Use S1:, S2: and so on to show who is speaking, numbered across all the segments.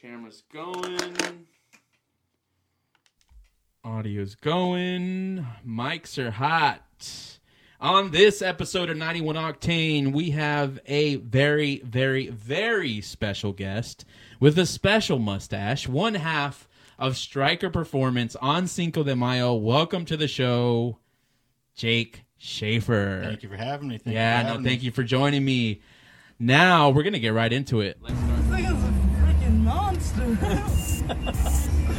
S1: Camera's going. Audio's going. Mics are hot. On this episode of 91 Octane, we have a very, very, very special guest with a special mustache, one half of Striker Performance on Cinco de Mayo. Welcome to the show, Jake Schaefer.
S2: Thank you for having me. Thank
S1: yeah,
S2: you for
S1: no,
S2: having
S1: thank
S2: me.
S1: you for joining me. Now we're gonna get right into it.
S3: This thing is a freaking monster.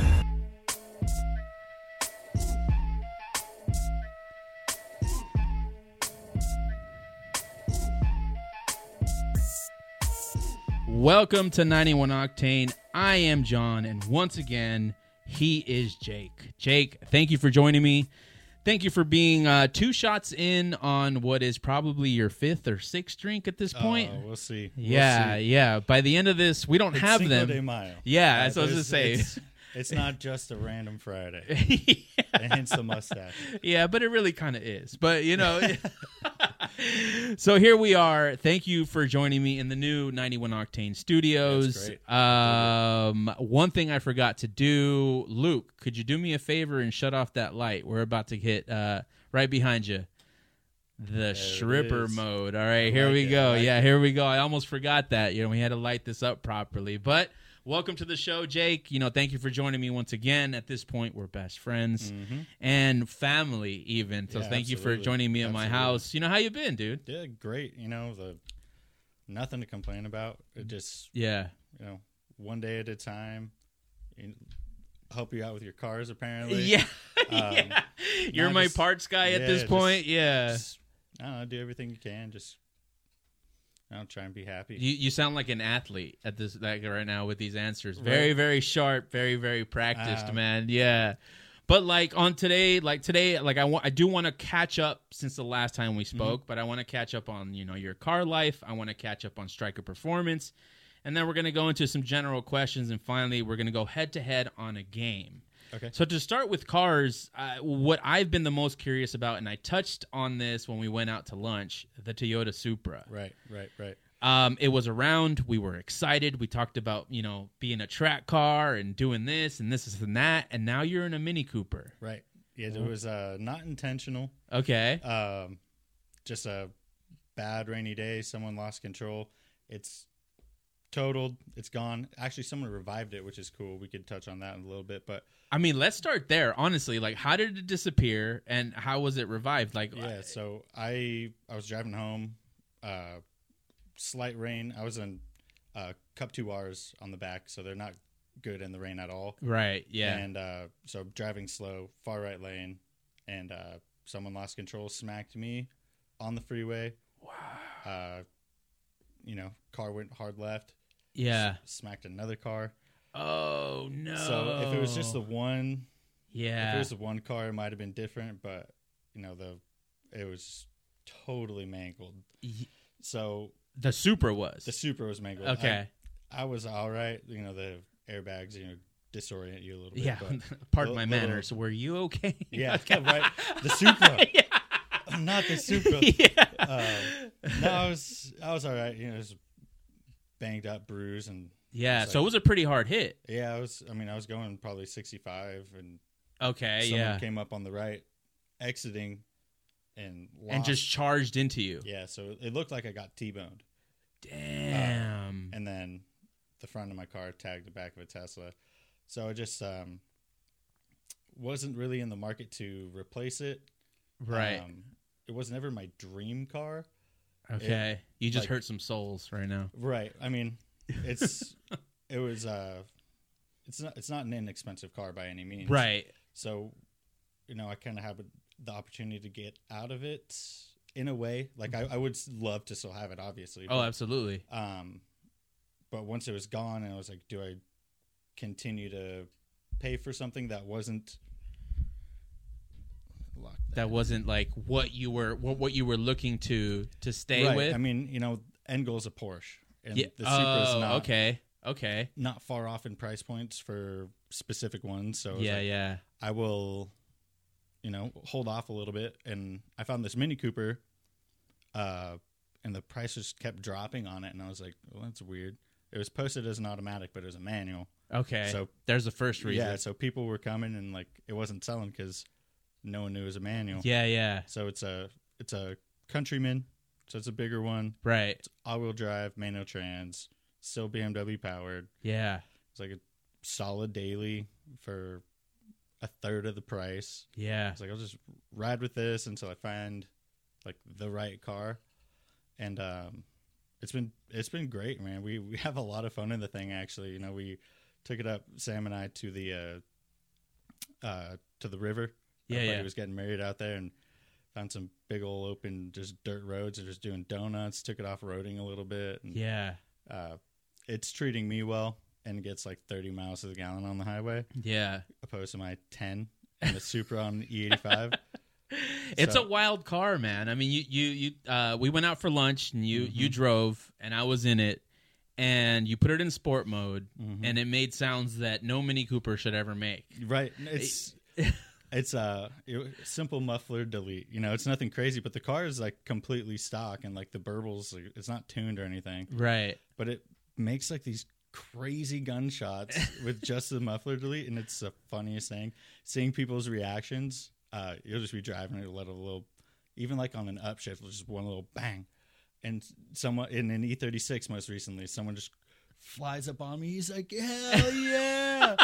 S1: Welcome to 91 Octane. I am John, and once again, he is Jake. Jake, thank you for joining me. Thank you for being uh, two shots in on what is probably your fifth or sixth drink at this point.
S2: Oh, we'll see. We'll
S1: yeah,
S2: see.
S1: yeah. By the end of this, we don't
S2: It's
S1: have
S2: Cinco
S1: them.
S2: de Mayo.
S1: Yeah,
S2: Uh,
S1: that's what I was
S2: there's-
S1: gonna say.
S2: It's, it's not just a random Friday, and hence the mustache.
S1: Yeah, but it really kind of is. But you know, so here we are. Thank you for joining me in the new 91 Octane Studios.
S2: That's great.
S1: Um, one thing I forgot to do, Luke, could you do me a favor and shut off that light? We're about to hit uh, right behind you. The
S2: it
S1: stripper
S2: is.
S1: mode. All right, here
S2: like
S1: we
S2: it, I
S1: go.
S2: like
S1: yeah, here we go. I almost forgot that. You know, we had to light this up properly, but. Welcome to the show, Jake. You know, thank you for joining me once again. At this point, we're best friends
S2: Mhm.
S1: and family even. So
S2: Yeah,
S1: thank you for
S2: absolutely.
S1: joining me at my
S2: Absolutely.
S1: house. You know how you been, dude?
S2: Yeah, great. You know, the nothing to complain about. It just
S1: Yeah.
S2: you know, one day at a time. You- help you out with your cars, apparently.
S1: Yeah.
S2: Um,
S1: yeah. You're
S2: no,
S1: my
S2: just-
S1: parts guy at
S2: yeah,
S1: this
S2: just-
S1: point. Yeah.
S2: Just, I don't know. Do everything you can. Just I don't try and be happy.
S1: you, you sound like an athlete at this like right now with these answers. Very, very sharp, very, very practiced,
S2: Um,
S1: man. Yeah. But like on today, like today, like I want I do want to catch up since the last time we spoke, but I want to catch up on, you know, your car life. I want to catch up on striker performance. And then we're gonna go into some general questions and finally we're gonna go head to head on a game.
S2: okay.
S1: So to start with cars, uh, what I've been the most curious about, and I touched on this when we went out to lunch, the Toyota Supra.
S2: Right. Right. Right.
S1: Um, it was around. We were excited. We talked about you know being a track car and doing this and this and that, and now you're in a Mini Cooper.
S2: Right. Yeah. It was uh, not intentional.
S1: Okay.
S2: um, just a bad rainy day. Someone lost control. It's totaled. It's gone. Actually, someone revived it, which is cool. We could touch on that in a little bit, but
S1: I mean, let's start there. Honestly, like how did it disappear and how was it revived? Like uh,
S2: yeah. So I I was driving home. Uh, slight rain. I was in uh, cup two R's on the back, so they're not good in the rain at all.
S1: right. Yeah.
S2: And uh, so driving slow, far right lane, and uh, someone lost control, smacked me on the freeway. Wow. Uh, you know, car went hard left.
S1: yeah.
S2: s- smacked another car.
S1: Oh no.
S2: So if it was just the one, if
S1: yeah.
S2: it was the one car, it might have been different. But you know, the it was totally mangled.
S1: Y-
S2: So
S1: the Supra was.
S2: the Supra was mangled. I-
S1: okay.
S2: I, was all right. You know, the airbags, you know, disorient you a little bit.
S1: Yeah,
S2: but-
S1: pardon
S2: Little-
S1: my
S2: little-
S1: manners. Were you okay?
S2: yeah,
S1: Okay.
S2: right. The Supra,
S1: yeah.
S2: not the Supra.
S1: Yeah.
S2: Um, No, I was I was all right. You know, just banged up, bruised, and
S1: yeah.
S2: it's
S1: So it
S2: like-
S1: was a pretty hard hit.
S2: yeah, I was. I mean, I was going probably sixty five, and
S1: Okay.
S2: someone
S1: yeah.
S2: came up on the right, exiting, and lost.
S1: And just charged into you.
S2: yeah. So it looked like I got t boned,
S1: Damn.
S2: Uh, and then the front of my car tagged the back of a Tesla. So I just um, wasn't really in the market to replace it.
S1: right.
S2: Um, it was never my dream car.
S1: okay. you just
S2: um, like-
S1: hurt some souls right now.
S2: Right. I mean, it's it was uh it's not it's not an inexpensive car by any means.
S1: Right.
S2: So, you know, I kind of have the opportunity to get out of it in a way. Like I, I would s- love to still have it, obviously.
S1: Oh,
S2: but,
S1: absolutely.
S2: um, but once it was gone, I was like, do I continue to pay for something that wasn't lock
S1: That wasn't like what you were what, what you were looking to to stay
S2: right.
S1: with.
S2: I mean, you know, end goal's a Porsche, and
S1: yeah.
S2: the Supra's
S1: oh,
S2: not.
S1: okay. Okay.
S2: not far off in price points for specific ones. So
S1: Yeah,
S2: yeah, like,
S1: yeah.
S2: I will, you know, hold off a little bit. And I found this Mini Cooper, uh, and the price just kept dropping on it, and I was like, well, that's weird. It was posted as an automatic, but it was a manual.
S1: Okay. So
S2: So-
S1: there's the first reason.
S2: Yeah, so people were coming and like it wasn't selling because no one knew it was a manual.
S1: Yeah. Yeah.
S2: So it's a it's a Countryman, so it's a bigger one.
S1: Right.
S2: It's all-wheel drive, manual trans, still BMW powered.
S1: Yeah.
S2: It's like a solid daily for a third of the price. I
S1: Yeah.
S2: was like, I'll just ride with this until I find like the right car. And um, it's been it's been great, man. We we have a lot of fun in the thing actually. You know, we took it up Sam and I to the uh, uh, to the river.
S1: Yeah,
S2: Everybody
S1: yeah.
S2: was getting married out there and found some big old open just dirt roads and just doing donuts. Took it off roading a little bit. And,
S1: Yeah.
S2: Uh, it's treating me well and gets like 30 miles to the gallon on the highway
S1: Yeah.
S2: opposed to my 10 and the E Supra on E85.
S1: It's
S2: So-
S1: a wild car, man. I mean, you you you uh, we went out for lunch and you you
S2: Mm-hmm.
S1: drove and I was in it and you put it in sport mode
S2: Mhm.
S1: and it made sounds that no Mini Cooper should ever make.
S2: Right. It's it's a simple muffler delete. You know, it's nothing crazy, but the car is like completely stock and like the burbles, like, it's not tuned or anything,
S1: Right.
S2: but it makes like these crazy gunshots with just the muffler delete, and it's the funniest thing. Seeing people's reactions, uh, you'll just be driving and it'll let a little, even like on an upshift, just one little bang, and someone in an E36 most recently, someone just flies up on me. He's like, hell yeah.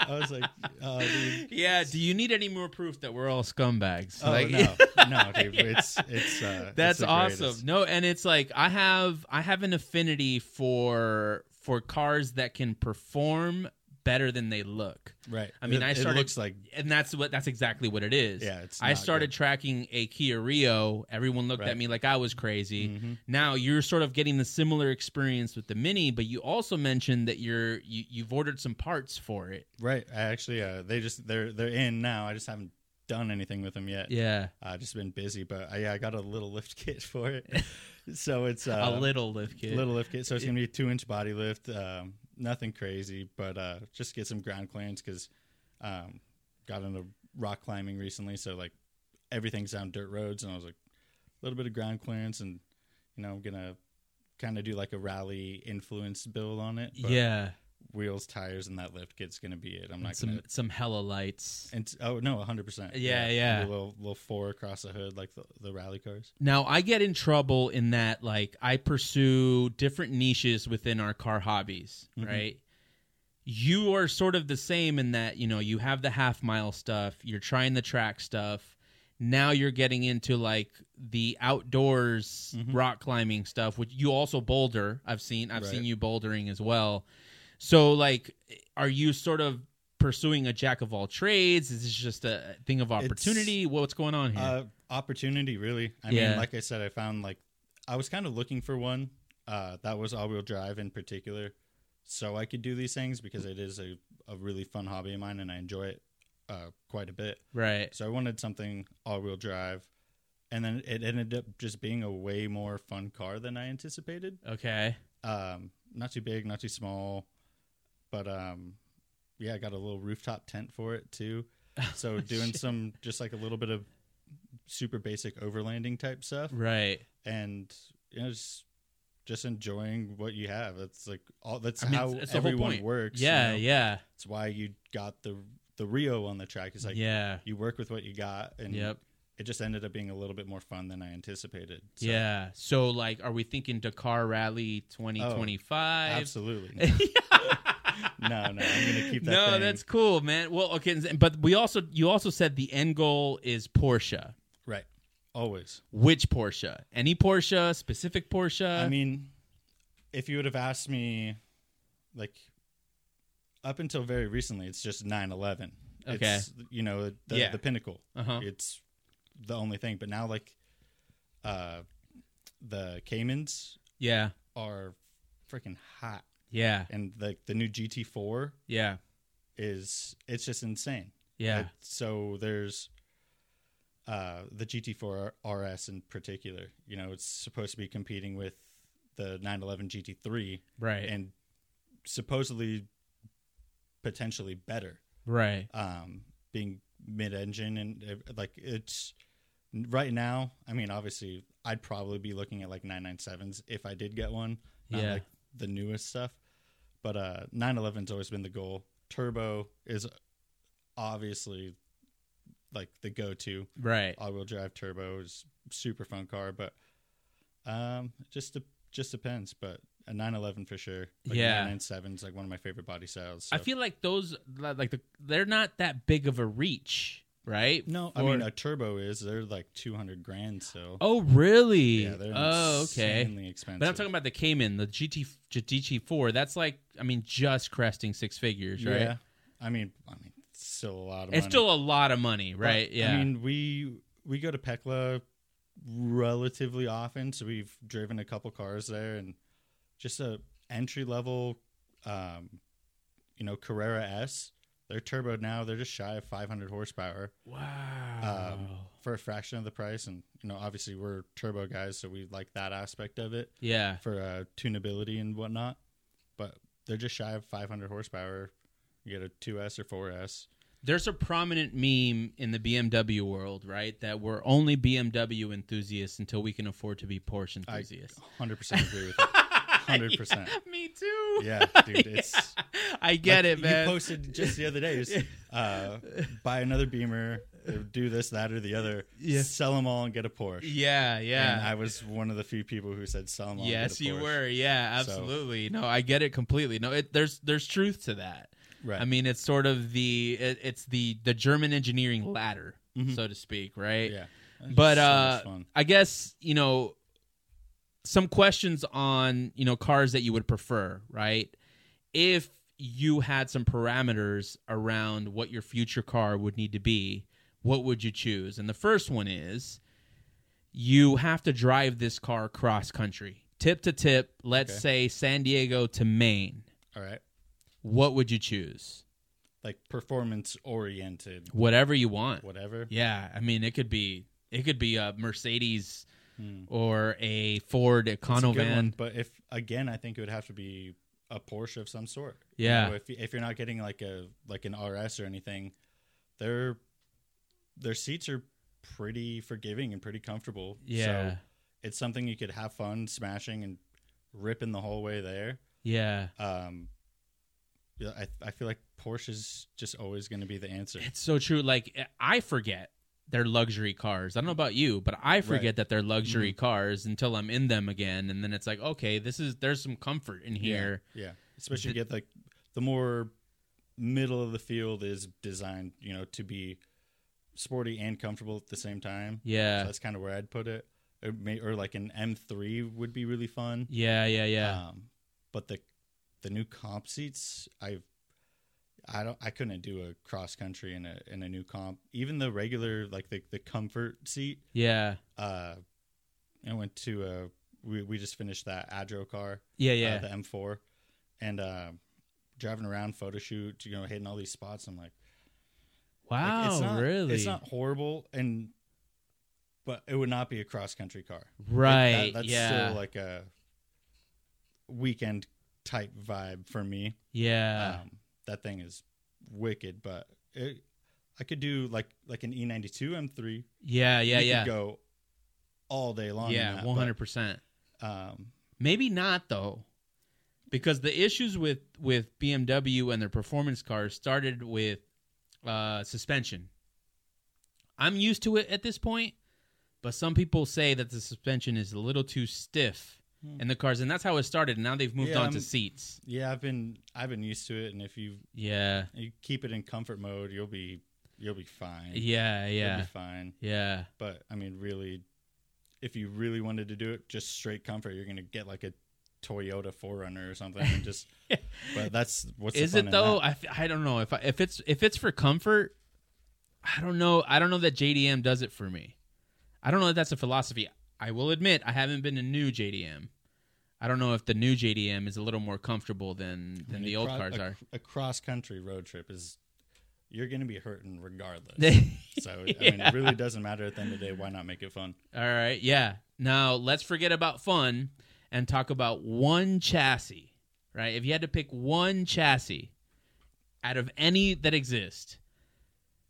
S2: I was like, oh, dude,
S1: Yeah. Do you need any more proof that we're all scumbags?
S2: Oh
S1: Like-
S2: no, no, dude, it's it's uh, it's
S1: That's
S2: the
S1: awesome.
S2: greatest.
S1: No, and it's like I have I have an affinity for for cars that can perform better than they look.
S2: Right.
S1: I mean,
S2: it,
S1: I
S2: It
S1: started-
S2: looks like
S1: And that's what that's exactly what it is.
S2: Yeah, it's
S1: I
S2: not
S1: started
S2: good.
S1: tracking a Kia Rio. Everyone looked
S2: Right.
S1: at me like I was crazy.
S2: Mhm.
S1: Now you're sort of getting the similar experience with the Mini, but you also mentioned that you're you, you've ordered some parts for it.
S2: right. I actually, uh, they just they're they're in now. I just haven't done anything with them yet.
S1: Yeah,
S2: I just been busy, but I, yeah, I got a little lift kit for it. so it's uh,
S1: a little lift kit.
S2: little lift kit. So it's gonna be a two inch body lift. Um, nothing crazy, but uh, just get some ground clearance because um, got into rock climbing recently. So like everything's on dirt roads, and I was like a little bit of ground clearance, and you know I'm gonna kind of do like a rally influence build on it. but
S1: yeah,
S2: wheels, tires, and that lift kit's gonna be it. I'm
S1: and
S2: not
S1: some
S2: gonna.
S1: some hella lights.
S2: And oh no, 100. percent
S1: Yeah, yeah.
S2: A little little four across the hood like the, the rally cars.
S1: Now I get in trouble in that like I pursue different niches within our car hobbies,
S2: Mhm.
S1: right? You are sort of the same in that, you know, you have the half mile stuff, you're trying the track stuff. Now you're getting into like the outdoors
S2: Mhm.
S1: rock climbing stuff, which you also boulder. I've seen I've seen
S2: Right.
S1: you bouldering as well. So like are you sort of pursuing a jack of all trades? Is this just a thing of opportunity? What's going on here?
S2: Uh, opportunity, really. I
S1: Yeah.
S2: mean, like I said, I found like I was kind of looking for one uh, that was all-wheel drive in particular, so I could do these things because it is a, a really fun hobby of mine and I enjoy it uh, quite a bit.
S1: right.
S2: So I wanted something all-wheel drive, and then it ended up just being a way more fun car than I anticipated.
S1: Okay.
S2: Um, not too big, not too small, but um, yeah, I got a little rooftop tent for it too. So doing
S1: Oh, shit.
S2: some just like a little bit of super basic overlanding type stuff,
S1: Right.
S2: and you know, just just enjoying what you have. That's like all. That's
S1: I mean,
S2: how
S1: it's- it's the whole
S2: everyone
S1: point.
S2: works. you
S1: Yeah,
S2: know?
S1: yeah,
S2: It's why you got the the Rio on the track. It's like
S1: yeah,
S2: you work with what you got, and
S1: yep,
S2: it just ended up being a little bit more fun than I anticipated. So, Oh,
S1: yeah. So, like, are we thinking Dakar Rally 2025?
S2: absolutely. no, no, I'm gonna keep that.
S1: no,
S2: thing.
S1: that's cool, man. Well, okay, but we also you also said the end goal is Porsche.
S2: Right. Always.
S1: Which Porsche? Any Porsche? Specific Porsche?
S2: I mean, if you would have asked me, like, up until very recently, it's just 9 11. It's, you know, the,
S1: Yeah.
S2: the pinnacle.
S1: uh-huh.
S2: It's the only thing. But now, like, uh, the Caymans
S1: yeah,
S2: are freaking hot.
S1: yeah,
S2: And, like, the new GT4
S1: yeah,
S2: is, it's just insane.
S1: yeah,
S2: It- so there's uh, the GT4 RS in particular. You know, it's supposed to be competing with the 911 GT3
S1: right,
S2: and supposedly potentially better,
S1: right,
S2: um, being mid-engine and uh, like it's right now. I mean, obviously, I'd probably be looking at like 997s if I did get one, not
S1: Yeah.
S2: like the newest stuff. But uh, 9/11's always been the goal. Turbo is obviously like the go-to
S1: Right.
S2: all-wheel drive turbo is super fun car, but um, just de- just depends. But a 911 for sure. Like
S1: Yeah.
S2: 997 is like one of my favorite body styles.
S1: I
S2: so-
S1: feel like those like the, they're not that big of a reach, right?
S2: no. I
S1: For-
S2: mean, a turbo is they're like 200 grand. So
S1: oh really?
S2: yeah, they're
S1: oh okay.
S2: insanely expensive.
S1: But I'm talking about the Cayman, the GT GT4. That's like I mean just cresting six figures, right?
S2: Yeah. I mean, I mean, it's still a lot of.
S1: It's
S2: money.
S1: still a lot of money,
S2: But,
S1: right? yeah.
S2: I mean, we we go to Pekla relatively often, so we've driven a couple cars there, and just a entry level, um, you know, Carrera S. They're turbo now. They're just shy of 500 horsepower
S1: wow.
S2: um, for a fraction of the price, and you know, obviously we're turbo guys, so we like that aspect of it
S1: yeah.
S2: for uh, tunability and whatnot. But they're just shy of 500 horsepower. You get a 2S or 4S.
S1: There's a prominent meme in the BMW world, right? That we're only BMW enthusiasts until we can afford to be Porsche
S2: I
S1: enthusiasts.
S2: 100% agree with that. 100%.
S1: Yeah, me too.
S2: Yeah, dude, it's
S1: I get
S2: Like,
S1: it, man.
S2: You posted just the other day, just, uh, buy another Beamer, uh, do this, that, or the other.
S1: Yeah.
S2: Sell them all and get a Porsche.
S1: yeah,
S2: And
S1: yeah.
S2: I was one of the few people who said sell them all.
S1: Yes,
S2: and get a
S1: you
S2: Porsche.
S1: were. Yeah,
S2: So-
S1: absolutely. No, I get it completely. No, it, there's there's truth to that.
S2: Right.
S1: I mean, it's sort of the it, it's the the German engineering ladder,
S2: Mhm.
S1: so to speak, right?
S2: yeah.
S1: but
S2: So
S1: uh
S2: much fun.
S1: i guess you know some questions on you know cars that you would prefer right if you had some parameters around what your future car would need to be what would you choose and the first one is you have to drive this car cross country tip to tip let's
S2: Okay.
S1: say san diego to maine
S2: all right,
S1: what would you choose
S2: like performance oriented,
S1: whatever you want
S2: whatever.
S1: yeah i mean it could be it could be a mercedes
S2: Hmm.
S1: or a Ford
S2: It's a good one,
S1: Econovan.
S2: But if again, I think it would have to be a Porsche of some sort.
S1: Yeah.
S2: You know, if if you're not getting like a like an RS or anything, their their seats are pretty forgiving and pretty comfortable.
S1: Yeah.
S2: So it's something you could have fun smashing and ripping the whole way there.
S1: yeah.
S2: Um, yeah, I I feel like Porsche's just always going to be the answer.
S1: It's so true. Like eh, I forget they're luxury cars. I don't know about you, but I forget
S2: Right. Mm-hmm.
S1: that they're luxury cars until I'm in them again and then it's like, okay, this is there's some comfort in here.
S2: Yeah, yeah. especially get like the more middle of the field is designed, you know, to be sporty and comfortable at the same time. So
S1: Yeah.
S2: that's kind of where I'd put it. Or, may, or like an M3 would be really fun.
S1: Yeah, yeah, yeah.
S2: Um, but the the new comp seats, I I don't I couldn't do a cross country in a in a new comp. Even the regular like the the comfort seat.
S1: yeah.
S2: Uh, I went to uh we we just finished that Adro car
S1: Yeah,
S2: yeah.
S1: yeah.
S2: the M4, and uh, driving around photo shoot, you know, hitting all these spots. I'm like,
S1: wow,
S2: like, it's not,
S1: really?
S2: It's not horrible, and but it would not be a cross country car,
S1: right.
S2: Like, that- that's
S1: yeah.
S2: still like a weekend type vibe for me.
S1: yeah.
S2: um, that thing is wicked, but it, I could do like like an E E92 M3.
S1: yeah, yeah,
S2: You could
S1: yeah.
S2: go all day long. in
S1: Yeah,
S2: that,
S1: one hundred percent.
S2: But, um,
S1: Maybe not though, because the issues with with BMW and their performance cars started with uh, suspension. I'm used to it at this point, but some people say that the suspension is a little too stiff
S2: Hmm.
S1: in the cars, and that's how it started. And now they've moved
S2: Yeah, um,
S1: on to
S2: I'm-
S1: seats.
S2: yeah, I've been I've been used to it, and if you
S1: Yeah,
S2: you keep it in comfort mode, you'll be you'll be fine.
S1: yeah,
S2: you'll
S1: yeah,
S2: be fine.
S1: yeah,
S2: But I mean, really, if you really wanted to do it, just straight comfort, you're gonna get like a Toyota 4Runner or something. And just, but that's what's the
S1: Is
S2: fun
S1: it
S2: in
S1: though?
S2: that?
S1: I, f- I don't know if I, if it's if it's for comfort. I don't know. I don't know that JDM does it for me. I don't know that that's a philosophy. I will admit I haven't been to new JDM. I don't know if the new JDM is a little more comfortable than
S2: I
S1: than
S2: mean,
S1: the old
S2: cro-
S1: cars
S2: a,
S1: are.
S2: A cross country road trip is you're gonna be hurting regardless. so I mean,
S1: Yeah.
S2: it really doesn't matter at the end of the day. Why not make it fun?
S1: All right, yeah. Now let's forget about fun and talk about one chassis, right? If you had to pick one chassis out of any that exist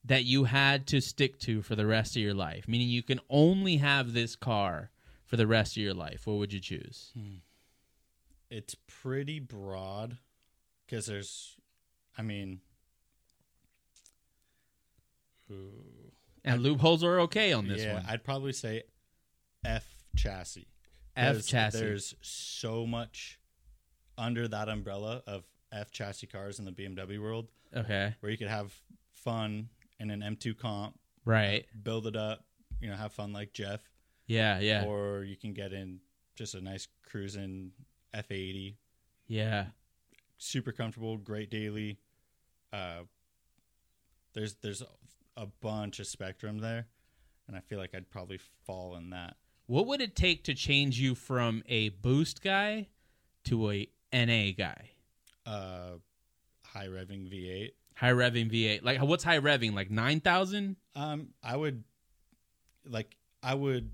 S1: that you had to stick to for the rest of your life, meaning you can only have this car for the
S2: Hmm.
S1: rest of your life, what would you choose?
S2: It's pretty broad. because there's, I mean, ooh,
S1: And loopholes are okay on this
S2: yeah,
S1: one.
S2: I'd probably say F chassis.
S1: F
S2: 'Cause
S1: chassis.
S2: There's so much under that umbrella of F chassis cars in the BMW world
S1: okay.
S2: where you could have fun in an M2 comp,
S1: Right.
S2: build it up, you know, have fun like Jeff,
S1: Yeah. Yeah.
S2: or you can get in just a nice cruising F80,
S1: yeah.
S2: super comfortable, great daily. Uh, there's there's a bunch of spectrum there, and I feel like I'd probably fall in that.
S1: What would it take to change you from a boost guy to a NA guy?
S2: uh high revving V8.
S1: High revving V8. Like what's high revving? Like 9,000?
S2: Um I would like I would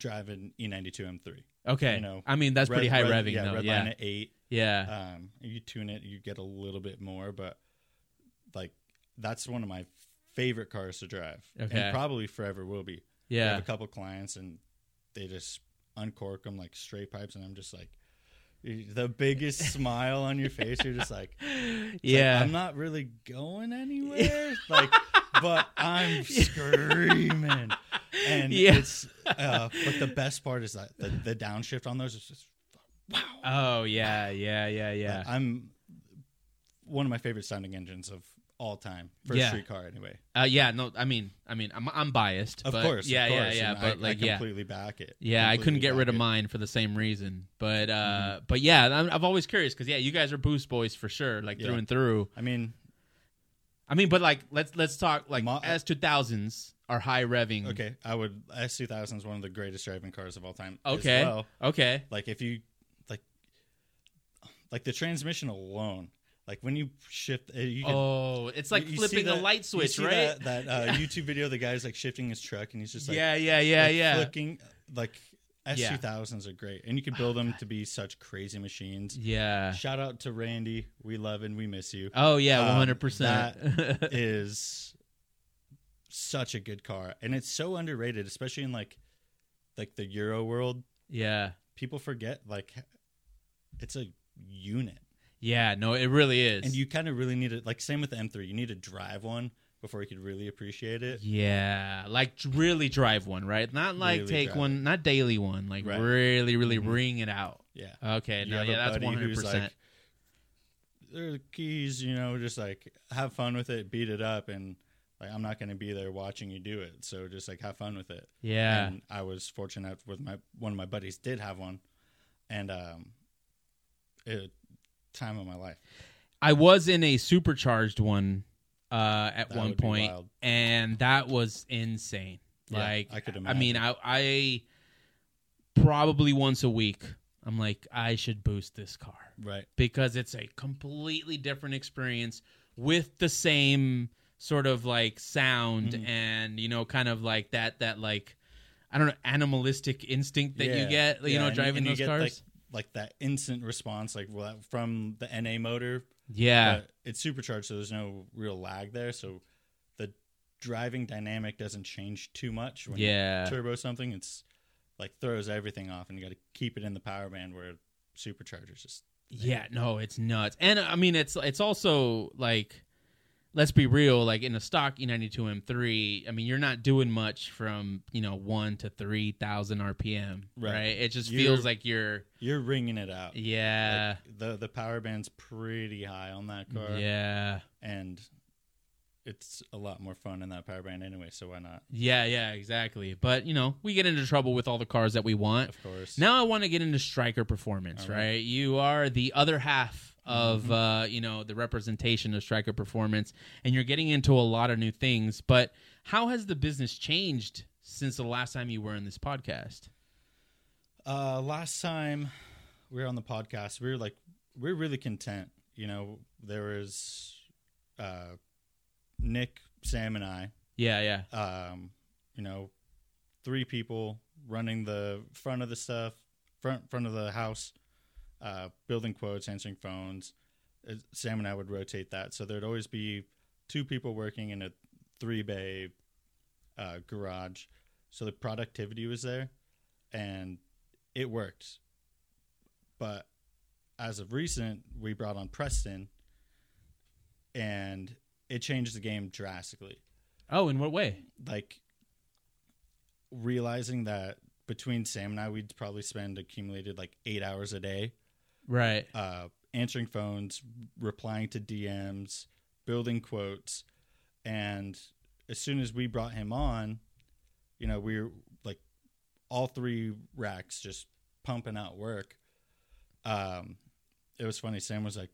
S2: drive an E E92 M3.
S1: Okay.
S2: You know,
S1: I mean, that's pretty high revving
S2: yeah,
S1: though.
S2: Red
S1: yeah.
S2: line at 8.
S1: yeah.
S2: Um you tune it you get a little bit more but like that's one of my favorite cars to drive.
S1: Okay.
S2: And probably forever will be. I
S1: yeah.
S2: have a couple clients and they just uncork them like straight pipes and I'm just like the biggest smile on your face you're just like It's like,
S1: yeah.
S2: I'm not really going anywhere. like, but I'm screaming. And
S1: Yeah.
S2: it's, uh, but the best part is that the, the downshift on those is just, wow.
S1: oh, yeah. Yeah. Yeah. Yeah.
S2: I'm one of my favorite sounding engines of all time for
S1: Yeah.
S2: a street car, anyway.
S1: Uh, yeah, no, I mean, I mean, I'm I'm biased,
S2: Of
S1: but
S2: course.
S1: yeah,
S2: of course,
S1: yeah, yeah,
S2: and
S1: but
S2: I,
S1: like,
S2: I
S1: yeah,
S2: completely back it.
S1: yeah, I couldn't
S2: Completely
S1: get rid of
S2: back
S1: mine for the same reason, but uh,
S2: Mm-hmm.
S1: but yeah, I'm, I've always curious because yeah, you guys are boost boys for sure, like through
S2: Yeah.
S1: and through.
S2: it. I mean,
S1: I mean, but like, let's let's talk like
S2: Ma-
S1: S two thousands are high revving.
S2: okay, I would, S2000 is one of the greatest driving cars of all time. as
S1: okay,
S2: well.
S1: okay,
S2: like if you like like the transmission alone like when you shift uh, you can,
S1: oh, it's like
S2: you- you see
S1: flipping the
S2: that-
S1: light
S2: you
S1: switch,
S2: see
S1: right?
S2: that, that uh, youtube video the guy's like shifting his truck and he's just like
S1: yeah, yeah, yeah,
S2: like,
S1: yeah,
S2: flicking like s2000s are great and you can build them to be such crazy machines
S1: yeah.
S2: shout out to randy we love and we miss you
S1: Oh yeah,
S2: Um,
S1: one hundred percent.
S2: is such a good car and it's so underrated especially in like like the euro world
S1: Yeah,
S2: people forget like it's a unit
S1: yeah. No, it really is.
S2: and you kind of really need it like same with the m3 you need to drive one before you could really appreciate it
S1: Yeah, like d- really drive one, right? Not like
S2: Really
S1: take
S2: drive
S1: one, not daily one. Like
S2: Right.
S1: really, really
S2: Mhm.
S1: ring it out.
S2: yeah
S1: Okay,
S2: You
S1: no,
S2: have a
S1: yeah, that's one
S2: buddy
S1: hundred
S2: who's
S1: percent.
S2: like, there are the keys you know just like have fun with it beat it up and like i'm not going to be there watching you do it so just like have fun with it
S1: Yeah,
S2: and i was fortunate with my one of my buddies did have one and um it time of my life
S1: I was in a supercharged one uh, at
S2: That
S1: one
S2: would be
S1: point,
S2: wild.
S1: and that was insane.
S2: Yeah,
S1: like
S2: I could
S1: I mean, I, I probably once a week, I'm like, I should boost this car.
S2: right
S1: because it's a completely different experience with the same sort of like sound
S2: Mhm.
S1: and you know kind of like that that like I don't know animalistic instinct that you
S2: Yeah.
S1: get you
S2: Yeah,
S1: know
S2: and-
S1: driving
S2: and you
S1: those
S2: get,
S1: cars.
S2: like, like that instant response like well, from the na motor
S1: yeah,
S2: but it's supercharged, so there's no real lag there. So the driving dynamic doesn't change too much when
S1: yeah,
S2: you turbo something. It's like throws everything off, and you got to keep it in the power band where superchargers just
S1: yeah. No, it's nuts. And I mean, it's it's also like. Let's be real. Like in a stock E E92 M3, I mean, you're not doing much from you know one to three thousand RPM, right.
S2: Right.
S1: It just
S2: You're-
S1: feels like you're,
S2: you're ringing it out.
S1: yeah,
S2: Like, the the power band's pretty high on that car,
S1: yeah.
S2: and it's a lot more fun in that power band anyway. So why not?
S1: Yeah, yeah, exactly. But you know, we get into trouble with all the cars that we want.
S2: Of course.
S1: Now I want to get into striker performance,
S2: All
S1: right.
S2: right. Mm-hmm.
S1: You are the other half of uh, you know the representation of striker performance, and you're getting into a lot of new things. But how has the business changed since the last time you were in this podcast?
S2: Uh, last time we were on the podcast, we were like, we are really content. You know, there was uh, Nick, Sam, and I.
S1: Yeah, yeah,
S2: Um, you know, three people running the front of the stuff, front front of the house, uh, building quotes, answering phones. Uh, Sam and I would rotate that, so there'd always be two people working in a three bay uh, garage. So the productivity was there, and it worked. But as of recent, we brought on Preston, and it changed the game drastically.
S1: Oh, in what way?
S2: Like realizing that between Sam and I, we'd probably spend accumulated like eight hours a day
S1: Right.
S2: uh, answering phones, replying to DMs, building quotes, and as soon as we brought him on, you know, we were like all three racks just pumping out work. Um, it was funny. Sam was like,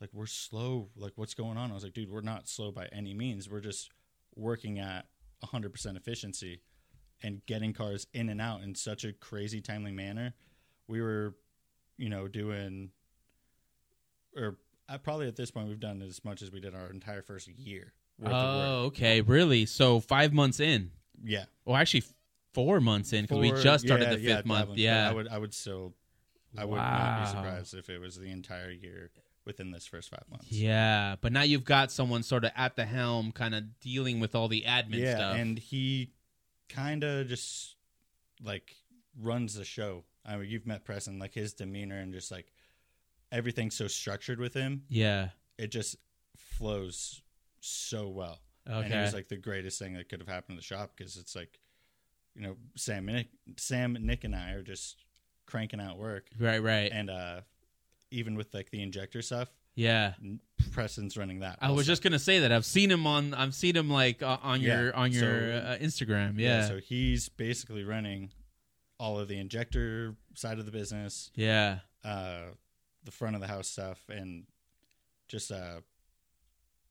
S2: "Like we're slow. Like what's going on?" I was like, "Dude, we're not slow by any means. We're just working at 100% efficiency." And getting cars in and out in such a crazy timely manner, we were you know, doing, or I probably at this point we've done as much as we did our entire first year. worth of work.
S1: Oh, okay. Really? So five months in.
S2: yeah,
S1: Well, actually, four months in because we
S2: Four-
S1: just started
S2: yeah,
S1: the fifth
S2: yeah, that
S1: month.
S2: one. But
S1: Yeah.
S2: I would, I would still, I would not be
S1: Wow.
S2: surprised if it was the entire year within this first five months.
S1: Yeah, but now you've got someone sort of at the helm, kind of dealing with all the admin
S2: yeah,
S1: stuff.
S2: and he kind of just like runs the show. I mean, you've met Preston, like his demeanor and just like everything's so structured with him,
S1: yeah,
S2: it just flows so well. And it
S1: okay,
S2: was like the greatest thing that could have happened to the shop because it's like, you know, Sam, and Nick, Sam, Nick, and I are just cranking out work,
S1: right, right,
S2: and uh, even with like the injector stuff,
S1: yeah.
S2: Preston's running that.
S1: I was
S2: also.
S1: just gonna say that I've seen him on, I've seen him like uh, on
S2: Yeah,
S1: your on your
S2: so-
S1: uh, Instagram. Yeah, yeah,
S2: So he's basically running all of the injector side of the business, uh, the front of the house stuff, and just uh,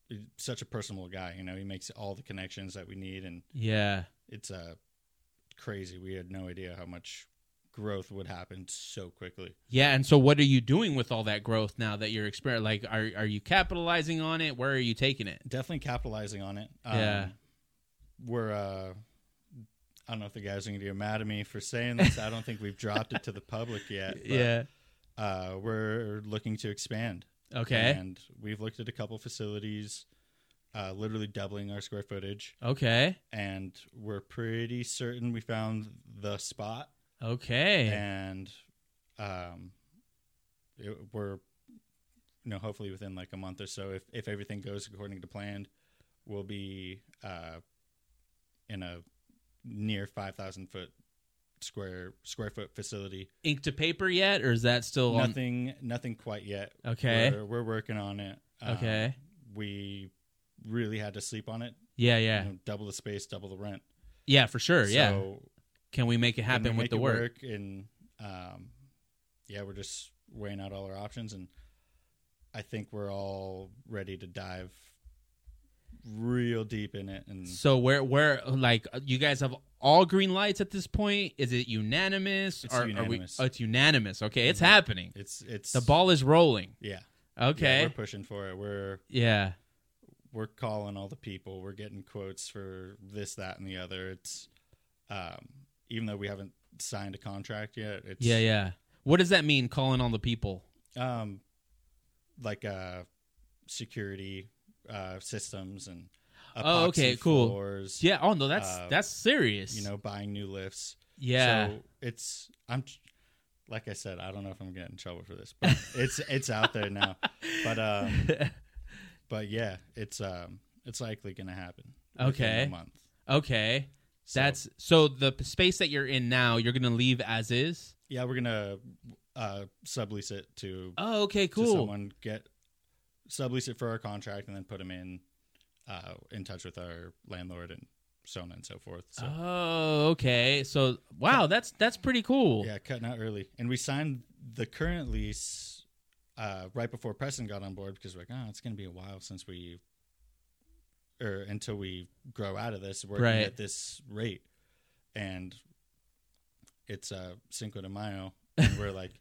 S2: he's such a personable guy. You know, he makes all the connections that we need, and
S1: yeah.
S2: it's uh crazy. We had no idea how much growth would happen so quickly.
S1: Yeah, and so what are you doing with all that growth now that you're experiencing? Like, are are you capitalizing on it? Where are you taking it?
S2: Definitely capitalizing on it. Um,
S1: Yeah.
S2: We're uh I don't know if the guys are gonna get mad at me for saying this. I don't think we've dropped it to the public yet. but,
S1: yeah.
S2: Uh we're looking to expand.
S1: Okay.
S2: And we've looked at a couple facilities, uh literally doubling our square footage.
S1: Okay.
S2: And we're pretty certain we found the spot.
S1: Okay.
S2: and um, it, we're you know hopefully within like a month or so, if if everything goes according to plan, we'll be uh, in a near five thousand foot square square foot facility.
S1: Ink to paper yet, or is that still on?
S2: nothing nothing quite yet.
S1: Okay.
S2: we're, we're working on it. Um,
S1: Okay.
S2: we really had to sleep on it.
S1: Yeah, yeah,
S2: You know, double the space, double the rent.
S1: yeah, for sure. yeah.
S2: So
S1: Can we make it
S2: and we
S1: happen with
S2: make
S1: the
S2: it
S1: work?
S2: and um, yeah we're just weighing out all our options and i think we're all ready to dive real deep in it and
S1: Mm-hmm. So where where like uh, you guys have all green lights at this point? Is it unanimous?
S2: It's
S1: Are- are we-
S2: unanimous.
S1: oh, it's unanimous. Okay, it's happening.
S2: it's it's
S1: The ball is rolling.
S2: yeah Yeah,
S1: Okay.
S2: we're pushing for it we're
S1: Yeah.
S2: we're calling all the people we're getting quotes for this that and the other it's um even though we haven't signed a contract yet it's
S1: Yeah. Yeah. What does that mean? Calling on the people.
S2: um like uh security uh systems and
S1: Oh, okay,
S2: epoxy
S1: cool.
S2: floors,
S1: Yeah. Oh no, that's
S2: Uh,
S1: that's serious.
S2: you know buying new lifts
S1: Yeah.
S2: so it's i'm like i said i don't know if i'm getting in trouble for this but it's it's out there now but um but yeah it's um it's likely gonna happen within
S1: Okay.
S2: a month
S1: okay.
S2: So,
S1: That's so the p- space that you're in now. You're gonna leave as is.
S2: yeah we're gonna uh sublease it to
S1: Oh, okay.
S2: to
S1: Cool.
S2: someone get sublease it for our contract and then put them in uh, in touch with our landlord and so on and so forth. So
S1: Oh, okay. So wow, that's that's pretty cool.
S2: yeah, cutting out early, and we signed the current lease uh, right before Preston got on board because we're like, oh, it's going to be a while since we or until we grow out of this working
S1: Right.
S2: at this rate, and it's uh, Cinco de Mayo, and we're like,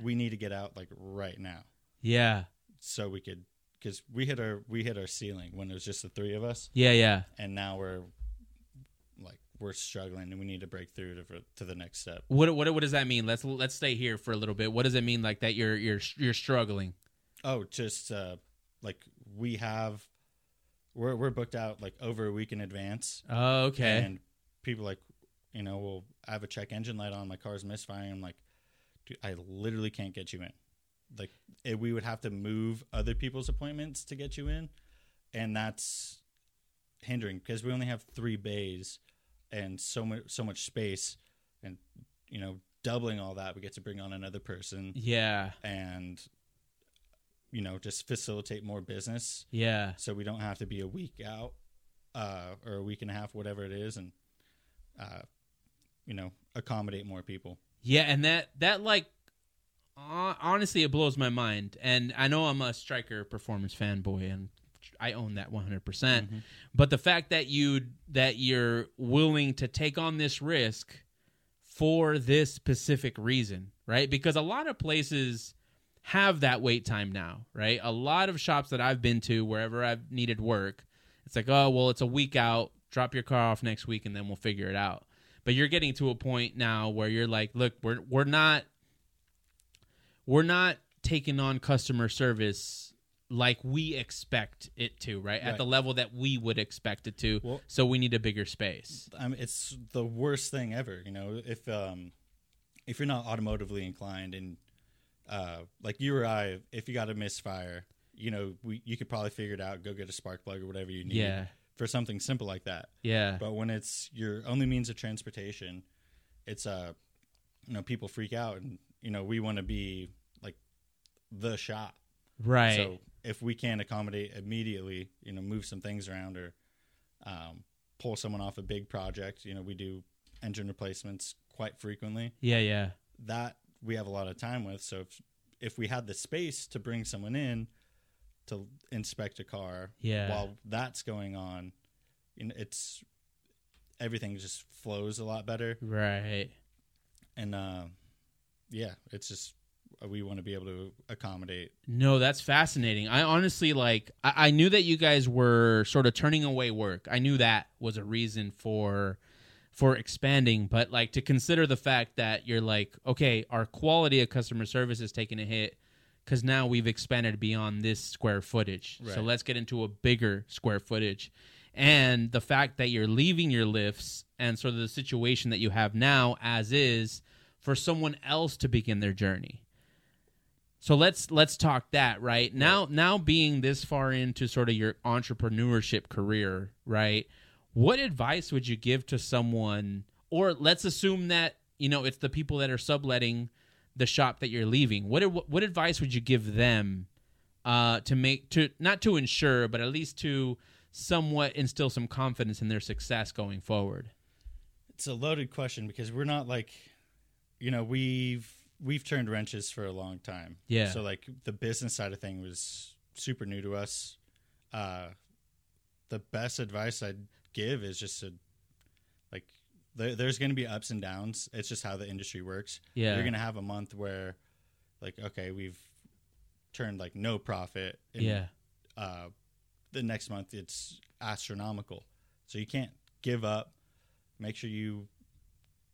S2: we need to get out like right now.
S1: Yeah.
S2: so we could because we hit our we hit our ceiling when it was just the three of us
S1: Yeah. Yeah.
S2: and now we're like we're struggling and we need to break through to, to the next step
S1: What what what does that mean? Let's let's stay here for a little bit. What does it mean like that you're you're you're struggling?
S2: oh just uh like we have we're, we're booked out like over a week in advance
S1: Oh, okay.
S2: and people like you know well i have a check engine light on my car's misfiring i'm like dude i literally can't get you in like eh, we would have to move other people's appointments to get you in, and that's hindering because we only have three bays and so much so much space, and you know doubling all that we get to bring on another person
S1: Yeah.
S2: and you know just facilitate more business
S1: Yeah.
S2: so we don't have to be a week out uh, or a week and a half, whatever it is, and uh, you know accommodate more people.
S1: Yeah, and that that like hon- honestly it blows my mind. And I know I'm a striker performance fanboy and I own that 100%. percent
S2: Mhm.
S1: But the fact that you that you're willing to take on this risk for this specific reason, right? Because a lot of places have that wait time now, right? A lot of shops that I've been to wherever I've needed work, it's like, "Oh, well, it's a week out. Drop your car off next week and then we'll figure it out." but you're getting to a point now where you're like look we're we're not we're not taking on customer service like we expect it to right, at
S2: Right.
S1: the level that we would expect it to
S2: Well-
S1: so we need a bigger space
S2: I mean, it's the worst thing ever. You know, if um, if you're not automotively inclined and uh, like you or I, if you got a misfire, you know, we, you could probably figure it out. Go get a spark plug or whatever you need
S1: yeah
S2: for something simple like that.
S1: yeah
S2: But when it's your only means of transportation, it's uh you know, people freak out and you know, we want to be like the shop.
S1: right
S2: So if we can't accommodate immediately, you know, move some things around or um, pull someone off a big project, you know, we do engine replacements quite frequently.
S1: yeah yeah
S2: That we have a lot of time with. So if if we had the space to bring someone in to inspect a car
S1: yeah
S2: while that's going on, you know, it's everything just flows a lot better.
S1: right
S2: And uh, yeah, it's just we want to be able to accommodate.
S1: No, that's fascinating. I honestly like. I, I knew that you guys were sort of turning away work. I knew that was a reason for for expanding, but like to consider the fact that you're like, okay, our quality of customer service is taking a hit because now we've expanded beyond this square footage. So
S2: Right.
S1: let's get into a bigger square footage. And the fact that you're leaving your lifts and sort of the situation that you have now as is for someone else to begin their journey. So let's let's talk that right now. Now being this far into sort of your entrepreneurship career, right? What advice would you give to someone, or let's assume that you know it's the people that are subletting the shop that you're leaving. What ad- what advice would you give them uh, to make to not to ensure, but at least to somewhat instill some confidence in their success going forward?
S2: It's a loaded question because we're not like, you know, we've we've turned wrenches for a long time.
S1: Yeah.
S2: So like the business side of thing was super new to us. Uh, the best advice I'd give is just to like there, there's going to be ups and downs. It's just how the industry works.
S1: Yeah,
S2: you're gonna have a month where like okay we've turned like no profit and,
S1: yeah,
S2: uh the next month it's astronomical so you can't give up make sure you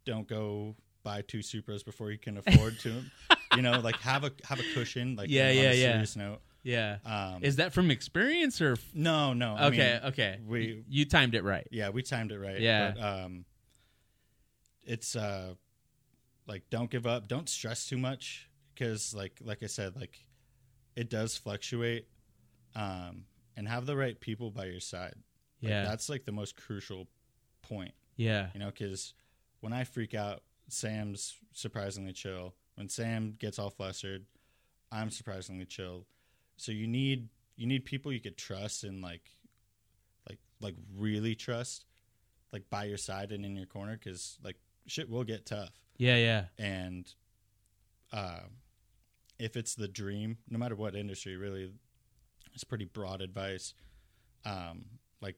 S2: don't go buy two supras before you can afford to you know like have a have a cushion like
S1: Yeah,
S2: on a
S1: yeah, yeah.
S2: serious note
S1: yeah.
S2: um
S1: Is that from experience or
S2: no no I mean,
S1: okay okay
S2: we-
S1: Y- you timed it right
S2: Yeah, we timed it right.
S1: Yeah.
S2: But, um, it's uh, like don't give up. Don't stress too much because, like, like I said, like it does fluctuate. Um, and have the right people by your side. Like,
S1: yeah
S2: that's like the most crucial point.
S1: yeah
S2: You know, because when I freak out, Sam's surprisingly chill. When Sam gets all flustered, I'm surprisingly chill. So you need you need people you could trust and like, like like really trust, like by your side and in your corner, because like shit will get tough.
S1: yeah yeah
S2: And uh, if it's the dream, no matter what industry, really, it's pretty broad advice. Um, like,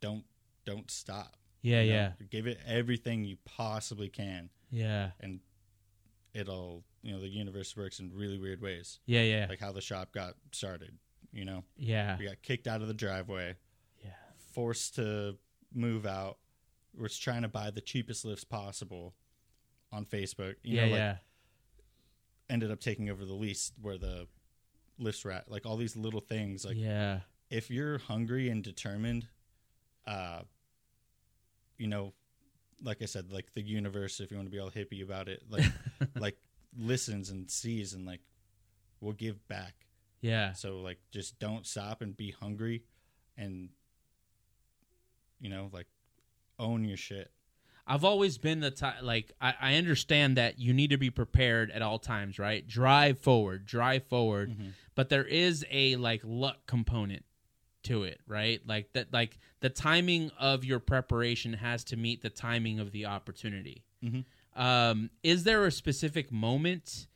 S2: don't don't stop.
S1: yeah
S2: You know,
S1: yeah
S2: Give it everything you possibly can,
S1: yeah
S2: and it'll, you know, the universe works in really weird ways.
S1: yeah yeah
S2: Like how the shop got started, you know?
S1: yeah
S2: We got kicked out of the driveway,
S1: yeah
S2: forced to move out. We're just trying to buy the cheapest lifts possible on Facebook. You
S1: yeah
S2: know, like
S1: yeah
S2: ended up taking over the lease where the lifts were at. Like all these little things. Like
S1: yeah
S2: if you're hungry and determined, uh, you know, like I said, like the universe, if you want to be all hippie about it, like, like listens and sees and like will give back.
S1: Yeah.
S2: So like just don't stop and be hungry and you know, like own your shit.
S1: I've always been the type, like, I, I understand that you need to be prepared at all times, right? Drive forward, drive forward.
S2: Mhm.
S1: But there is a, like, luck component to it, right? Like, that, like, the timing of your preparation has to meet the timing of the opportunity.
S2: Mhm.
S1: Um, is there a specific moment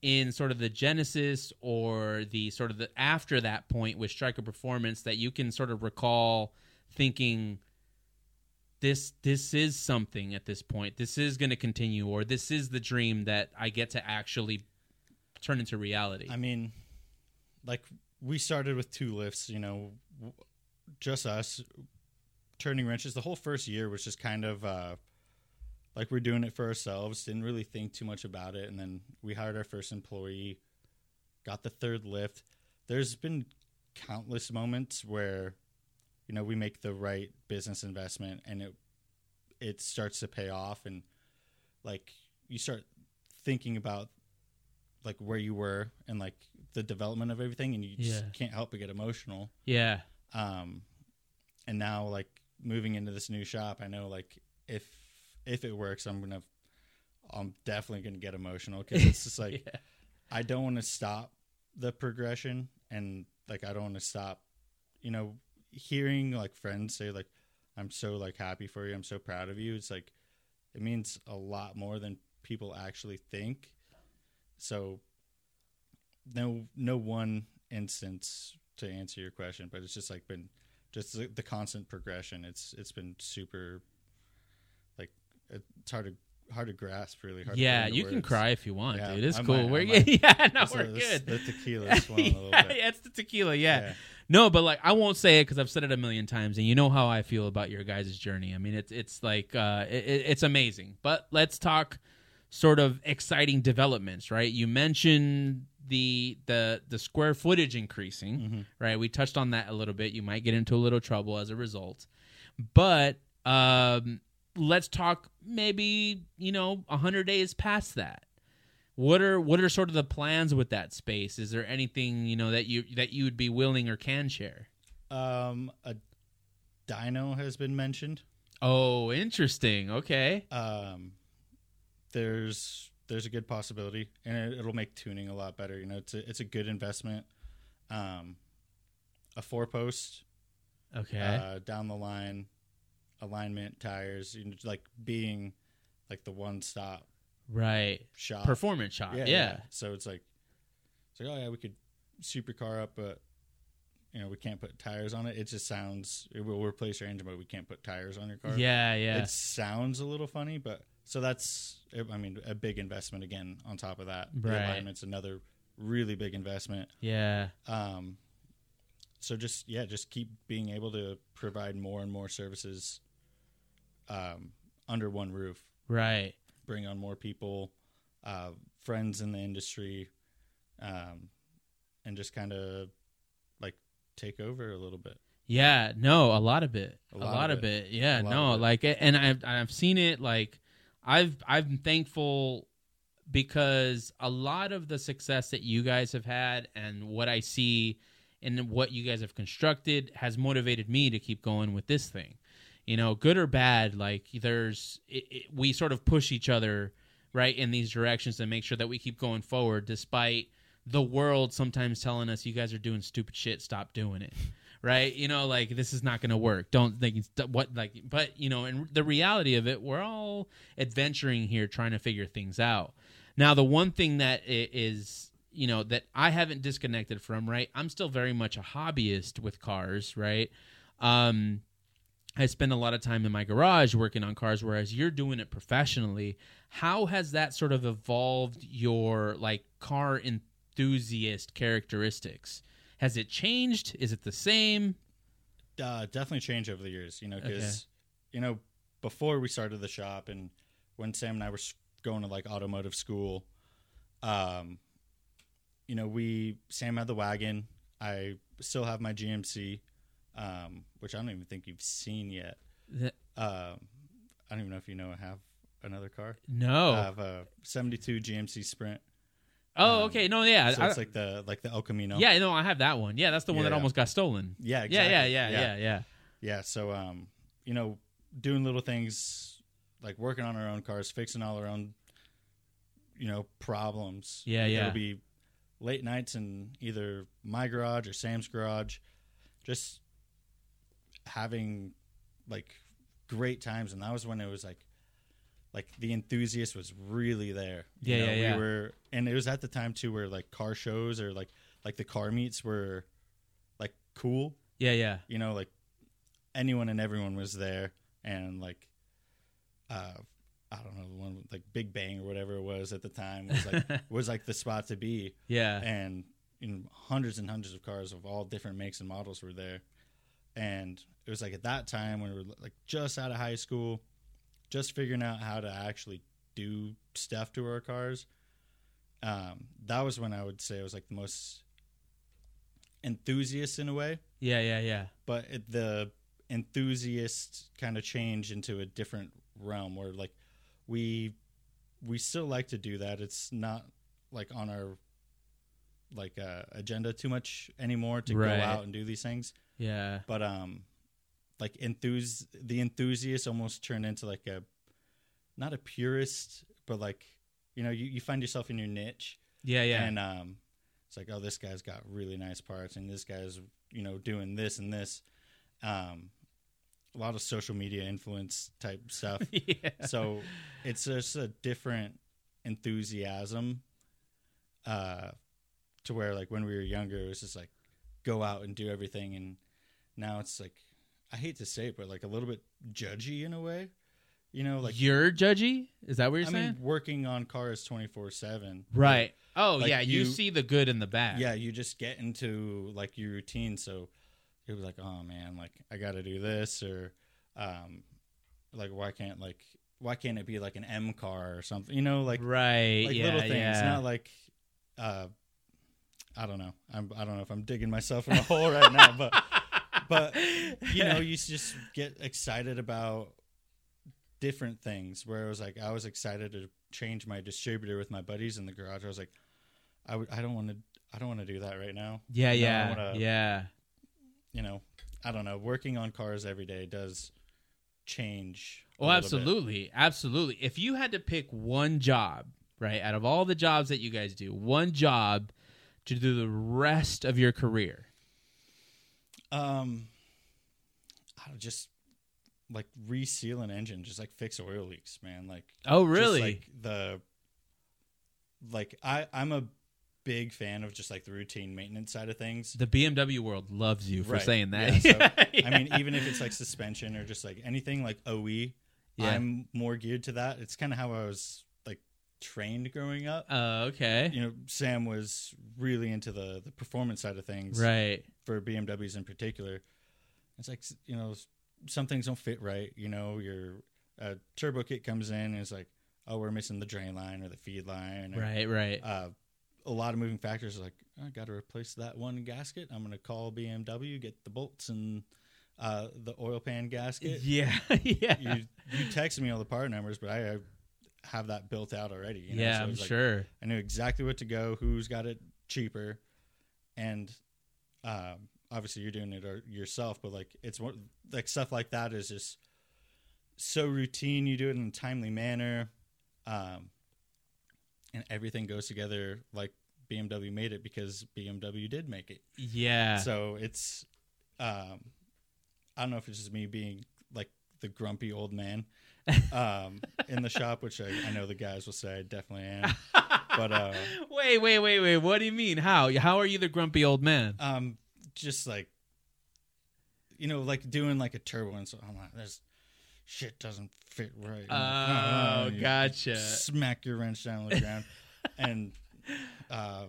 S1: in sort of the genesis or the sort of the after that point with striker performance that you can sort of recall thinking, this this is something at this point. This is going to continue, or this is the dream that I get to actually turn into reality.
S2: I mean, like we started with two lifts, you know, w- just us turning wrenches. The whole first year was just kind of uh, like we're doing it for ourselves. Didn't really think too much about it, and then we hired our first employee, got the third lift. There's been countless moments where, you know, we make the right business investment and it it starts to pay off, and like you start thinking about like where you were and like the development of everything and you just
S1: Yeah.
S2: can't help but get emotional
S1: yeah,
S2: um and now like moving into this new shop i know like if if it works i'm gonna i'm definitely gonna get emotional because it's just like
S1: Yeah.
S2: i don't want to stop the progression and like i don't want to stop you know hearing like friends say like i'm so like happy for you i'm so proud of you it's like it means a lot more than people actually think so no no one instance to answer your question but it's just like been just the, the constant progression it's it's been super like it's hard to hard to grasp really hard
S1: yeah.
S2: to put into
S1: You can
S2: words.
S1: cry if you want,
S2: Yeah,
S1: dude. It's
S2: I
S1: cool.
S2: might- I
S1: we're
S2: might.
S1: yeah, no,
S2: So
S1: we're
S2: uh, this-
S1: good.
S2: the tequila swung a little
S1: yeah,
S2: bit
S1: yeah, it's the tequila. Yeah. no, but like I won't say it because I've said it a million times, and you know how I feel about your guys' journey. I mean, it's it's like uh, it, it- it's amazing. But let's talk sort of exciting developments, right? You mentioned the the the square footage increasing,
S2: Mhm.
S1: right? We touched on that a little bit. You might get into a little trouble as a result, but um, let's talk maybe you know hundred days past that what are what are sort of the plans with that space is there anything you know that you that you would be willing or can share
S2: um a dino has been mentioned
S1: oh interesting okay
S2: um there's there's a good possibility and it, it'll make tuning a lot better you know it's a, it's a good investment um a four post
S1: okay
S2: uh, down the line alignment tires you know, like being like the one stop
S1: right
S2: shop
S1: performance shop uh, yeah,
S2: so it's like it's like oh yeah we could supercar up but you know we can't put tires on it it just sounds it will replace your engine but we can't put tires on your car
S1: yeah yeah
S2: it sounds a little funny but so that's i mean a big investment again on top of that the
S1: Right.
S2: alignment's another really big investment
S1: yeah
S2: um, so just yeah, just keep being able to provide more and more services um, under one roof.
S1: right
S2: Bring on more people, uh, friends in the industry, um, and just kind of like take over a little bit.
S1: Yeah, no, a lot of it. A, lot, of it. Yeah,
S2: A lot
S1: no,
S2: of it.
S1: like and I've I've seen it like I've I've been thankful because a lot of the success that you guys have had and what I see and what you guys have constructed has motivated me to keep going with this thing. You know, good or bad, like there's it, it, we sort of push each other right in these directions to make sure that we keep going forward despite the world sometimes telling us you guys are doing stupid shit stop doing it right you know like this is not going to work don't think it's what like but you know and the reality of it we're all adventuring here trying to figure things out now the one thing that i- is you know that i haven't disconnected from right i'm still very much a hobbyist with cars right um I spend a lot of time in my garage working on cars, whereas you're doing it professionally. How has that sort of evolved your like car enthusiast characteristics? Has it changed? Is it the same?
S2: Uh, definitely change over the years, you know,
S1: Okay.
S2: because you know before we started the shop and when Sam and I were s- going to like automotive school, um, you know, we Sam had the wagon. I still have my GMC, um, which I don't even think you've seen yet.
S1: Th-
S2: Um, I
S1: Oh.
S2: don't even know if you know I have another car.
S1: No.
S2: I have a '72 GMC Sprint.
S1: Oh,
S2: Uh, Um,
S1: okay. No, yeah.
S2: so
S1: I-
S2: it's like the like the El Camino.
S1: yeah, no, I have that one. Yeah, that's the one
S2: Yeah,
S1: that
S2: yeah.
S1: almost got stolen.
S2: Yeah.
S1: Yeah,
S2: Exactly.
S1: yeah, yeah, yeah, yeah,
S2: Yeah. So, um, you know, doing little things like working on our own cars, fixing all our own, you know, problems.
S1: Yeah,
S2: Like,
S1: yeah.
S2: It'll be late nights in either my garage or Sam's garage, just having like great times. And that was when it was like, like the enthusiast was really there. You
S1: Yeah,
S2: know,
S1: yeah,
S2: we
S1: yeah.
S2: were, and it was at the time too where like car shows or like like the car meets were like cool
S1: Yeah, yeah.
S2: you know like anyone and everyone was there and like uh i don't know the one with, like big bang or whatever it was at the time was like was like the spot to be
S1: Yeah.
S2: and you know, hundreds and hundreds of cars of all different makes and models were there and it was like at that time when we were like just out of high school just figuring out how to actually do stuff to our cars um, that was when i would say i was like the most enthusiast in a way
S1: Yeah, yeah, yeah.
S2: but it, the enthusiast kind of change into a different realm where like we we still like to do that it's not like on our like uh, agenda too much anymore to
S1: Right.
S2: go out and do these things
S1: Yeah.
S2: but um like enthus the enthusiast almost turned into like a not a purist but like you know you, you find yourself in your niche
S1: Yeah, yeah.
S2: and um, it's like, oh, this guy's got really nice parts, and this guy's you know doing this and this. Um, a lot of social media influence type stuff.
S1: yeah.
S2: so it's just a different enthusiasm. Uh, to where like when we were younger, it was just like go out and do everything, and now it's like I hate to say it, but like a little bit judgy in a way. You know, like
S1: you're judgy? Is that what you're
S2: I
S1: saying?
S2: mean, working on cars twenty four seven,
S1: right. Oh,
S2: like
S1: yeah. You,
S2: you-
S1: see the good and the bad.
S2: yeah you just get into like your routine so you'll be like oh man like i gotta do this or um like why can't like why can't it be like an m car or something you know like
S1: Right.
S2: like
S1: yeah,
S2: little things
S1: yeah.
S2: not like uh i don't know i'm i don't know if i'm digging myself in a hole right now but but you know you just get excited about different things where it was like i was excited to change my distributor with my buddies in the garage i was like i, w- I don't want to i don't want to do that right now
S1: Yeah,
S2: You know, I
S1: yeah.
S2: wanna-
S1: yeah.
S2: you know i don't know working on cars every day does change a
S1: Oh,
S2: little bit.
S1: absolutely. Absolutely. If you had to pick one job, right, out of all the jobs that you guys do, one job to do the rest of your career.
S2: um i don't just like reseal an engine just like fix oil leaks man like
S1: Oh,
S2: just,
S1: really?
S2: like the like i i'm a big fan of just like the routine maintenance side of things
S1: the BMW world loves you for
S2: Right.
S1: saying that.
S2: Yeah, so,
S1: Yeah.
S2: I mean, even if it's like suspension or just like anything like OE,
S1: Yeah.
S2: I'm more geared to that. It's kind of how I was like trained growing up.
S1: Uh, okay.
S2: You know, Sam was really into the the performance side of things,
S1: Right.
S2: For BMWs in particular, it's like you know, some things don't fit right. You know, your uh, turbo kit comes in and it's like, oh, we're missing the drain line or the feed line, or,
S1: Right, right.
S2: uh, a lot of moving factors. Like "Oh, I got to replace that one gasket. I'm going to call BMW, get the bolts and uh, the oil pan gasket.
S1: yeah. yeah.
S2: You you texted me all the part numbers, but I, I have that built out already. You know?
S1: yeah,
S2: So it
S1: I'm
S2: was like,
S1: sure.
S2: I knew exactly what to go, who's got it cheaper, and uh, obviously you're doing it or- yourself. But like it's one like stuff like that is just so routine. You do it in a timely manner, um, and everything goes together like BMW made it because BMW did make it.
S1: Yeah.
S2: So it's um, I don't know if it's just me being like the grumpy old man um, in the shop, which I, I know the guys will say I definitely am. But uh,
S1: wait, wait, wait, wait. What do you mean? How? How are you the grumpy old man?
S2: um, just like you know, like doing like a turbo, and so I'm like, this shit doesn't fit right.
S1: Oh,
S2: Uh, you
S1: gotcha.
S2: Smack your wrench down on the ground, and uh,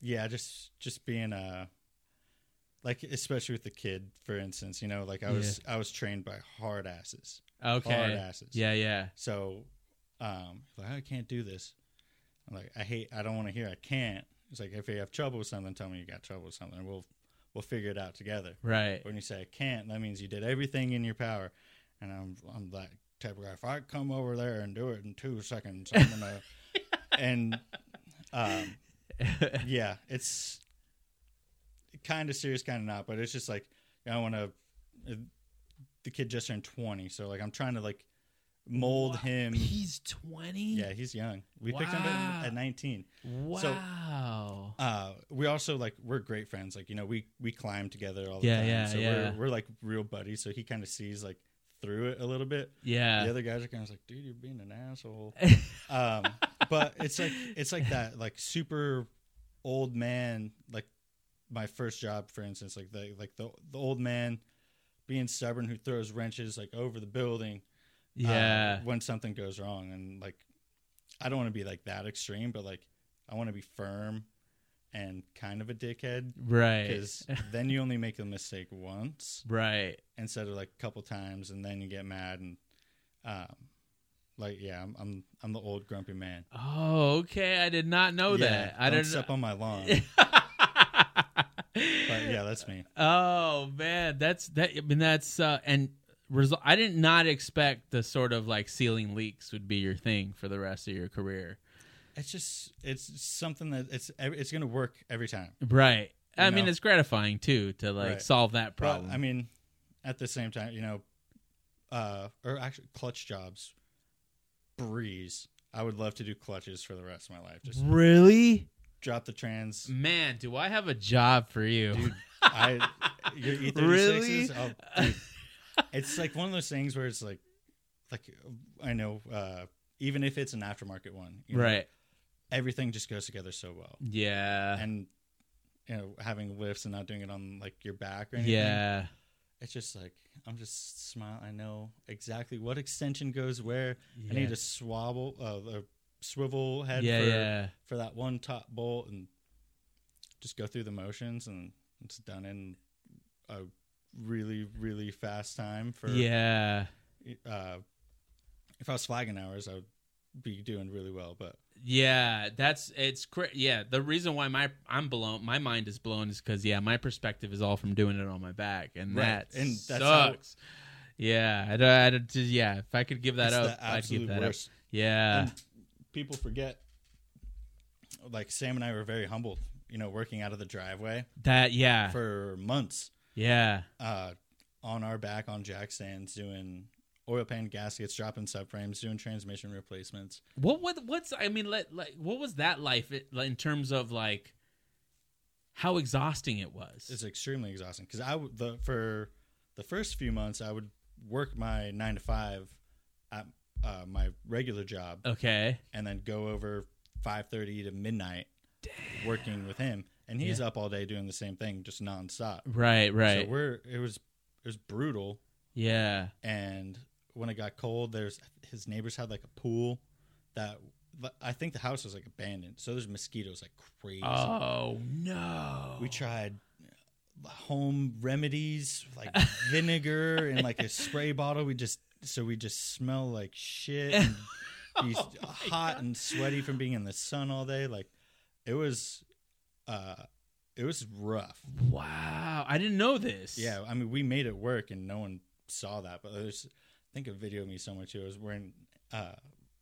S2: yeah, just just being uh like especially with the kid, for instance, you know, like I was I was trained by hard asses, hard
S1: Okay.
S2: asses,
S1: Yeah, yeah.
S2: So, um, like, I can't do this. I'm like, I hate, I don't want to hear, I can't. It's like, if you have trouble with something, tell me you got trouble with something. We'll, we'll figure it out together.
S1: Right.
S2: When you say I can't, that means you did everything in your power. And I'm, I'm that type of guy. If I come over there and do it in two seconds, I'm gonna. and Um, yeah, it's kind of serious, kind of not, but it's just like I want to. The kid just turned twenty, so like I'm trying to like mold
S1: Wow.
S2: him.
S1: He's 20?
S2: Yeah, he's young. We picked him up at-
S1: Wow.
S2: at nineteen.
S1: Wow.
S2: Uh, we also like we're great friends. Like you know, we we climb together all the
S1: Yeah,
S2: time.
S1: yeah,
S2: so
S1: yeah.
S2: we're we're like real buddies. So he kind of sees like through it a little bit.
S1: yeah.
S2: The other guys are kind of like, dude, you're being an asshole. um, but it's like it's like that like super old man like my first job for instance like the like the the old man being stubborn who throws wrenches like over the building uh,
S1: yeah.
S2: when something goes wrong and like I don't want to be like that extreme but like I want to be firm and kind of a dickhead
S1: right.
S2: because then you only make the mistake once
S1: Right.
S2: instead of like a couple times and then you get mad and um like yeah i'm i'm, I'm the old grumpy man
S1: Oh, okay. I did not know
S2: Yeah,
S1: that. I
S2: don't
S1: didn't.
S2: step on my lawn but yeah that's me
S1: Oh man, that's that. I mean, that's uh, and result. I did not expect the sort of like ceiling leaks would be your thing for the rest of your career.
S2: it's just it's something that it's it's gonna work every time
S1: Right. I
S2: You
S1: mean,
S2: know?
S1: it's gratifying too to like
S2: Right.
S1: solve that
S2: but
S1: problem.
S2: i mean at the same time you know uh or actually clutch jobs breeze i would love to do clutches for the rest of my life just
S1: really,
S2: drop the trans
S1: man, do I have a job for you?
S2: Dude, I your E36s.
S1: Really?
S2: I'll- dude, it's like one of those things where it's like, like I know, uh, even if it's an aftermarket one, you know,
S1: right?
S2: Everything just goes together so well,
S1: Yeah.
S2: and you know, having lifts and not doing it on like your back or anything.
S1: Yeah.
S2: it's just like I'm just smile. I know exactly what extension goes where. I
S1: Yeah.
S2: need a swabble, uh, a swivel head
S1: Yeah.
S2: for
S1: Yeah.
S2: for that one top bolt and just go through the motions and it's done in a really really fast time for
S1: Yeah.
S2: uh if i was flagging hours i would be doing really well but
S1: Yeah, that's it's cra- yeah. The reason why my I'm blown, my mind is blown, is because yeah, my perspective is all from doing it on my back, and
S2: Right,
S1: that
S2: and that's how-
S1: sucks. yeah, I, don't- I, don't- just- yeah. If I could give that
S2: it's
S1: up,
S2: the
S1: I'd give
S2: absolute
S1: that up.
S2: worst
S1: Yeah,
S2: And people forget like sam and i were very humbled you know working out of the driveway
S1: that yeah,
S2: for months
S1: yeah,
S2: uh on our back on jack stands doing oil pan gaskets dropping subframes doing transmission replacements
S1: What what what's I mean let, like what was that life i- like, in terms of like how exhausting it was?
S2: it's extremely exhausting because I would the for the first few months I would work my nine to five at uh, my regular job
S1: Oh. okay,
S2: and then go over five thirty to midnight working with him and he's up all day doing the same thing just nonstop.
S1: right, right,
S2: So we're it was it was brutal
S1: yeah,
S2: and when it got cold there's his neighbors had like a pool that but I think the house was like abandoned so there's mosquitoes like crazy.
S1: oh no,
S2: We tried uh, home remedies like vinegar and like a spray bottle. We just so we just smell like shit and be hot and sweaty from being in the sun all day. Like it was uh it was rough.
S1: wow, I didn't know this.
S2: Yeah, I mean we made it work and no one saw that, but there's I think a video of me somewhere too. I was wearing uh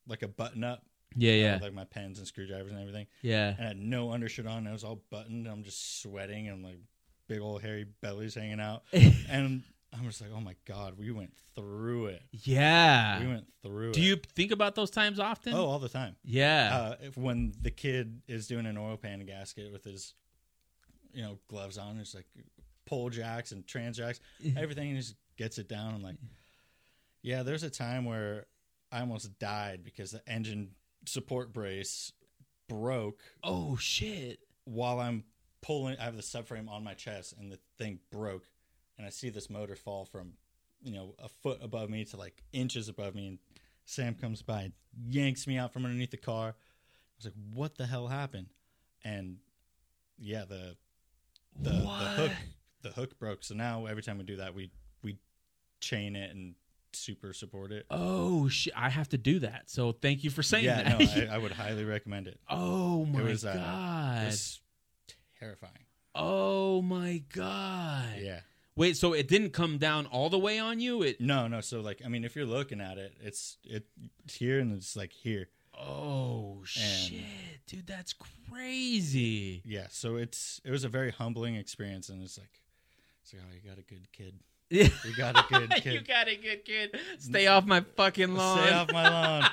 S2: like a button up,
S1: yeah, yeah,
S2: with, like my pens and screwdrivers and everything
S1: yeah.
S2: and I had no undershirt on. And I was all buttoned. And I'm just sweating and like big old hairy bellies hanging out. and I'm just like, oh my god, we went through it.
S1: Yeah.
S2: We went through
S1: Ah. Do
S2: it.
S1: you think about those times often?
S2: Oh, all the time.
S1: yeah.
S2: Uh, if, when the kid is doing an oil pan gasket with his, you know, gloves on, it's like pole jacks and trans jacks, everything. and he just gets it down. I'm like, yeah. There's a time where I almost died because the engine support brace broke
S1: oh shit.
S2: while I'm pulling, I have the subframe on my chest, and the thing broke, and I see this motor fall from, you know, a foot above me to like inches above me, and Sam comes by and yanks me out from underneath the car. I was like, "What the hell happened?" And yeah, the the, the hook the hook broke. So now every time we do that, we we chain it and super support it.
S1: Oh shit. I have to do that. So thank you for saying
S2: yeah,
S1: that.
S2: no, I, I would highly recommend it.
S1: oh my
S2: was, uh,
S1: god.
S2: It's terrifying.
S1: oh my god.
S2: Yeah.
S1: Wait, so it didn't come down all the way on you? It
S2: No, no. So like, I mean, if you're looking at it, it's it it's here and it's like here,
S1: Oh
S2: and
S1: shit. Dude, that's crazy.
S2: Yeah, so it's it was a very humbling experience, and it's like, it's like, oh, you got a good kid.
S1: Yeah.
S2: You got a good
S1: you
S2: kid.
S1: got a good kid. Stay off my fucking lawn.
S2: Stay off my lawn.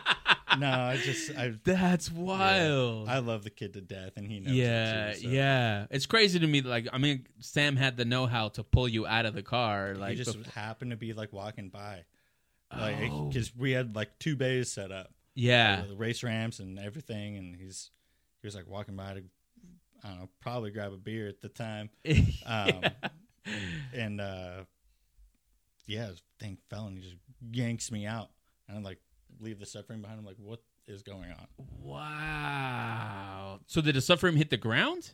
S2: no, I just I
S1: That's wild.
S2: I love the kid to death, and he knows. it,
S1: yeah,
S2: too, so.
S1: yeah. It's crazy to me. Like, I mean, Sam had the know-how to pull you out of the car. Like,
S2: he just
S1: bef-
S2: happened to be like walking by, like
S1: Oh.
S2: because we had like two bays set up,
S1: yeah,
S2: uh, the race ramps and everything, and he's he was like walking by to, I don't know, probably grab a beer at the time, um, and uh, yeah, this thing fell and he just yanks me out, and I'm like leave the suffering behind. I'm like, what is going on?
S1: wow. So did the subframe hit the ground?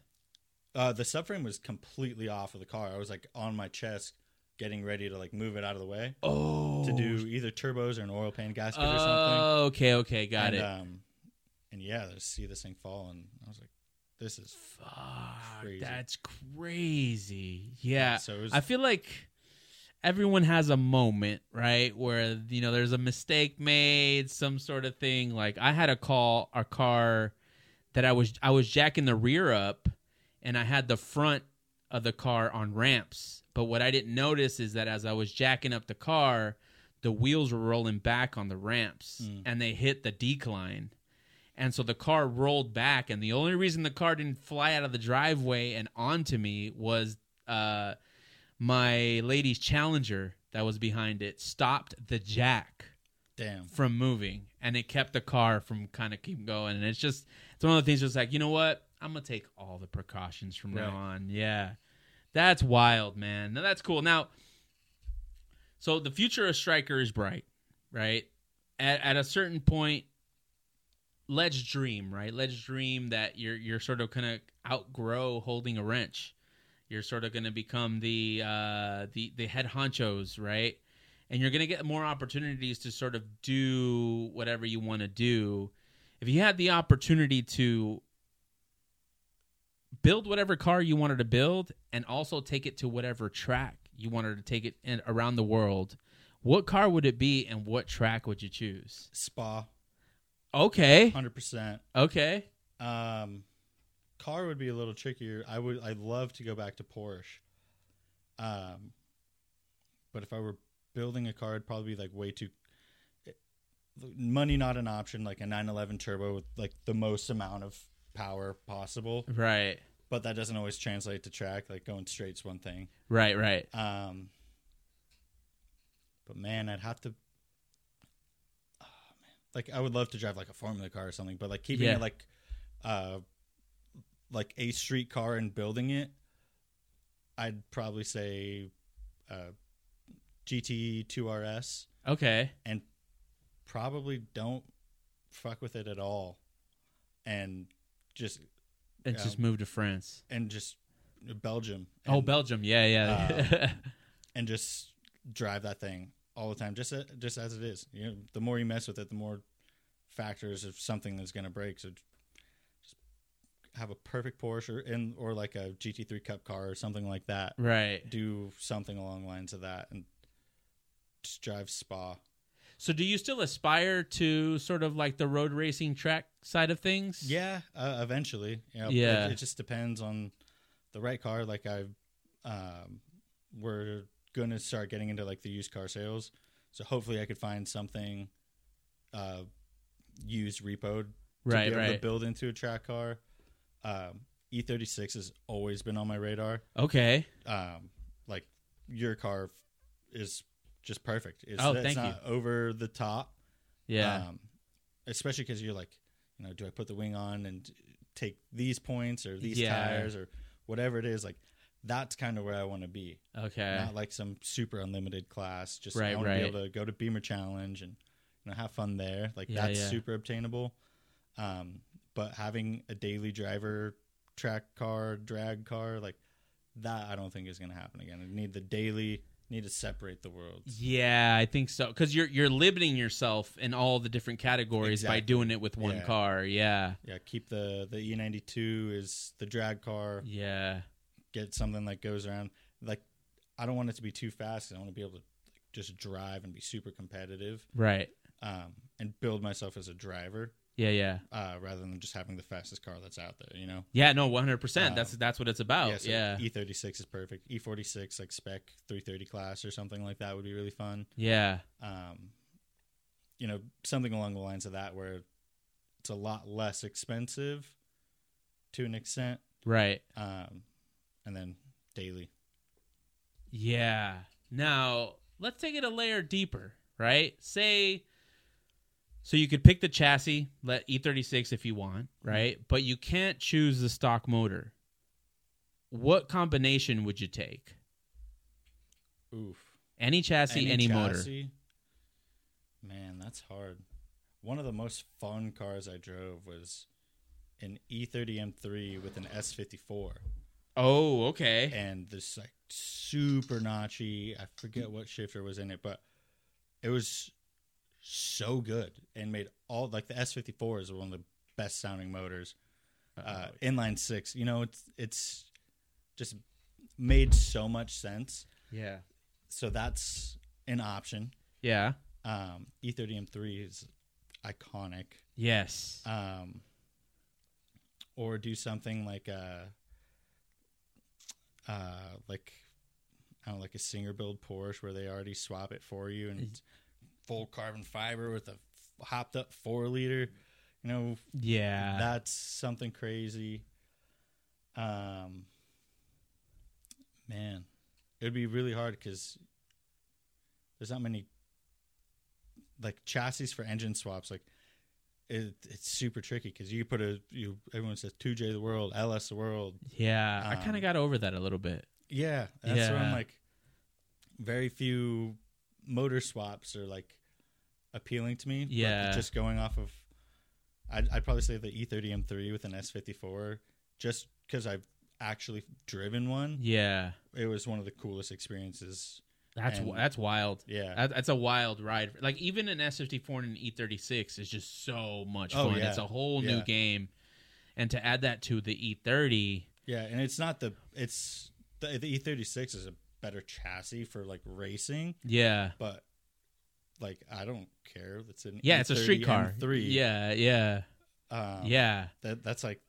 S2: Uh, the subframe was completely off of the car. I was like on my chest, getting ready to like move it out of the way
S1: Oh,
S2: to do either turbos or an oil pan gasket or something.
S1: Oh, okay, okay, got
S2: and,
S1: it.
S2: Um, and yeah, I see this thing fall, and I was like, "This is."
S1: Fuck,
S2: Crazy.
S1: that's crazy. Yeah,
S2: So it was,
S1: I feel like everyone has a moment, right, where you know there's a mistake made, some sort of thing. Like I had a call, a car that I was I was jacking the rear up, and I had the front of the car on ramps. But what I didn't notice is that as I was jacking up the car, the wheels were rolling back on the ramps,
S2: Mm.
S1: and they hit the decline. And so the car rolled back, and the only reason the car didn't fly out of the driveway and onto me was uh, my lady's Challenger that was behind it stopped the jack
S2: damn.
S1: from moving, and it kept the car from kind of keep going. And it's just it's one of the things. Just like you know what, I'm gonna take all the precautions from now
S2: Right.
S1: on. Yeah, that's wild, man. Now that's cool. Now, so the future of Striker is bright, right? At, at a certain point, let's dream, right? Let's dream that you're you're sort of gonna outgrow holding a wrench. You're sort of gonna become the uh, the the head honchos, right? And you're gonna get more opportunities to sort of do whatever you want to do. If you had the opportunity to build whatever car you wanted to build, and also take it to whatever track you wanted to take it in, around the world, what car would it be, and what track would you choose?
S2: Spa,
S1: Okay,
S2: hundred percent.
S1: okay.
S2: Um, car would be a little trickier. I would. I love to go back to Porsche. Um, but if I were building a car, it'd probably be like way too. Money not an option. Like a 911 turbo with like the most amount of power possible,
S1: Right.
S2: but that doesn't always translate to track. Like going straight's one thing.
S1: Right, right.
S2: Um, but man, I'd have to. Oh, man. Like I would love to drive like a formula car or something, but like keeping
S1: Yeah.
S2: it like, uh, like a street car and building it, I'd probably say, uh, GT two RS
S1: Okay.
S2: and probably don't fuck with it at all, and just
S1: And
S2: Yeah.
S1: just move to France.
S2: and just Belgium.
S1: oh,
S2: and- uh,
S1: Belgium. Yeah, yeah.
S2: and just drive that thing all the time, just a- just as it is. You know, the more you mess with it, the more factors of something that's going to break. So just have a perfect Porsche or in or like a GT3 Cup car or something like that.
S1: right.
S2: Do something along the lines of that and just drive Spa.
S1: So do you still aspire to sort of like the road racing track side of things?
S2: Yeah, uh, eventually. You know, it-
S1: Yeah.
S2: It, just depends on the right car. Like I, um, we're gonna start getting into like the used car sales, so hopefully I could find something, uh, used repoed to
S1: Right,
S2: be able to
S1: right.
S2: build into a track car. Um, E36 has always been on my radar.
S1: Okay.
S2: Um, like your car is just perfect. It's,
S1: Oh,
S2: it's
S1: thank you.
S2: not over the top.
S1: Yeah.
S2: Um, especially because you're like, you know, do I put the wing on and take these points or these
S1: Yeah.
S2: tires or whatever it is? Like, that's kind of where I want to be.
S1: okay.
S2: Not like some super unlimited class. Just
S1: Right,
S2: I want to
S1: right.
S2: be able to go to Beamer Challenge and you know have fun there. Like
S1: Yeah,
S2: that's
S1: yeah.
S2: super obtainable. Um, but having a daily driver track car, drag car, like that, I don't think is going to happen again. I need the daily. Need to separate the worlds.
S1: yeah, I think so. Because you're you're limiting yourself in all the different categories by
S2: Exactly.
S1: doing it with one
S2: Yeah.
S1: car. Yeah.
S2: Yeah, keep the the E92 is the drag car.
S1: Yeah.
S2: Get something that goes around. Like, I don't want it to be too fast. 'cause I want to be able to just drive and be super competitive,
S1: Right.
S2: um, and build myself as a driver.
S1: Yeah, yeah,
S2: uh, rather than just having the fastest car that's out there. You know,
S1: yeah. No, one hundred percent.
S2: Um,
S1: That's that's what it's about. Yeah,
S2: so
S1: Oh, yeah.
S2: E36 is perfect. E46 like spec 330 class or something like that would be really fun. Um, you know, something along the lines of that where it's a lot less expensive to an extent.
S1: Right.
S2: Um, and then daily.
S1: Yeah. Now let's take it a layer deeper. Right. Say. So you could pick the chassis, let E36 if you want,
S2: Mm-hmm.
S1: right? But you can't choose the stock motor. What combination would you take?
S2: Oof.
S1: Any chassis, any, motor.
S2: chassis? Man, that's hard. One of the most fun cars I drove was an E E30 M3 with an S54.
S1: Oh, okay.
S2: and this like super notchy. I forget what shifter was in it, but it was so good and made all like the S fifty four is one of the best sounding motors. Uh, inline six, you know, it's it's just made so much sense.
S1: yeah.
S2: So that's an option.
S1: Yeah.
S2: Um, E thirty M three is iconic.
S1: Yes.
S2: Um, or do something like a, uh, like I don't know, like a singer build Porsche where they already swap it for you and it's full carbon fiber with a f- hopped up four liter. You know,
S1: yeah.
S2: that's something crazy. Um, man, it would be really hard because there's not many like chassis for engine swaps. Like it, it's super tricky because you put a you everyone says two J the world, LS the world.
S1: yeah. I
S2: um,
S1: kind of got over that a little bit.
S2: Yeah, that's where
S1: Yeah.
S2: I'm like very few motor swaps are like appealing to me. but
S1: Yeah.
S2: just going off of, I'd, I'd probably say the E E30 M3 with an S54, just because I've actually driven one.
S1: Yeah.
S2: It was one of the coolest experiences.
S1: That's
S2: And-
S1: wi- that's wild.
S2: Yeah,
S1: That, that's a wild ride. Like even an S54 and an E36 is just so much
S2: Oh,
S1: fun.
S2: yeah.
S1: It's a whole new
S2: Yeah.
S1: game. And to add that to the E E30,
S2: yeah, and it's not the it's the, the E36 is a better chassis for like racing,
S1: yeah.
S2: but like I don't care. It's an
S1: Yeah, it's a street car.
S2: E Three.
S1: Yeah, yeah.
S2: um,
S1: yeah.
S2: that that's like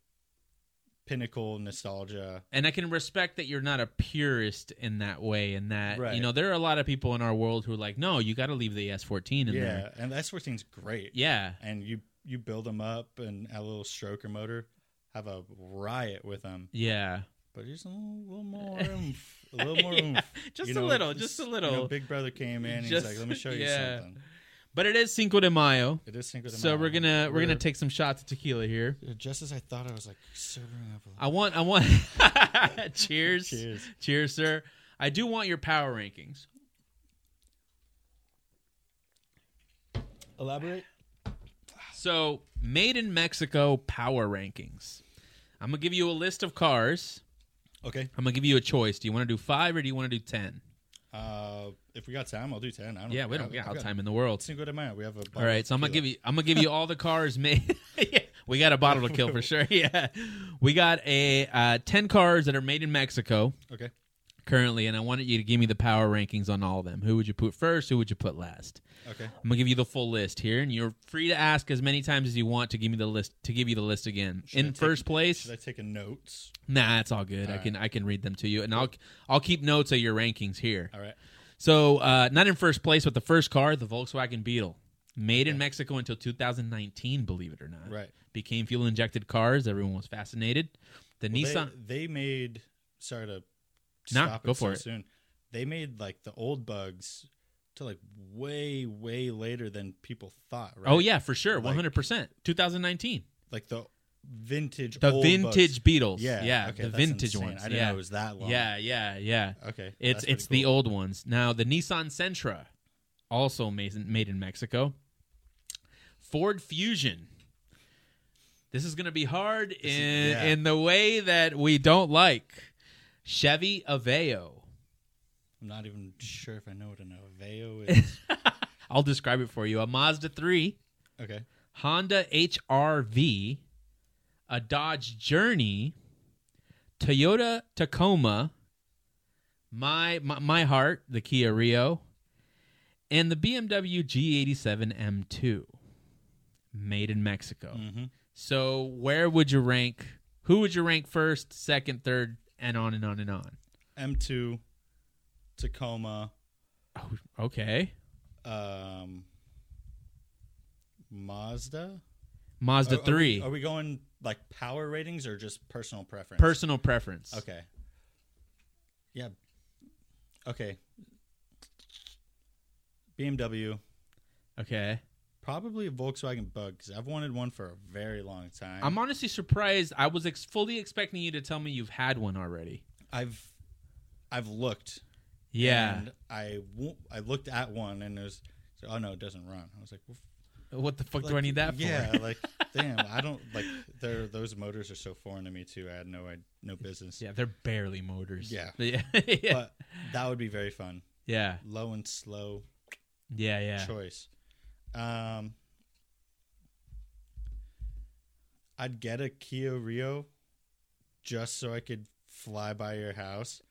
S2: pinnacle nostalgia.
S1: and I can respect that you're not a purist in that way. In that, you
S2: Right.
S1: know, there are a lot of people in our world who are like, no, you got to leave the S14 in
S2: yeah,
S1: there.
S2: and the S14's great.
S1: Yeah,
S2: and you you build them up and add a little stroker motor, have a riot with them,
S1: yeah,
S2: but just a little, little more, oomph, a little more,
S1: Yeah,
S2: oomph,
S1: just
S2: you
S1: a
S2: know,
S1: little, just a
S2: you
S1: little.
S2: know, Big Brother came in, and
S1: Just-
S2: he's like, "Let me show you
S1: yeah.
S2: something."
S1: but it is Cinco de Mayo,
S2: It is Cinco de
S1: so
S2: Mayo.
S1: we're gonna we're, gonna take some shots of tequila here.
S2: Uh, Just as I thought, I was like sobering up a little.
S1: I want I want cheers,
S2: Cheers.
S1: cheers, sir. I do want your power rankings.
S2: Elaborate.
S1: So, made in Mexico power rankings. I'm gonna give you a list of cars.
S2: Okay.
S1: I'm gonna give you a choice. Do you want to do five or do you want to do ten?
S2: Uh, if we got time, I'll do ten. I don't
S1: Yeah, we
S2: care.
S1: don't. Yeah,
S2: I've
S1: all
S2: got
S1: time in the world.
S2: Cinco de Mayo. We have a.
S1: All right, so I'm gonna give you I'm gonna give you all the cars made. yeah, we got a bottle to kill for sure. Yeah, we got a uh, ten cars that are made in Mexico
S2: Okay.
S1: currently, and I wanted you to give me the power rankings on all of them. Who would you put first? Who would you put last?
S2: Okay.
S1: I'm gonna give you the full list here, and you're free to ask as many times as you want to give me the list to give you the list again.
S2: Should I
S1: in
S2: take-
S1: first place,
S2: Should I take a notes?
S1: nah, it's all good. I
S2: All
S1: can I can read them to you, and I'll I'll keep notes of your rankings here.
S2: All right.
S1: So, uh, not in first place, but the first car, the Volkswagen Beetle, made in Mexico until 2019. Believe it or not,
S2: Right.
S1: Became fuel injected cars. Everyone was fascinated. The
S2: Well, they-
S1: Nissan.
S2: They, made sorry to
S1: Nah,
S2: stop it
S1: go for
S2: so
S1: it.
S2: soon. They made like the old bugs to like way way later than people thought. Right?
S1: Oh yeah, for sure,
S2: Like-
S1: 100. percent 2019.
S2: like the vintage
S1: The
S2: old
S1: vintage
S2: Bugs.
S1: Beetles.
S2: Yeah,
S1: yeah.
S2: okay,
S1: the
S2: that's
S1: vintage
S2: insane.
S1: ones.
S2: I didn't
S1: yeah.
S2: know it was that long.
S1: yeah, yeah, yeah.
S2: Okay,
S1: It's
S2: that's
S1: it's
S2: pretty
S1: the
S2: cool.
S1: old ones. Now the Nissan Sentra, also made in, made in Mexico. Ford Fusion. This is going to be hard in
S2: yeah.
S1: in the way that we don't like. Chevy Aveo.
S2: I'm not even sure if I know what an Aveo is.
S1: I'll describe it for you. A Mazda 3,
S2: okay,
S1: Honda HRV, a Dodge Journey, Toyota Tacoma, my my, my heart, the Kia Rio, and the BMW G87 M2. made in Mexico.
S2: Mm-hmm.
S1: So where would you rank? Who would you rank first, second, third, and on and on and on?
S2: M2, Tacoma,
S1: Oh, okay.
S2: um, Mazda.
S1: Mazda
S2: Are- are we-
S1: three.
S2: Are we, going like power ratings or just personal preference?
S1: Personal preference.
S2: Okay. Yeah. Okay. BMW,
S1: Okay.
S2: probably a Volkswagen Bug because I've wanted one for a very long time.
S1: I'm honestly surprised. I was ex- fully expecting you to tell me you've had one already.
S2: I've I've looked.
S1: Yeah.
S2: And I wo- I looked at one and there's oh no, it doesn't run. I was like, well,
S1: what the fuck do
S2: like,
S1: I need that
S2: yeah,
S1: for?
S2: like damn, I don't like. They're, those motors are so foreign to me too. I had no I, no business.
S1: yeah, they're barely motors.
S2: Yeah.
S1: Yeah. yeah.
S2: But that would be very fun.
S1: yeah.
S2: Low and slow
S1: Yeah. Yeah.
S2: choice. Um, I'd get a Kia Rio just so I could fly by your house.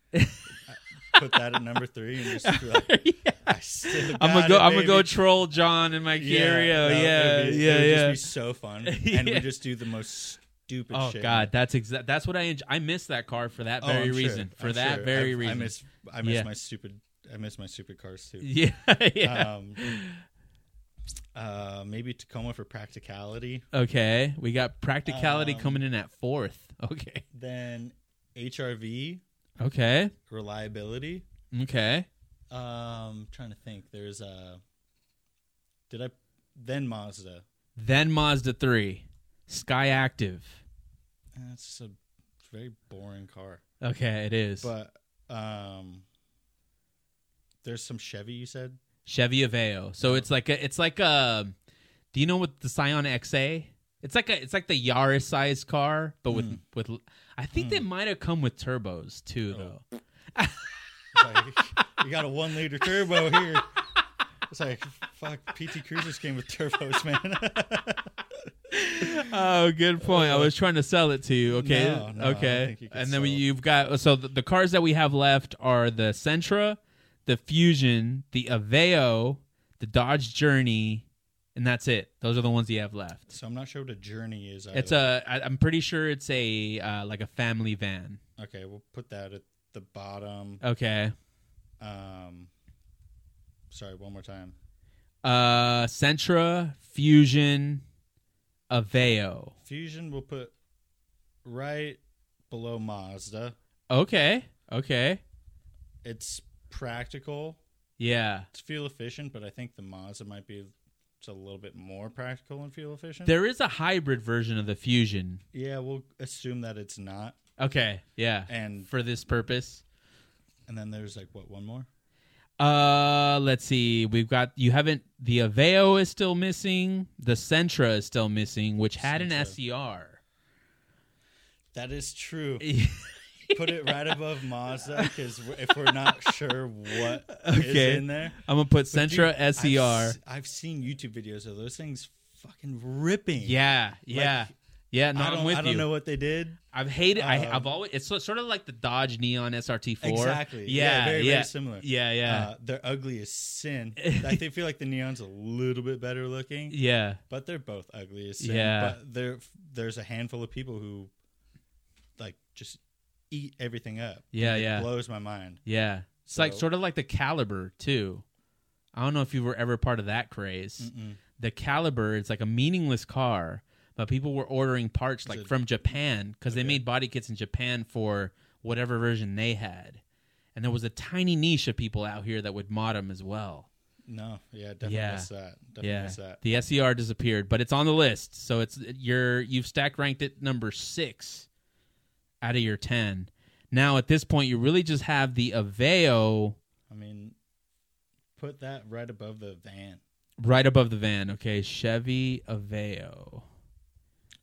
S2: Put that at number three and just be like,
S1: Yeah.
S2: I still
S1: I'm gonna go.
S2: got it,
S1: I'm gonna go
S2: baby.
S1: troll John and my Curio.
S2: no,
S1: Yeah,
S2: it'd be-
S1: yeah,
S2: it'd
S1: yeah.
S2: Just be so fun, and
S1: Yeah.
S2: we just do the most stupid.
S1: Oh
S2: shit.
S1: God, that's exact. That's what I enjoy. I miss that car for that
S2: Oh,
S1: very
S2: I'm sure.
S1: reason. For
S2: I'm
S1: that
S2: sure.
S1: very
S2: I,
S1: reason.
S2: I miss. I miss
S1: Yeah.
S2: my stupid. I miss my stupid cars too.
S1: yeah, yeah.
S2: Um, uh, maybe Tacoma for practicality.
S1: okay, we got practicality
S2: um,
S1: coming in at fourth. Okay,
S2: Then HRV
S1: okay,
S2: reliability.
S1: okay.
S2: Um, trying to think. There's uh Did I? Then Mazda.
S1: Then Mazda three, Sky Active.
S2: That's Eh, just a very boring car.
S1: Okay, it is
S2: But um, there's some Chevy. You said.
S1: Chevy Aveo. So it's like a, it's like a. Do you know what the Scion XA? It's like a, it's like the Yaris sized car, but
S2: Hmm.
S1: with with. I think they might have come with turbos too,
S2: Oh.
S1: though.
S2: Like, you got a one liter turbo here. It's like fuck. PT Cruisers came with turbos, man.
S1: Oh, good point. I was trying to sell it to you. Okay,
S2: No, no, I don't
S1: okay.
S2: think you can
S1: And then we,
S2: sell it.
S1: you've got so the, the cars that we have left are the Sentra, the Fusion, the Aveo, the Dodge Journey, and that's it. Those are the ones you have left.
S2: so I'm not sure what a Journey is. Either.
S1: It's a. I, I'm pretty sure it's a uh, like a family van.
S2: okay. We'll put that at the
S1: Uh,
S2: bottom.
S1: Okay.
S2: Um, sorry, one more time.
S1: Uh, Sentra, Fusion, Aveo.
S2: Fusion. We'll put right below Mazda.
S1: Okay. Okay.
S2: It's practical.
S1: Yeah.
S2: It's fuel efficient, but I think the Mazda might be it's a little bit more practical and fuel efficient.
S1: There is a hybrid version of the Fusion.
S2: yeah, we'll assume that it's not.
S1: Okay. Yeah.
S2: And
S1: for this purpose.
S2: and then there's like what one more?
S1: Uh, let's see. We've got you haven't the Aveo is still missing. The Sentra is still missing, which had E
S2: That is true.
S1: an SER.
S2: Put it right above Mazda because if we're not sure what is
S1: Okay.
S2: in there,
S1: I'm gonna put
S2: But
S1: Sentra E
S2: dude, I've
S1: SER.
S2: s- I've, seen YouTube videos of those things fucking ripping.
S1: Yeah, yeah, yeah. No,
S2: I don't,
S1: I'm with
S2: I don't
S1: you.
S2: know what they did.
S1: I've hated. I,
S2: um,
S1: I've always. It's so, sort of like the Dodge Neon SRT4.
S2: Exactly.
S1: Yeah. Yeah.
S2: very,
S1: yeah.
S2: very similar.
S1: yeah. Yeah.
S2: Uh, they're ugly as sin. I think- feel like the neon's a little bit better looking.
S1: yeah.
S2: but they're both ugly as sin.
S1: Yeah.
S2: But there, there's a handful of people who, like, just eat everything up.
S1: Yeah,
S2: And it
S1: yeah.
S2: blows my mind.
S1: It's like
S2: So-
S1: sort of like the Caliber too. I don't know if you were ever part of that craze.
S2: Mm-mm.
S1: the Caliber is like a meaningless car, but people were ordering parts like
S2: it-
S1: from Japan because they
S2: Okay.
S1: made body kits in Japan for whatever version they had. And there was a tiny niche of people out here that would mod them as well.
S2: No, yeah, definitely
S1: Yeah.
S2: miss that. Definitely miss
S1: yeah,
S2: that.
S1: the SER disappeared, but it's on the list, so it's you're you've stack ranked it number six out of your ten. Now at this point, you really just have the Aveo
S2: I mean, put that right above the van.
S1: right above the van. Okay, Chevy Aveo.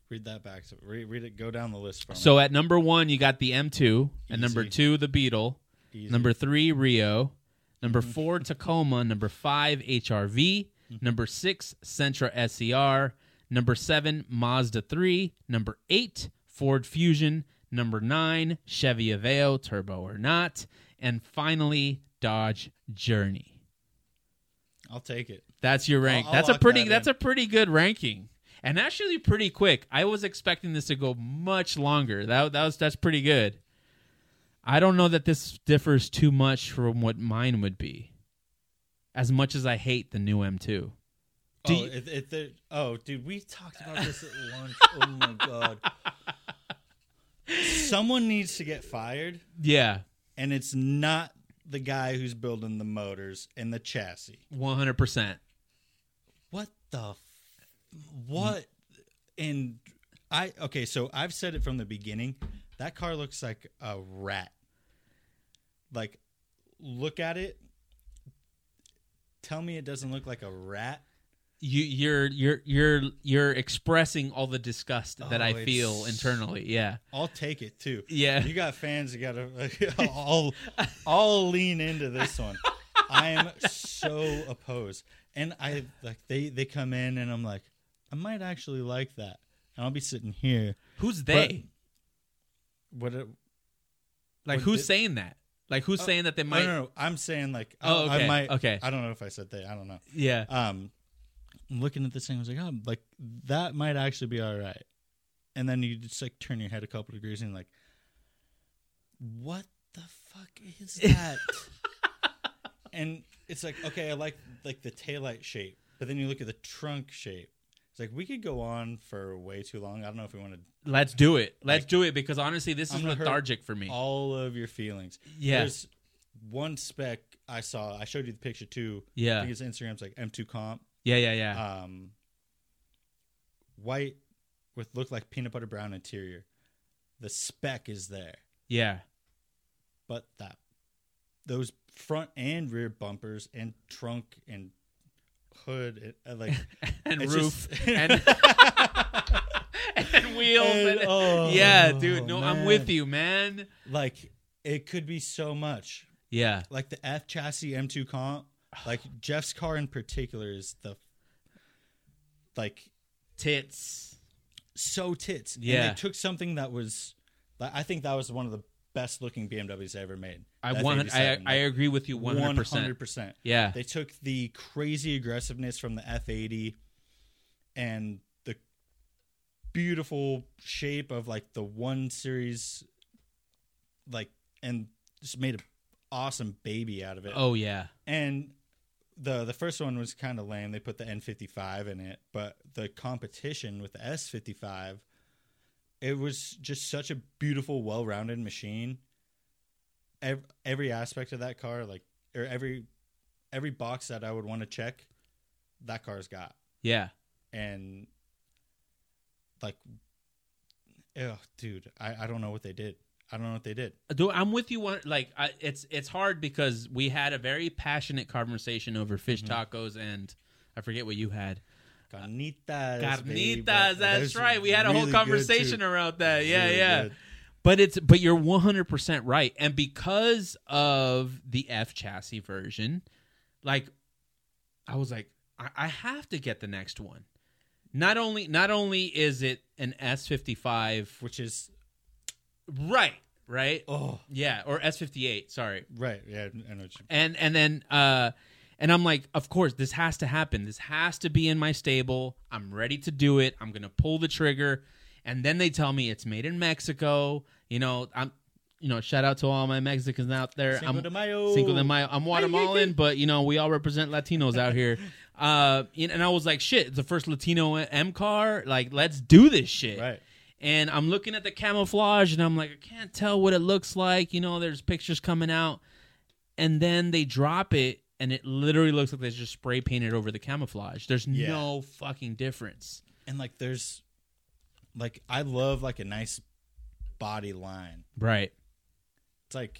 S2: Read that back. So read, read it. Go down the list. From
S1: So at number one, you got the M2. At
S2: Easy.
S1: number two, the Beetle.
S2: it. Easy. Mm-hmm.
S1: Number three, Rio. Number four, Tacoma. Number five, HRV. Number six, Sentra SER. Number seven, Mazda 3. Number eight, Ford Fusion. Number nine, Chevy Aveo, turbo or not. And finally, Dodge Journey.
S2: I'll take it.
S1: That's your rank.
S2: I'll
S1: that's a
S2: lock
S1: pretty.
S2: that
S1: that's
S2: in.
S1: a pretty good ranking. and actually pretty quick. I was expecting this to go much longer. That that was that's pretty good. I don't know that this differs too much from what mine would be. As much as I hate the new M2. Do
S2: oh,
S1: you-
S2: it, it, the, oh, dude, we talked about this at lunch. oh my god. Someone needs to get fired,
S1: Yeah,
S2: and it's not the guy who's building the motors and the chassis.
S1: 100%.
S2: What the? F- what? And I okay, so I've said it from the beginning. That car looks like a rat. Like, look at it. Tell me it doesn't look like a rat.
S1: You you're you're you're you're expressing all the disgust that
S2: Oh,
S1: I
S2: it's-
S1: feel internally. Yeah.
S2: I'll take it too.
S1: Yeah.
S2: You got fans. You got to. I'll, I'll lean into this one. I am so opposed, and I like they they come in, and I'm like, I might actually like that, and I'll be sitting here.
S1: Who's they?
S2: What? uh, It,
S1: like
S2: what
S1: who's
S2: did-
S1: saying that? Like who's saying that they
S2: Oh, no,
S1: might
S2: no, no, I'm saying like,
S1: Oh,
S2: I-
S1: okay,
S2: I might.
S1: okay.
S2: I don't know if I said they. I don't know.
S1: Yeah.
S2: Um, I'm looking at this thing, I was like, oh, like that might actually be all right. And then you just like turn your head a couple degrees and you're like, what the fuck is that? and it's like, okay, I like like the taillight shape, but then you look at the trunk shape. It's like we could go on for way too long. I don't know if we want to
S1: Let's do it. Let's do it because honestly this
S2: I'm
S1: is
S2: gonna hurt
S1: lethargic for me.
S2: all of your feelings.
S1: Yeah.
S2: There's one spec I saw. I showed you the picture too.
S1: Yeah.
S2: I think it's Instagram's like M2 comp.
S1: Yeah, yeah, yeah.
S2: um, white with look like peanut butter brown interior. The spec is there,
S1: yeah.
S2: but that those front and rear bumpers and trunk and hood and, uh, like
S1: And
S2: it's
S1: roof
S2: just-
S1: and and wheels and,
S2: And- oh,
S1: Yeah, dude. No, I'm with
S2: man.
S1: you, man.
S2: like it could be so much.
S1: Yeah.
S2: Like the F chassis M2 comp, like Jeff's car in particular is the like
S1: Tits.
S2: so tits. And
S1: Yeah.
S2: they took something that was, like, I think that was one of the best looking BMWs I ever made.
S1: I
S2: That
S1: want I
S2: 87,
S1: I
S2: like,
S1: agree with you 100%.
S2: 100%.
S1: Yeah.
S2: They took the crazy aggressiveness from the F80 and the beautiful shape of like the one series, like, and just made an awesome baby out of it.
S1: Oh yeah.
S2: And the the first one was kind of lame. They put the N55 in it, but the competition with the S55, it was just such a beautiful, well-rounded machine. Every, every aspect of that car, like or every every box that I would want to check, that car's got.
S1: Yeah.
S2: And like, oh, dude, I, I don't know what they did. I don't know what they did.
S1: Dude, I'm with you. One like I, it's it's hard because we had a very passionate conversation over fish tacos and I forget what you had.
S2: Carnitas, baby.
S1: Uh, Carnitas. That's
S2: Those
S1: right. We had a
S2: really
S1: whole
S2: good, too.
S1: conversation around that. Yeah,
S2: Really
S1: yeah.
S2: good.
S1: But it's but you're 100% right. And because of the F chassis version, like I was like I, I have to get the next one. Not only not only is it an S55
S2: which is
S1: right, right?
S2: oh
S1: Yeah, or S58, sorry.
S2: right yeah I know what you-
S1: and and then uh and i'm like of course this has to happen this has to be in my stable i'm ready to do it i'm gonna pull the trigger and then they tell me it's made in mexico you know i'm you know shout out to all my mexicans out there
S2: Cinco
S1: i'm
S2: de Mayo.
S1: Cinco de Mayo. I'm Guatemalan, but you know we all represent Latinos out here. Uh, and and I was like, shit, it's the first Latino M car. Like, let's do this shit
S2: right
S1: and I'm looking at the camouflage and I'm like, I can't tell what it looks like. You know, there's pictures coming out, and then they drop it, and it literally looks like they just spray painted over the camouflage. There's
S2: Yeah.
S1: no fucking difference.
S2: and like there's like I love like a nice body line
S1: Right.
S2: it's like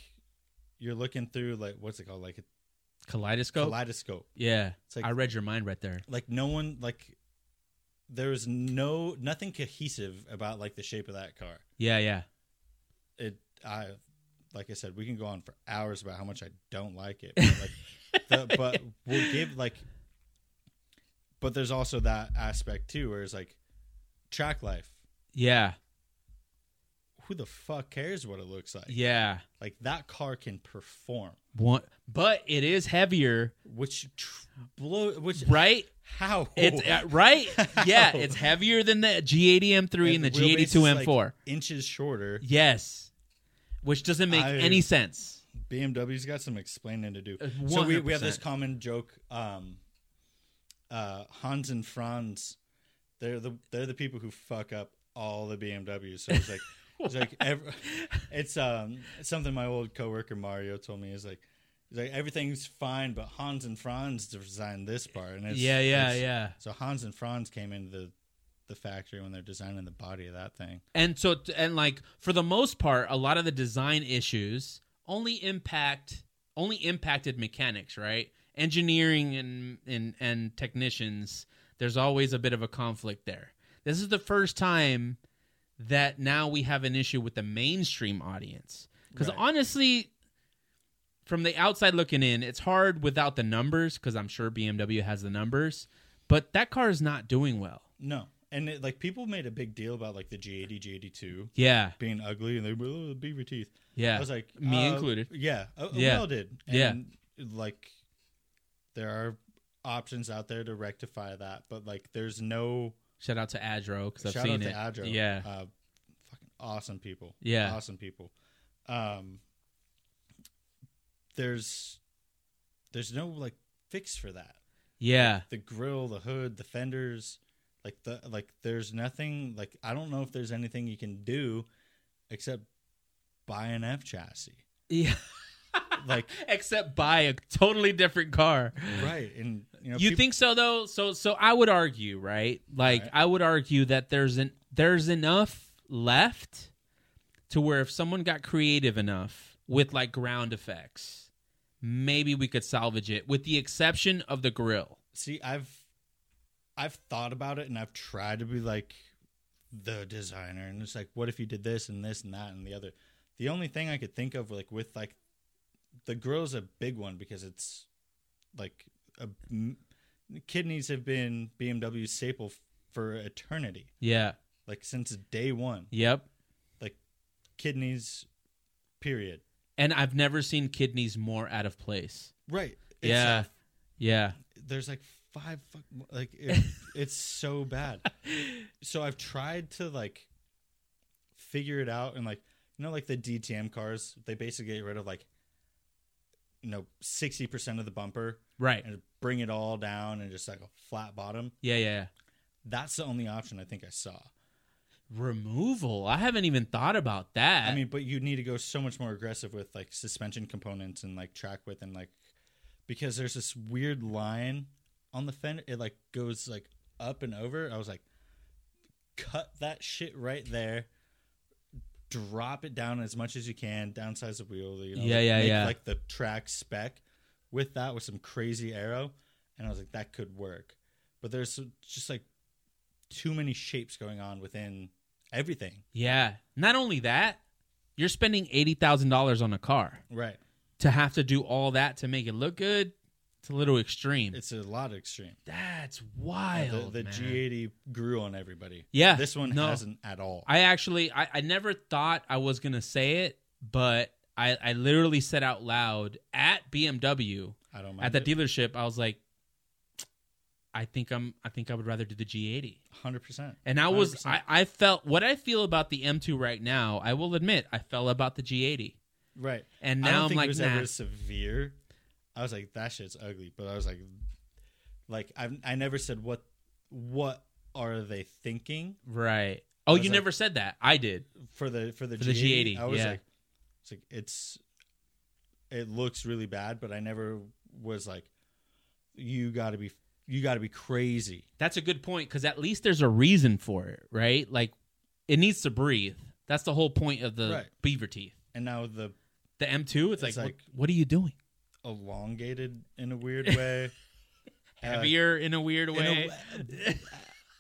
S2: you're looking through like what's it called like a
S1: Kaleidoscope.
S2: kaleidoscope
S1: yeah.
S2: It's like-
S1: I read your mind right there.
S2: like no one like there was no nothing cohesive about like the shape of that car
S1: Yeah, yeah.
S2: it I like I said, we can go on for hours about how much I don't like it. But, like, the, but we'll give like but there's also that aspect too where it's like track life.
S1: Yeah.
S2: Who the fuck cares what it looks like?
S1: Yeah.
S2: Like that car can perform,
S1: One, but it is heavier,
S2: which Oh. tr- blow which
S1: right?
S2: How?
S1: It's uh, right, yeah. It's heavier than the G80 M3 and the
S2: wheelbase is,
S1: G82
S2: like,
S1: M4.
S2: inches shorter.
S1: yes, which doesn't make
S2: I-
S1: any sense.
S2: BMW's got some explaining to do.
S1: Uh,
S2: So we, we have
S1: 100%.
S2: this common joke. Um, uh, Hans and Franz, they're the they're the people who fuck up all the BMWs. So it's like it's like ev- it's um something my old coworker Mario told me is like. he's Like everything's fine, but Hans and Franz designed this part, and it's,
S1: yeah, yeah,
S2: it's-
S1: yeah.
S2: So Hans and Franz came into the the factory when they're designing the body of that thing.
S1: And so, and like for the most part, a lot of the design issues only impact only impacted mechanics, right? Engineering and and and technicians. There's always a bit of a conflict there. This is the first time that now we have an issue with the mainstream audience. Because
S2: Right.
S1: honestly, from the outside looking in, it's hard without the numbers. Because I'm sure BMW has the numbers, but that car is not doing well.
S2: No, and it, like people made a big deal about like the G80, G82
S1: Yeah,
S2: being ugly, and they were oh, beaver teeth.
S1: yeah.
S2: I was like,
S1: me
S2: uh,
S1: included.
S2: Yeah, uh,
S1: Yeah.
S2: we all did.
S1: Yeah.
S2: And, like there are options out there to rectify that, but like there's no
S1: Shout out to Adro because I've
S2: shout
S1: seen it.
S2: out to Adro.
S1: Yeah,
S2: uh, fucking awesome people.
S1: Yeah.
S2: awesome people. Um, there's there's no like fix for that.
S1: yeah,
S2: the grill, the hood, the fenders, like the like there's nothing like I don't know if there's anything you can do except buy an F chassis.
S1: yeah.
S2: Like
S1: Except buy a totally different car.
S2: right and you know
S1: You
S2: peop-
S1: think so though? So so I would argue, right? Like
S2: Alright.
S1: I would argue that there's an there's enough left to where if someone got creative enough with like ground effects, maybe we could salvage it with the exception of the grill.
S2: see I've I've thought about it and I've tried to be like the designer and it's like what if you did this and this and that and the other. The only thing I could think of like with like the grill's a big one because it's like a, m- kidneys have been BMW's staple f- for eternity.
S1: Yeah.
S2: like since day one
S1: Yep.
S2: kidneys period
S1: And I've never seen kidneys more out of place.
S2: right
S1: yeah. yeah.
S2: there's like five fuck, like it, it's so bad so i've tried to like figure it out and like you know like the dtm cars they basically get rid of like you know 60% of the bumper
S1: Right.
S2: and bring it all down and just like a flat bottom
S1: Yeah, yeah, yeah.
S2: that's the only option i think i saw
S1: Removal. I haven't even thought about that.
S2: I mean, but you need to go so much more aggressive with like suspension components and like track width and like because there's this weird line on the fender. It like goes like up and over. I was like, cut that shit right there. Drop it down as much as you can. Downsize the wheel. You know,
S1: Yeah,
S2: like,
S1: yeah,
S2: make,
S1: yeah.
S2: Like the track spec with that with some crazy arrow, and I was like, that could work. But there's just like too many shapes going on within everything.
S1: yeah. Not only that, you're spending eighty thousand dollars on a car
S2: Right.
S1: to have to do all that to make it look good. It's a little extreme.
S2: It's a lot of extreme.
S1: That's
S2: Yeah,
S1: wild.
S2: the the
S1: man.
S2: G80 grew on everybody.
S1: Yeah,
S2: This one
S1: no.
S2: hasn't at all.
S1: I actually, I, I never thought I was gonna say it, but I, I literally said out loud at BMW
S2: I don't mind.
S1: at the dealership. I was like, I think I'm, I think I would rather do the G80.
S2: 100%.
S1: And I was
S2: 100%.
S1: I, I felt what I feel about the M2 right now. I will admit I fell about the G80,
S2: Right.
S1: and
S2: I don't
S1: now I'm
S2: think it
S1: like,
S2: was
S1: nah,
S2: ever severe. I was like, that shit's ugly. But I was like, like I've, I never said what what are they thinking
S1: right. Oh,
S2: was
S1: you
S2: like-
S1: never said that. I did.
S2: for the for the
S1: For the
S2: G80.
S1: G80,
S2: I was
S1: yeah.
S2: like, it's like it's it looks really bad, but I never was like, you got to be you got to be crazy.
S1: That's a good point because at least there's a reason for it, right? Like it needs to breathe. That's the whole point of the
S2: Right.
S1: beaver teeth.
S2: And now the
S1: The M2, it's,
S2: It's
S1: like,
S2: like-
S1: what, what are you doing?
S2: elongated in a weird way. Uh,
S1: Heavier in a weird
S2: in a
S1: way.
S2: w-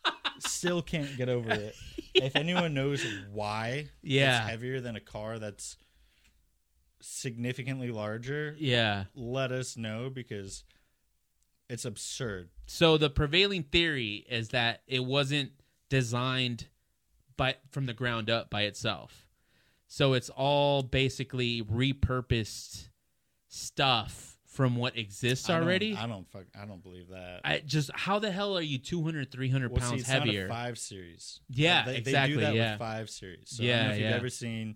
S2: uh, still can't get over it. If anyone knows why
S1: Yeah.
S2: it's heavier than a car that's significantly larger,
S1: yeah.
S2: let us know because it's absurd.
S1: So the prevailing theory is that it wasn't designed by from the ground up by itself. So it's all basically repurposed stuff from what exists
S2: I don't-
S1: already.
S2: I don't fuck. I don't believe that.
S1: I just how the hell are you 200 300
S2: Well, see,
S1: pounds
S2: it's not a
S1: heavier?
S2: five series.
S1: Yeah,
S2: they,
S1: exactly,
S2: They do that
S1: yeah.
S2: with five series. So I
S1: Yeah,
S2: don't know if
S1: yeah.
S2: you've ever seen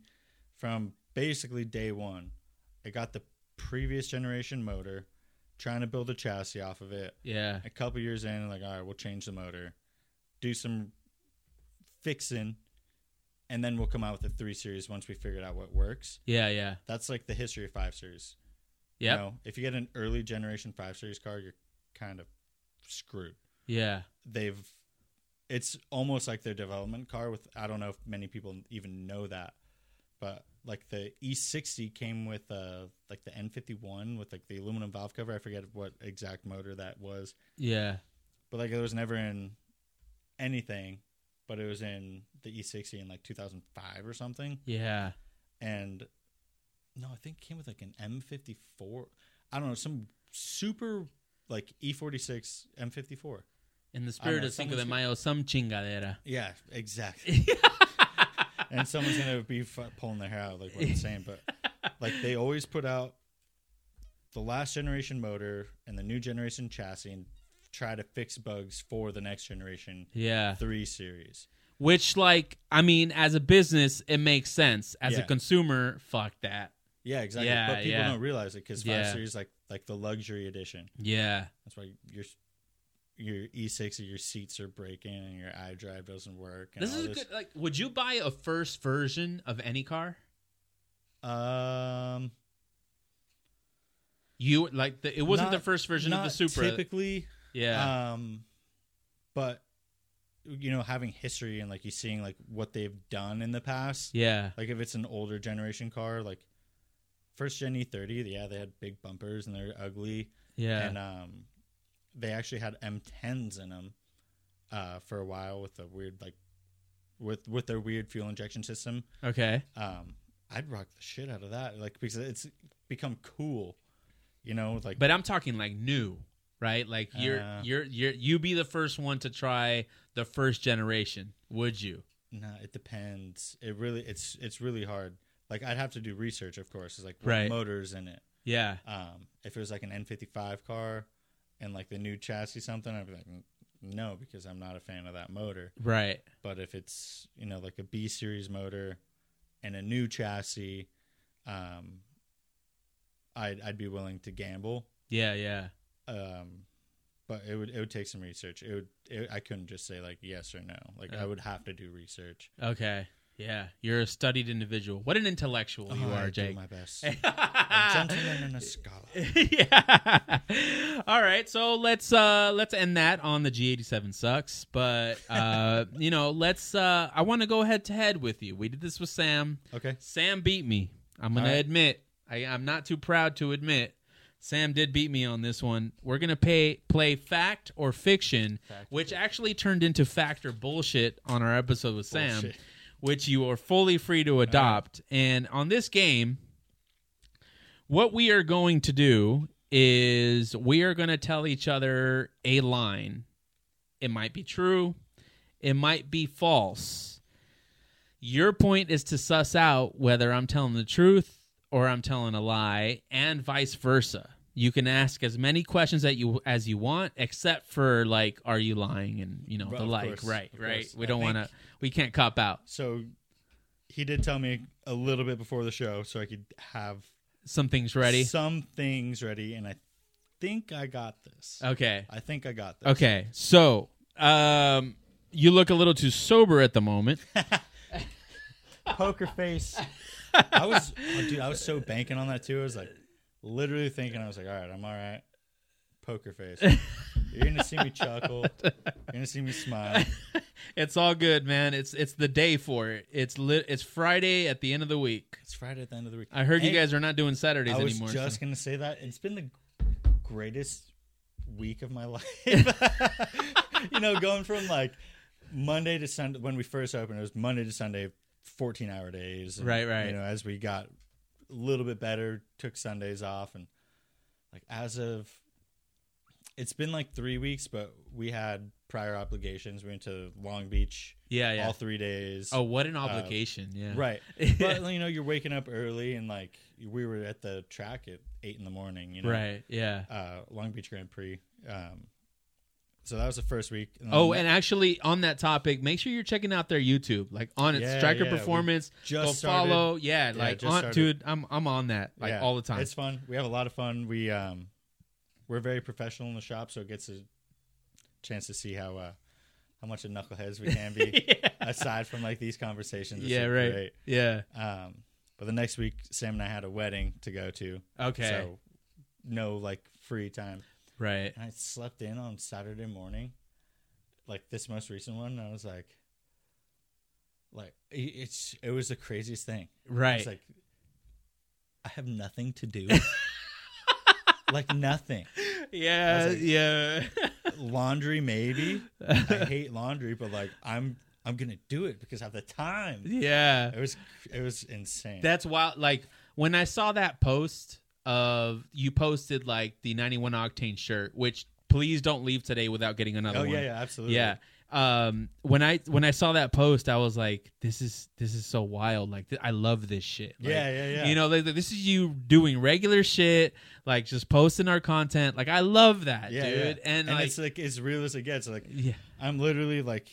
S2: from basically day one, it got the previous generation motor, trying to build a chassis off of it.
S1: Yeah.
S2: A couple years in, like, all right, we'll change the motor, do some fixing, and then we'll come out with a three series once we figured out what works.
S1: Yeah, yeah.
S2: That's like the history of five series. You
S1: Yep.
S2: know, if you get an early generation five series car, you're kind of screwed
S1: Yeah.
S2: they've it's almost like their development car with i don't know if many people even know that but like the e60 came with uh like the n51 with like the aluminum valve cover i forget what exact motor that was
S1: Yeah.
S2: but like it was never in anything but it was in the e60 in like 2005 or something
S1: Yeah.
S2: and no i think it came with like an m54 i don't know some super like E e46 m54
S1: In the spirit
S2: know,
S1: of Cinco de
S2: someone's-
S1: Mayo, some chingadera.
S2: Yeah, exactly. and someone's gonna be f- pulling their hair out, like what I'm saying. But like they always put out the last generation motor and the new generation chassis and try to fix bugs for the next generation
S1: Yeah.
S2: three series.
S1: Which, like, I mean, as a business, it makes sense. As a
S2: Yeah.
S1: consumer, fuck that.
S2: Yeah, exactly.
S1: Yeah,
S2: but people
S1: yeah.
S2: don't realize it because five
S1: Yeah.
S2: series like like the luxury edition.
S1: Yeah.
S2: That's why your your E6 or your seats are breaking and your iDrive doesn't work. And
S1: This
S2: all
S1: is a good. Like, would you buy a first version of any car?
S2: Um,
S1: You like the, it wasn't
S2: not-
S1: the first version of the
S2: not
S1: Supra.
S2: Typically,
S1: yeah.
S2: Um, but you know, having history and like you seeing like what they've done in the past.
S1: yeah.
S2: Like if it's an older generation car, like first gen E30, yeah, they had big bumpers and they're ugly,
S1: Yeah.
S2: and um, they actually had M10s in them uh, for a while with a weird like with with their weird fuel injection system.
S1: okay.
S2: Um, I'd rock the shit out of that, like because it's become cool, you know, like
S1: But I'm talking like new, right? Like you're
S2: Uh.
S1: you're you're you be the first one to try the first generation. Would you?
S2: No, it depends. It really it's it's really hard. Like I'd have to do research, of course. It's like what
S1: Right.
S2: motors in it.
S1: Yeah.
S2: Um, if it was like an N55 car and like the new chassis something, I'd be like, "N- no, because I'm not a fan of that motor.
S1: Right.
S2: But if it's you know like a B series motor and a new chassis, um, I'd I'd be willing to gamble.
S1: Yeah. Yeah.
S2: Um, but it would it would take some research. It would it, I couldn't just say like yes or no. Like I
S1: Yeah.
S2: would have to do research.
S1: Okay. Yeah. You're a studied individual. What an intellectual you
S2: Oh, I
S1: are,
S2: do
S1: Jake.
S2: my best. a gentleman and a scholar.
S1: yeah. All right. So let's uh let's end that on the G87 sucks, but uh you know, let's uh I want to go head to head with you. We did this with Sam.
S2: Okay.
S1: Sam beat me. I'm gonna
S2: All right.
S1: admit. I, I'm not too proud to admit. Sam did beat me on this one. We're gonna pay play fact or fiction, which actually turned into fact or bullshit on our episode with Sam,
S2: Bullshit.
S1: which you are fully free to adopt. And on this game, what we are going to do is we are gonna tell each other a line. It might be true, it might be false. Your point is to suss out whether I'm telling the truth or I'm telling a lie, and vice versa. You can ask as many questions that you as you want, except for like, are you lying and you know
S2: Right,
S1: the
S2: of
S1: like,
S2: course,
S1: right,
S2: of
S1: right.
S2: course.
S1: We
S2: I
S1: don't want to, we can't cop out
S2: So he did tell me a little bit before the show, so I could have
S1: some things ready.
S2: some things ready, and I think I got this.
S1: Okay,
S2: I think I got this.
S1: Oh. okay. So, um, you look a little too sober at the moment.
S2: Poker face. I was, oh, dude. I was so banking on that too. I was like, literally thinking. I was like, all right, I'm all right. Poker face. You're gonna see me chuckle. You're gonna see me smile.
S1: It's all good, man. It's it's the day for it. It's lit. It's Friday at the end of the week.
S2: It's Friday at the end of the week.
S1: I heard you
S2: Hey,
S1: guys are not doing Saturdays
S2: I was
S1: anymore.
S2: just
S1: so-
S2: gonna say that it's been the greatest week of my life. you know, going from like Monday to Sunday when we first opened, it was Monday to Sunday, fourteen hour days. and,
S1: Right, right.
S2: You know, as we got a little bit better, took Sundays off, and like as of it's been like three weeks, but we had prior obligations. We went to Long Beach
S1: Yeah, yeah.
S2: all three days.
S1: oh, what an obligation. yeah.
S2: uh, right.
S1: Yeah.
S2: But you know, you're waking up early, and like we were at the track at eight in the morning. You know,
S1: Right. Yeah.
S2: Uh, Long Beach Grand Prix. Um, so that was the first week. then
S1: Oh,
S2: the
S1: and actually on that topic, make sure you're checking out their YouTube. Like on it,
S2: Yeah,
S1: Striker
S2: yeah, we
S1: Performance.
S2: just
S1: go
S2: started.
S1: follow. Yeah,
S2: Yeah,
S1: like
S2: just
S1: on,
S2: started.
S1: dude, I'm I'm on that like
S2: Yeah,
S1: all the time.
S2: It's fun. We have a lot of fun. We um, we're very professional in the shop, so it gets a chance to see how uh, how much of knuckleheads we can be.
S1: yeah.
S2: Aside from like these conversations, It's
S1: Yeah, right.
S2: great.
S1: Yeah.
S2: Um, but the next week, Sam and I had a wedding to go to,
S1: Okay.
S2: so no like free time.
S1: right.
S2: And I slept in on Saturday morning, like this most recent one. And I was like, like it- it's it was the craziest thing.
S1: Right.
S2: It's like I have nothing to do. like nothing.
S1: yeah.
S2: I was like-
S1: yeah.
S2: Laundry maybe. I hate laundry, but like I'm I'm gonna do it because I have the time.
S1: yeah.
S2: It was it was insane.
S1: That's wild. Like when I saw that post of you posted like the 91 octane shirt, which please don't leave today without getting another
S2: oh
S1: one.
S2: yeah, yeah, absolutely.
S1: Yeah. Um, when I when I saw that post, I was like, "This is this is so wild! Like, th- I love this shit. Like,
S2: yeah, yeah, yeah.
S1: You know, like, this is you doing regular shit, like just posting our content. Like, I love that,
S2: yeah,
S1: dude.
S2: yeah.
S1: And, like,
S2: it's like as real as it gets. Like
S1: yeah,
S2: I'm literally like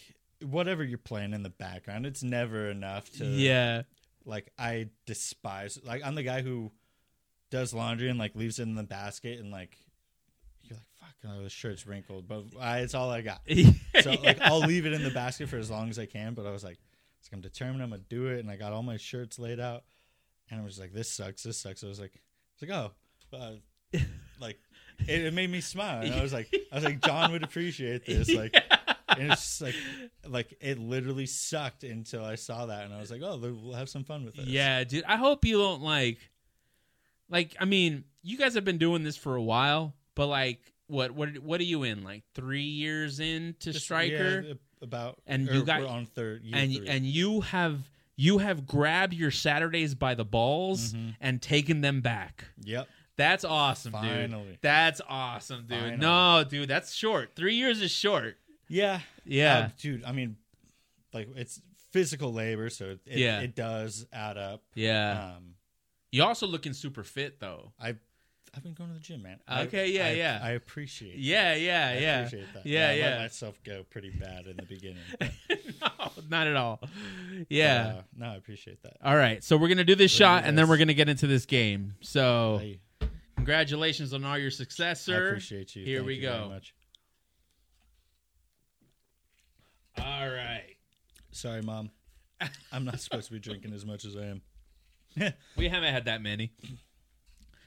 S2: whatever you're playing in the background, it's never enough to
S1: yeah,
S2: like I despise like I'm the guy who does laundry and like leaves it in the basket and like you're like fuck oh the shirt's wrinkled but I, it's all I got so like I'll leave it in the basket for as long as I can but I was like it's like, I'm determined I'm gonna do it and I got all my shirts laid out and I was like this sucks this sucks I was like I was like oh uh, like it, it made me smile and I was like I was like John would appreciate this like and it's just like like it literally sucked until I saw that and I was like, oh, we'll have some fun with this.
S1: Yeah, dude. I hope you don't like like I mean, you guys have been doing this for a while, but like what what what are you in? Like 3 years into
S2: Just-
S1: striker
S2: yeah, about
S1: And
S2: or
S1: you got-
S2: we're on third year
S1: and
S2: three.
S1: and you have you have grabbed your Saturdays by the balls
S2: Mhm.
S1: and taken them back.
S2: yep
S1: That's awesome, dude.
S2: finally
S1: That's awesome, dude.
S2: Finally.
S1: No, dude, that's short. 3 years is short.
S2: yeah
S1: Yeah.
S2: Uh, dude I mean like it's physical labor so it, it,
S1: Yeah.
S2: it does add up
S1: yeah.
S2: um
S1: You're also looking super fit though.
S2: I I've been going to the gym man I,
S1: Okay, yeah,
S2: I-
S1: yeah.
S2: I appreciate it.
S1: Yeah, yeah,
S2: I
S1: yeah.
S2: appreciate that
S1: Yeah,
S2: I
S1: yeah.
S2: let myself go pretty bad in the beginning but,
S1: no, not at all. Yeah.
S2: uh, no I appreciate that
S1: All right, so we're gonna do this
S2: Uh, We're
S1: shot,
S2: gonna do
S1: and then
S2: this.
S1: we're gonna get into this game. So,
S2: I,
S1: congratulations on all your success,
S2: I
S1: Oh, sir.
S2: appreciate you
S1: Here
S2: Thank
S1: we
S2: you very
S1: go.
S2: much.
S1: All right,
S2: Sorry, mom. I'm not supposed to be drinking as much as I am.
S1: we haven't had that many.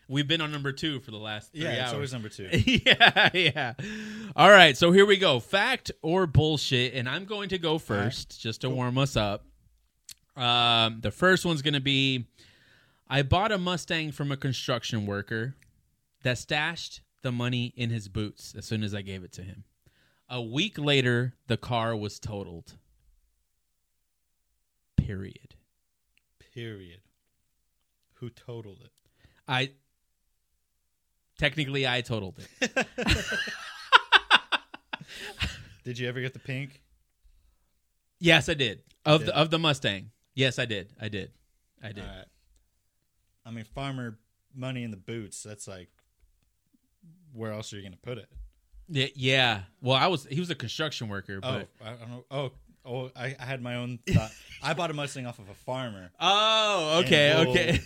S1: We've been on number two for the last three
S2: Yeah, it's
S1: hours.
S2: always number two.
S1: yeah, yeah. All right, so here we go. Fact or bullshit, and I'm going to go first just to warm us up. Um, the first one's going to be I bought a Mustang from a construction worker that stashed the money in his boots as soon as I gave it to him. A week later, the car was totaled. Period.
S2: Period. Who totaled it?
S1: I technically I totaled it.
S2: Did you ever get the pink?
S1: Yes, I did. Of
S2: did?
S1: the of the Mustang. Yes, I did. I did. I did.
S2: Alright. I mean, farmer money in the boots. That's like, where else are you going to put it?
S1: Yeah, yeah. Well, I was he was a construction worker,
S2: Oh,
S1: but
S2: I don't know. Oh, oh, I, I had my own thought. I bought a Mustang off of a farmer.
S1: Oh, okay,
S2: And we'll-
S1: okay.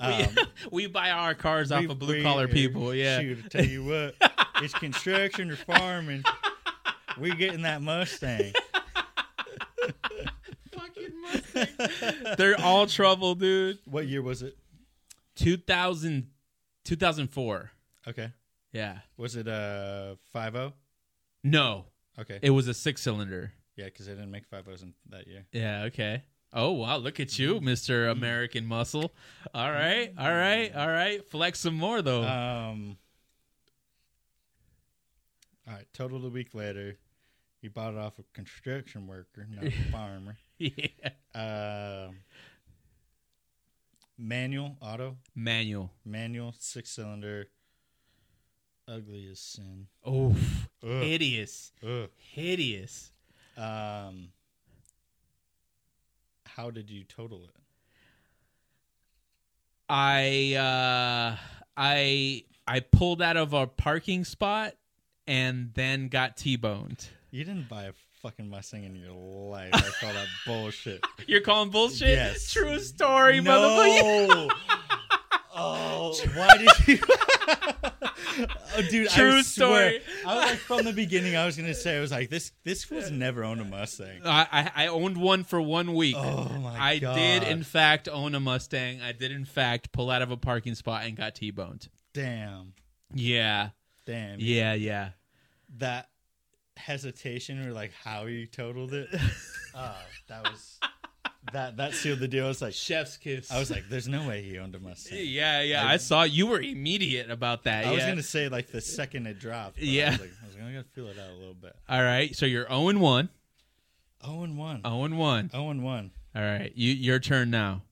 S2: Um,
S1: we buy our cars off
S2: we-
S1: of
S2: we-
S1: blue collar people, yeah.
S2: Shoot, I tell you what, it's construction or farming. We're getting that Mustang.
S1: Fucking Mustang. They're all trouble, dude.
S2: What year was it?
S1: 2000 2004.
S2: Okay.
S1: Yeah.
S2: Was it uh five O?
S1: No,
S2: Okay,
S1: it was a 6-cylinder.
S2: yeah, because I didn't make five O's in that year.
S1: Yeah, okay. Oh, wow, look at you,
S2: Mm-hmm.
S1: Mr. American Muscle. All right. All right. All right. Flex some more though.
S2: Um. All right, totaled a week later. You bought it off a construction worker, not a farmer.
S1: yeah.
S2: Um manual auto,
S1: Manual.
S2: manual six cylinder. Ugly as sin.
S1: Oof.
S2: Ugh,
S1: Hideous.
S2: ugh.
S1: Hideous.
S2: Um, how did you total it?
S1: I uh, I I pulled out of a parking spot and then got t-boned.
S2: You didn't buy a fucking Mustang in your life. I call that bullshit.
S1: You're calling bullshit.
S2: Yes.
S1: True story, motherfucker.
S2: no. oh, why did you? Oh, dude, I
S1: True
S2: swear,
S1: story.
S2: I was like from the beginning. I was gonna say I was like this. This was never owned a Mustang.
S1: I, I I owned one for one week.
S2: Oh my
S1: I
S2: god!
S1: did in fact own a Mustang. I did in fact pull out of a parking spot and got t-boned.
S2: damn,
S1: Yeah,
S2: damn.
S1: yeah, yeah.
S2: That hesitation or like how you totaled it. oh, that was that. That sealed the deal. I was like,
S1: Chef's kiss.
S2: I was like, there's no way he owned a Mustang.
S1: yeah, yeah. I,
S2: I-
S1: saw you were immediate about that.
S2: I was
S1: yeah.
S2: gonna say like the second it dropped. but I
S1: Yeah.
S2: was, like, I was gonna gotta feel it out a little bit.
S1: All right, so you're 0 and 1.
S2: Oh and one.
S1: 0 and 1.
S2: Oh and one.
S1: All right, you your turn now.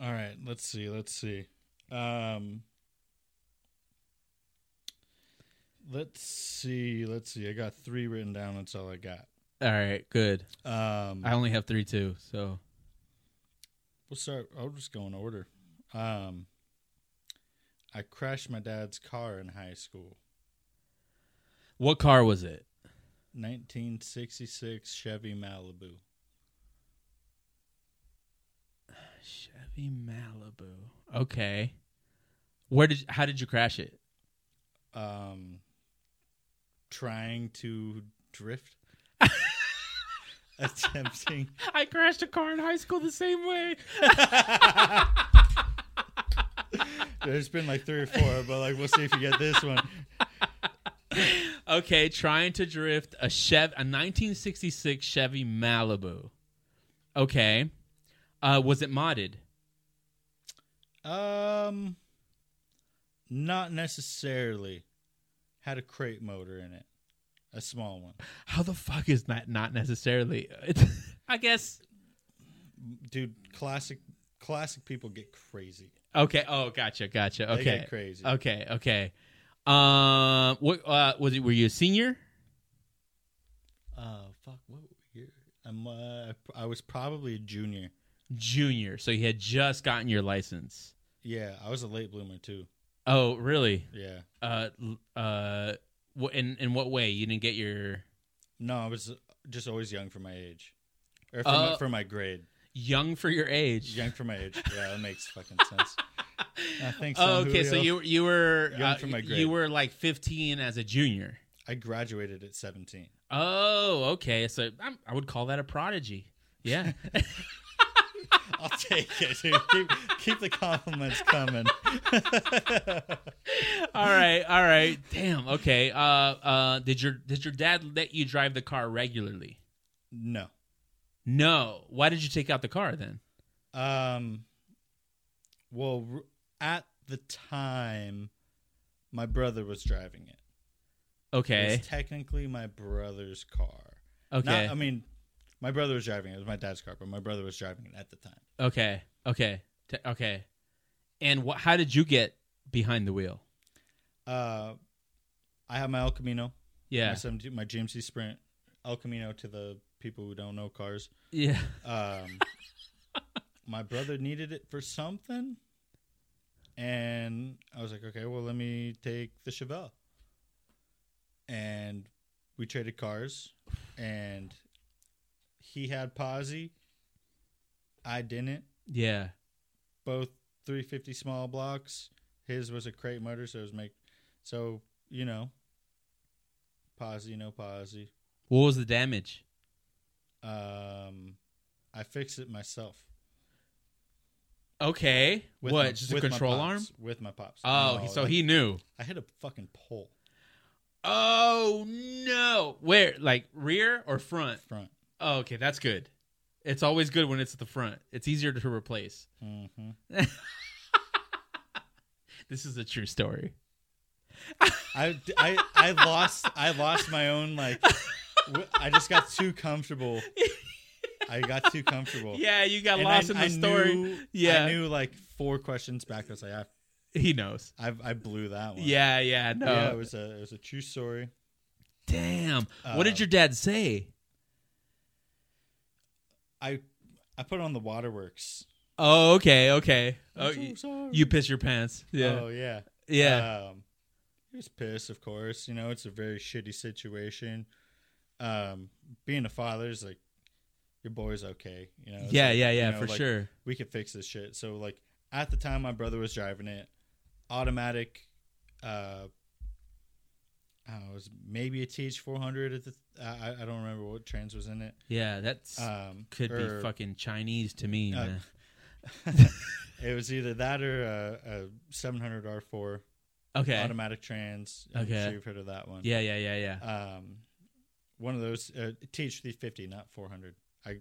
S2: All right, let's see, let's see. Um Let's see, let's see. I got 3 written down, that's all I got.
S1: All right, good.
S2: Um
S1: I only have 3 too, so
S2: we'll start I'll just go in order. Um I crashed my dad's car in high school.
S1: what car was it?
S2: 1966 Chevy Malibu.
S1: Chevy Malibu. Okay. Where did how did you crash it?
S2: Um trying to drift attempting
S1: I crashed a car in high school the same way.
S2: There's been like three or four, but like we'll see if you get this one.
S1: Okay, trying to drift a Chev a 1966 Chevy Malibu. Okay. Uh was it modded?
S2: Um, not necessarily. Had a crate motor in it, a small one,
S1: How the fuck is that not necessarily? It's, I guess
S2: dude. Classic, classic people get crazy.
S1: okay. Oh, gotcha, gotcha.
S2: They
S1: Okay.
S2: get crazy.
S1: Okay, okay. Um what uh was it were you a senior? Oh,
S2: Uh, fuck. What year? I'm. Uh, I was probably a junior.
S1: Junior. So you had just gotten your license.
S2: Yeah, I was a late bloomer too.
S1: Oh, really?
S2: Yeah.
S1: Uh l- uh wh- in in what way? You didn't get your
S2: No, I was uh, just always young for my age, or for, my,
S1: Uh,
S2: for my grade.
S1: young for your age.
S2: Young for my age. Yeah, that makes fucking sense. Uh, thanks.
S1: Oh,
S2: Don
S1: okay. So
S2: Julio.
S1: you you were
S2: Young
S1: uh,
S2: for my grade.
S1: you were like 15 as a junior.
S2: I graduated at 17.
S1: Oh, okay. So I'm, I would call that a prodigy. Yeah.
S2: I'll take it. Dude. Keep, keep the compliments coming.
S1: all right. All right. Damn. Okay. Uh, uh, did your did your dad let you drive the car regularly?
S2: No.
S1: No. Why did you take out the car then?
S2: Um. Well, r- at the time, my brother was driving it. It
S1: Okay.
S2: was technically my brother's car.
S1: Okay.
S2: Not, I mean, my brother was driving it. It was my dad's car, but my brother was driving it at the time.
S1: okay. Okay. T- okay. And wh- how did you get behind the wheel?
S2: Uh, I have my El Camino. My,
S1: Yeah.
S2: 17, my GMC Sprint. El Camino to the people who don't know cars.
S1: Yeah.
S2: Um, my brother needed it for something, and I was like, okay, well, let me take the Chevelle. And we traded cars, and he had posse. I didn't.
S1: Yeah.
S2: Both 350 small blocks. His was a crate motor, so it was make. So you know, posse, no posse.
S1: What was the damage?
S2: Um, I fixed it myself.
S1: Okay.
S2: With
S1: what?
S2: my-
S1: just a
S2: with my
S1: control arm?
S2: pops, With my pops.
S1: Oh,
S2: No,
S1: he- so
S2: like,
S1: he knew.
S2: I hit a fucking pole
S1: Oh no! Where, like rear or front?
S2: front.
S1: Oh, okay, that's good. It's always good when it's at the front. It's easier to replace.
S2: hmm
S1: This is a true story.
S2: I, I I lost I lost my own like. w- I just got too comfortable. I got too comfortable.
S1: Yeah, you got
S2: And I-
S1: lost in the
S2: I
S1: story.
S2: knew-
S1: yeah,
S2: I knew like four questions back. I was like, I,
S1: he knows.
S2: I, I blew that one.
S1: Yeah, yeah, no.
S2: yeah. It was a it was a true story.
S1: Damn. what
S2: Uh,
S1: did your dad say?
S2: I I put on the waterworks.
S1: Oh, okay, okay. Oh,
S2: I'm so
S1: you,
S2: sorry.
S1: you piss your pants. Yeah,
S2: Oh yeah.
S1: yeah.
S2: Um, he was pissed, of course. You know, it's a very shitty situation. Um, being a father is like, your boy's okay. You know. It's
S1: yeah,
S2: like,
S1: yeah,
S2: you
S1: yeah,
S2: know,
S1: for
S2: like,
S1: sure.
S2: We could fix this shit. So like at the time, my brother was driving it, automatic. Uh, I don't know, it was maybe a TH400 at the. I, I- I don't remember what trans was in it.
S1: Yeah, that's
S2: Um,
S1: could
S2: or-
S1: be fucking Chinese to me.
S2: Uh,
S1: man.
S2: It was either that or a, a 700 R4
S1: Okay.
S2: automatic trans. I'm
S1: Okay.
S2: sure you've heard of that one.
S1: Yeah, yeah, yeah, yeah.
S2: um, one of those uh, TH350, not 400. I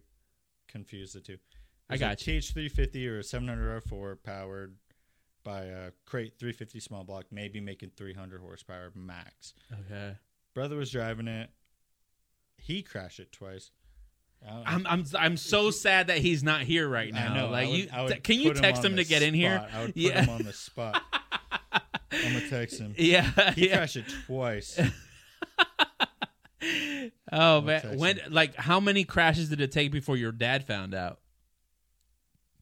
S2: confused the two.
S1: I got
S2: you. TH350 or a 700R4 powered by a crate 350 small block, maybe making 300 horsepower max.
S1: Okay.
S2: Brother was driving it. He crashed it twice. I don't-
S1: I'm I'm I'm so sad that he's not here right
S2: I
S1: now.
S2: know.
S1: Like
S2: I would-
S1: you,
S2: I would
S1: th- can you
S2: put
S1: text
S2: on
S1: him, to
S2: the
S1: get in here?
S2: spot. I would put
S1: Yeah.
S2: him on the spot. I'm gonna text him.
S1: Yeah,
S2: He
S1: yeah.
S2: crashed it twice.
S1: Oh
S2: I'll
S1: man,
S2: text
S1: when
S2: him.
S1: like how many crashes did it take before your dad found out?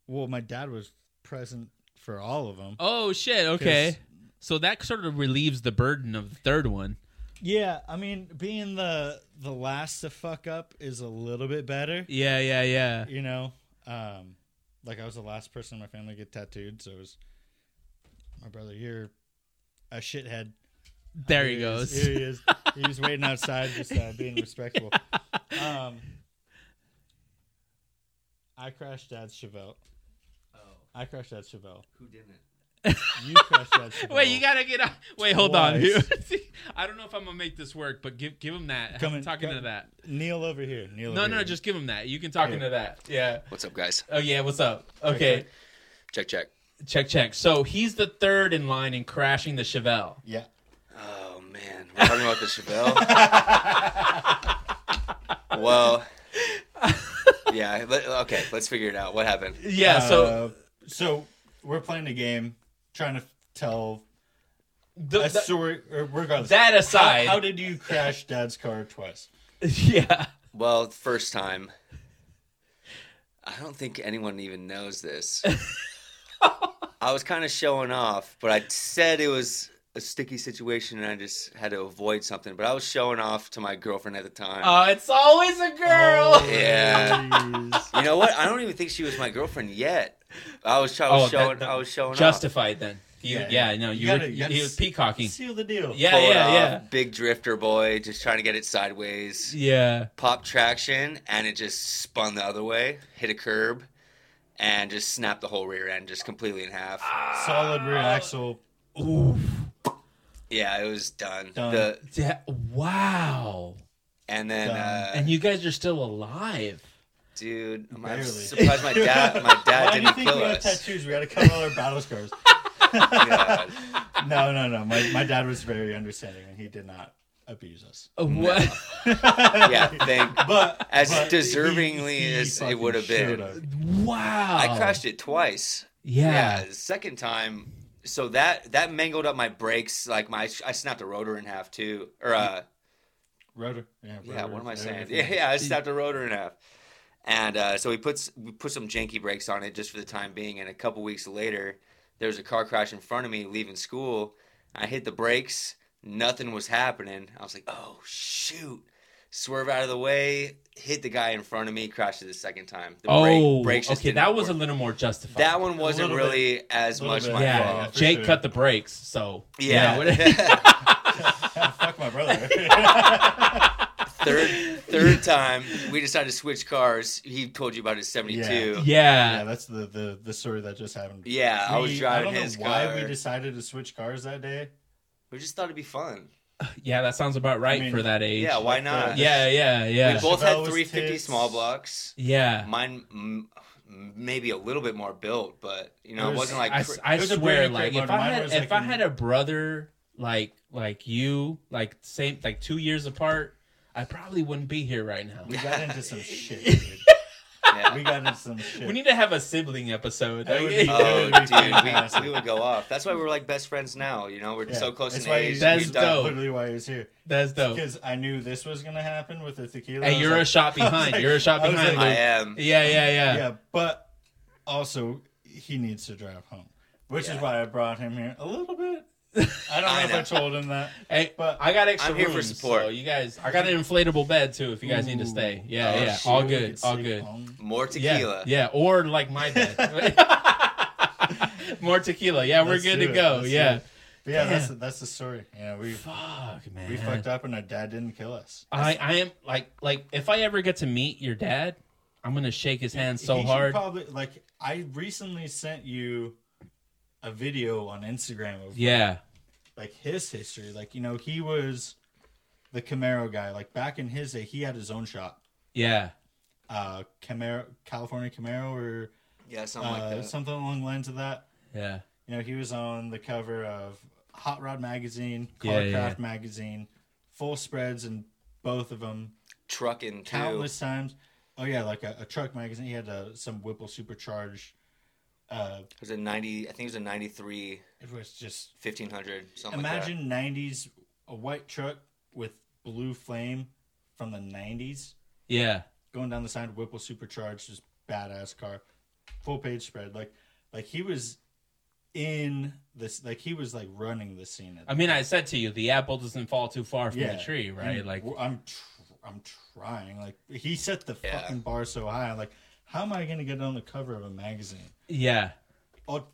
S2: Well, my dad was present for all of them.
S1: Oh shit. Okay. So that sort of relieves the burden of the third one.
S2: Yeah, I mean, being the the last to fuck up is a little bit better,
S1: Yeah, yeah, yeah.
S2: you know. Um, like I was the last person in my family to get tattooed, so it was my brother. You're a shithead.
S1: There he
S2: Here
S1: goes.
S2: is, Here he is. He's waiting outside, just uh, being respectful. Um, I crashed Dad's Chevelle.
S4: Oh,
S2: I crashed Dad's Chevelle.
S4: who didn't?
S2: You crashed Dad's Chevelle.
S1: Wait, you gotta get on. Wait, hold on.
S2: Twice.
S1: I don't know if I'm gonna make this work, but give give him that.
S2: Come
S1: I'm
S2: in-
S1: talking
S2: come-
S1: to that.
S2: kneel over here. Kneel.
S1: No,
S2: over
S1: no,
S2: here.
S1: just give him that. You can talk into that. Yeah.
S4: What's up, guys?
S1: Oh yeah. What's up? Okay.
S4: Check, check.
S1: Check check. So he's the third in line in crashing the Chevelle.
S2: yeah.
S4: Oh man, we're talking about the Chevelle. well, yeah. Let, okay, let's figure it out. What happened?
S1: Yeah. So
S2: Uh, so we're playing a game, trying to tell
S1: the,
S2: a
S1: the-
S2: story. or Regardless,
S1: that
S2: how,
S1: aside,
S2: how did you crash Dad's car twice?
S1: yeah.
S4: Well, first time. I don't think anyone even knows this. I was kind of showing off, but I said it was a sticky situation and I just had to avoid something. But I was showing off to my girlfriend at the time.
S1: Oh, it's always a girl.
S2: Oh,
S4: Yeah.
S2: jeez.
S4: you know what? I don't even think she was my girlfriend yet. I was, I
S1: Oh,
S4: was
S1: that-
S4: showing.
S1: that-
S4: I was showing off.
S1: Justified then. You,
S2: Yeah.
S1: yeah, no, you,
S2: You
S1: were,
S2: gotta- you
S1: you-
S2: gotta
S1: he was
S2: s-
S1: peacocking.
S2: Seal the deal.
S1: Yeah,
S4: Pull it
S1: yeah,
S4: off.
S1: yeah,
S4: Big drifter boy, just trying to get it sideways.
S1: yeah.
S4: pop traction and it just spun the other way, hit a curb, and just snapped the whole rear end just completely in half.
S2: Ah. Solid rear axle.
S4: Yeah, it was done.
S2: Done.
S4: The
S1: Yeah. Wow.
S4: and then
S2: Done.
S4: uh,
S1: And you guys are still alive.
S4: dude, I'm
S2: Barely.
S4: surprised my dad my dad
S2: Why do you
S4: didn't
S2: think we
S4: kill
S2: had
S4: us.
S2: tattoos? We had to cut all our battle scars.
S4: God.
S2: No, no, no. My, my dad was very understanding, and he did not abuse us.
S1: What?
S4: Yeah, thank
S2: But
S4: as
S2: but he-
S4: deservingly
S2: he
S4: as it
S2: fucking
S4: would have been.
S2: showed up.
S1: Wow.
S4: I
S2: Oh.
S4: crashed it twice.
S1: Yeah.
S4: Yeah, the second time. So that that mangled up my brakes. Like my, I snapped the rotor in half too, or uh,
S2: Rotor. Yeah.
S4: Yeah,
S2: rotor,
S4: what am I
S2: rotor,
S4: saying?
S2: rotor.
S4: Yeah, yeah, I snapped the rotor in half. And uh, so we put s- we put some janky brakes on it just for the time being. And a couple weeks later, there was a car crash in front of me leaving school. I hit the brakes. Nothing was happening. I was like, oh shoot! Swerve out of the way. Hit the guy in front of me. Crashed it the second time. The
S1: Oh,
S4: brake- brakes just
S1: okay.
S4: didn't
S1: That was a
S4: work.
S1: little more justified.
S4: that one wasn't
S2: little bit-
S4: really as
S2: little
S4: much
S2: bit,
S4: my
S1: yeah.
S2: yeah,
S4: fault.
S2: for
S1: Jake
S2: sure.
S1: cut the brakes, so
S4: Yeah.
S2: Fuck my brother.
S4: third third time we decided to switch cars. He told you about his seventy two.
S1: yeah.
S2: yeah,
S1: yeah.
S2: that's the, the the story that just happened.
S4: Yeah, I was
S2: We-
S4: driving
S2: I don't
S4: his
S2: know why
S4: car.
S2: we decided to switch cars that day.
S4: We just thought it'd be fun.
S1: That sounds about right
S2: I mean,
S1: for that age.
S4: Yeah, why
S2: like
S4: not?
S2: that.
S1: Yeah, yeah, yeah,
S4: we both had
S2: Chevelle was
S4: 350
S2: tits.
S4: small blocks.
S1: yeah.
S4: Mine m- m- maybe a little bit more built, but you know,
S2: It
S4: it,
S2: was-
S4: was, not like
S1: I,
S4: cr-
S1: I
S2: It was a
S1: swear,
S2: brand new
S1: like
S2: crate
S1: if
S2: motor.
S1: I
S2: Mine
S1: had
S2: was,
S1: if
S2: like,
S1: I
S2: in-
S1: had a brother like like you, like same like two years apart, I probably wouldn't be here right now.
S2: We got into some shit. Dude.
S4: yeah.
S2: we got into some shit.
S5: We need to have a sibling episode.
S2: That would be-
S4: Oh,
S2: That would be
S4: dude,
S2: fantastic.
S4: we, we would go off. That's why we're like best friends now. You know, we're
S2: Yeah.
S4: so close
S2: That's
S4: in
S2: why
S4: age.
S2: he's-
S1: That's
S4: We've done-
S1: dope.
S2: literally why he was here
S1: That's dope.
S2: because I knew this was gonna happen with the tequila. I
S1: Hey,
S2: was
S1: you're a
S2: like,
S1: shot
S2: I was
S1: behind.
S2: like-
S1: You're a shot
S2: I was
S1: behind.
S4: I
S1: Luke.
S4: am.
S1: Yeah, yeah, yeah.
S2: yeah, but also he needs to drive home, which
S4: Yeah.
S2: is why I brought him here a little bit. I don't know
S4: I
S2: if
S4: know.
S2: I told him that.
S1: Hey,
S2: But-
S1: I got extra
S4: I'm here for
S1: rooms,
S4: support.
S1: so you guys, I got an inflatable bed too. If you guys need to stay, yeah,
S2: Oh,
S1: yeah,
S2: shit,
S1: all
S2: we
S1: good,
S2: could
S1: all
S2: sleep
S1: good.
S2: home.
S4: More
S1: Yeah,
S4: tequila.
S1: yeah, or like my bed. More tequila. Yeah, we're
S2: Let's
S1: good
S2: do
S1: to
S2: it,
S1: go.
S2: let's do
S1: yeah.
S2: it. But yeah,
S1: Yeah.
S2: that's the, that's the story. Yeah, we
S1: Fuck, man.
S2: we fucked up and our dad didn't kill us.
S1: I, I am like like if I ever get to meet your dad, I'm gonna shake his hand so
S2: He should
S1: hard.
S2: Probably like I recently sent you a video on Instagram of
S1: yeah.
S2: like his history. Like you know he was the Camaro guy. Like back in his day, he had his own shop,
S1: Yeah.
S2: uh, Camaro California Camaro or
S4: Yeah, something like
S2: uh,
S4: that.
S2: something along the lines of that.
S1: Yeah.
S2: You know, he was on the cover of Hot Rod magazine, Colorcraft
S1: Yeah, yeah,
S2: magazine, full spreads in both of them,
S4: Trucking too.
S2: countless times. Oh yeah, like a, a truck magazine. He had a, some Whipple supercharged. Uh,
S4: It was a 90, I think it was a 93,
S2: it was just
S4: 1500, something like
S2: imagine '90s a white truck with blue flame from the '90s
S1: Yeah.
S2: going down the side. Whipple supercharged, just badass car, full page spread. Like, like he was in this. Like he was like running the scene. At
S1: I mean I said to you, the apple doesn't fall too far from
S2: yeah.
S1: the tree, right?
S2: And
S1: Like
S2: w- I'm, tr- I'm trying. Like he set the
S4: Yeah.
S2: fucking bar so high. Like, how am I gonna get on the cover of a magazine?
S1: yeah.
S2: I'll,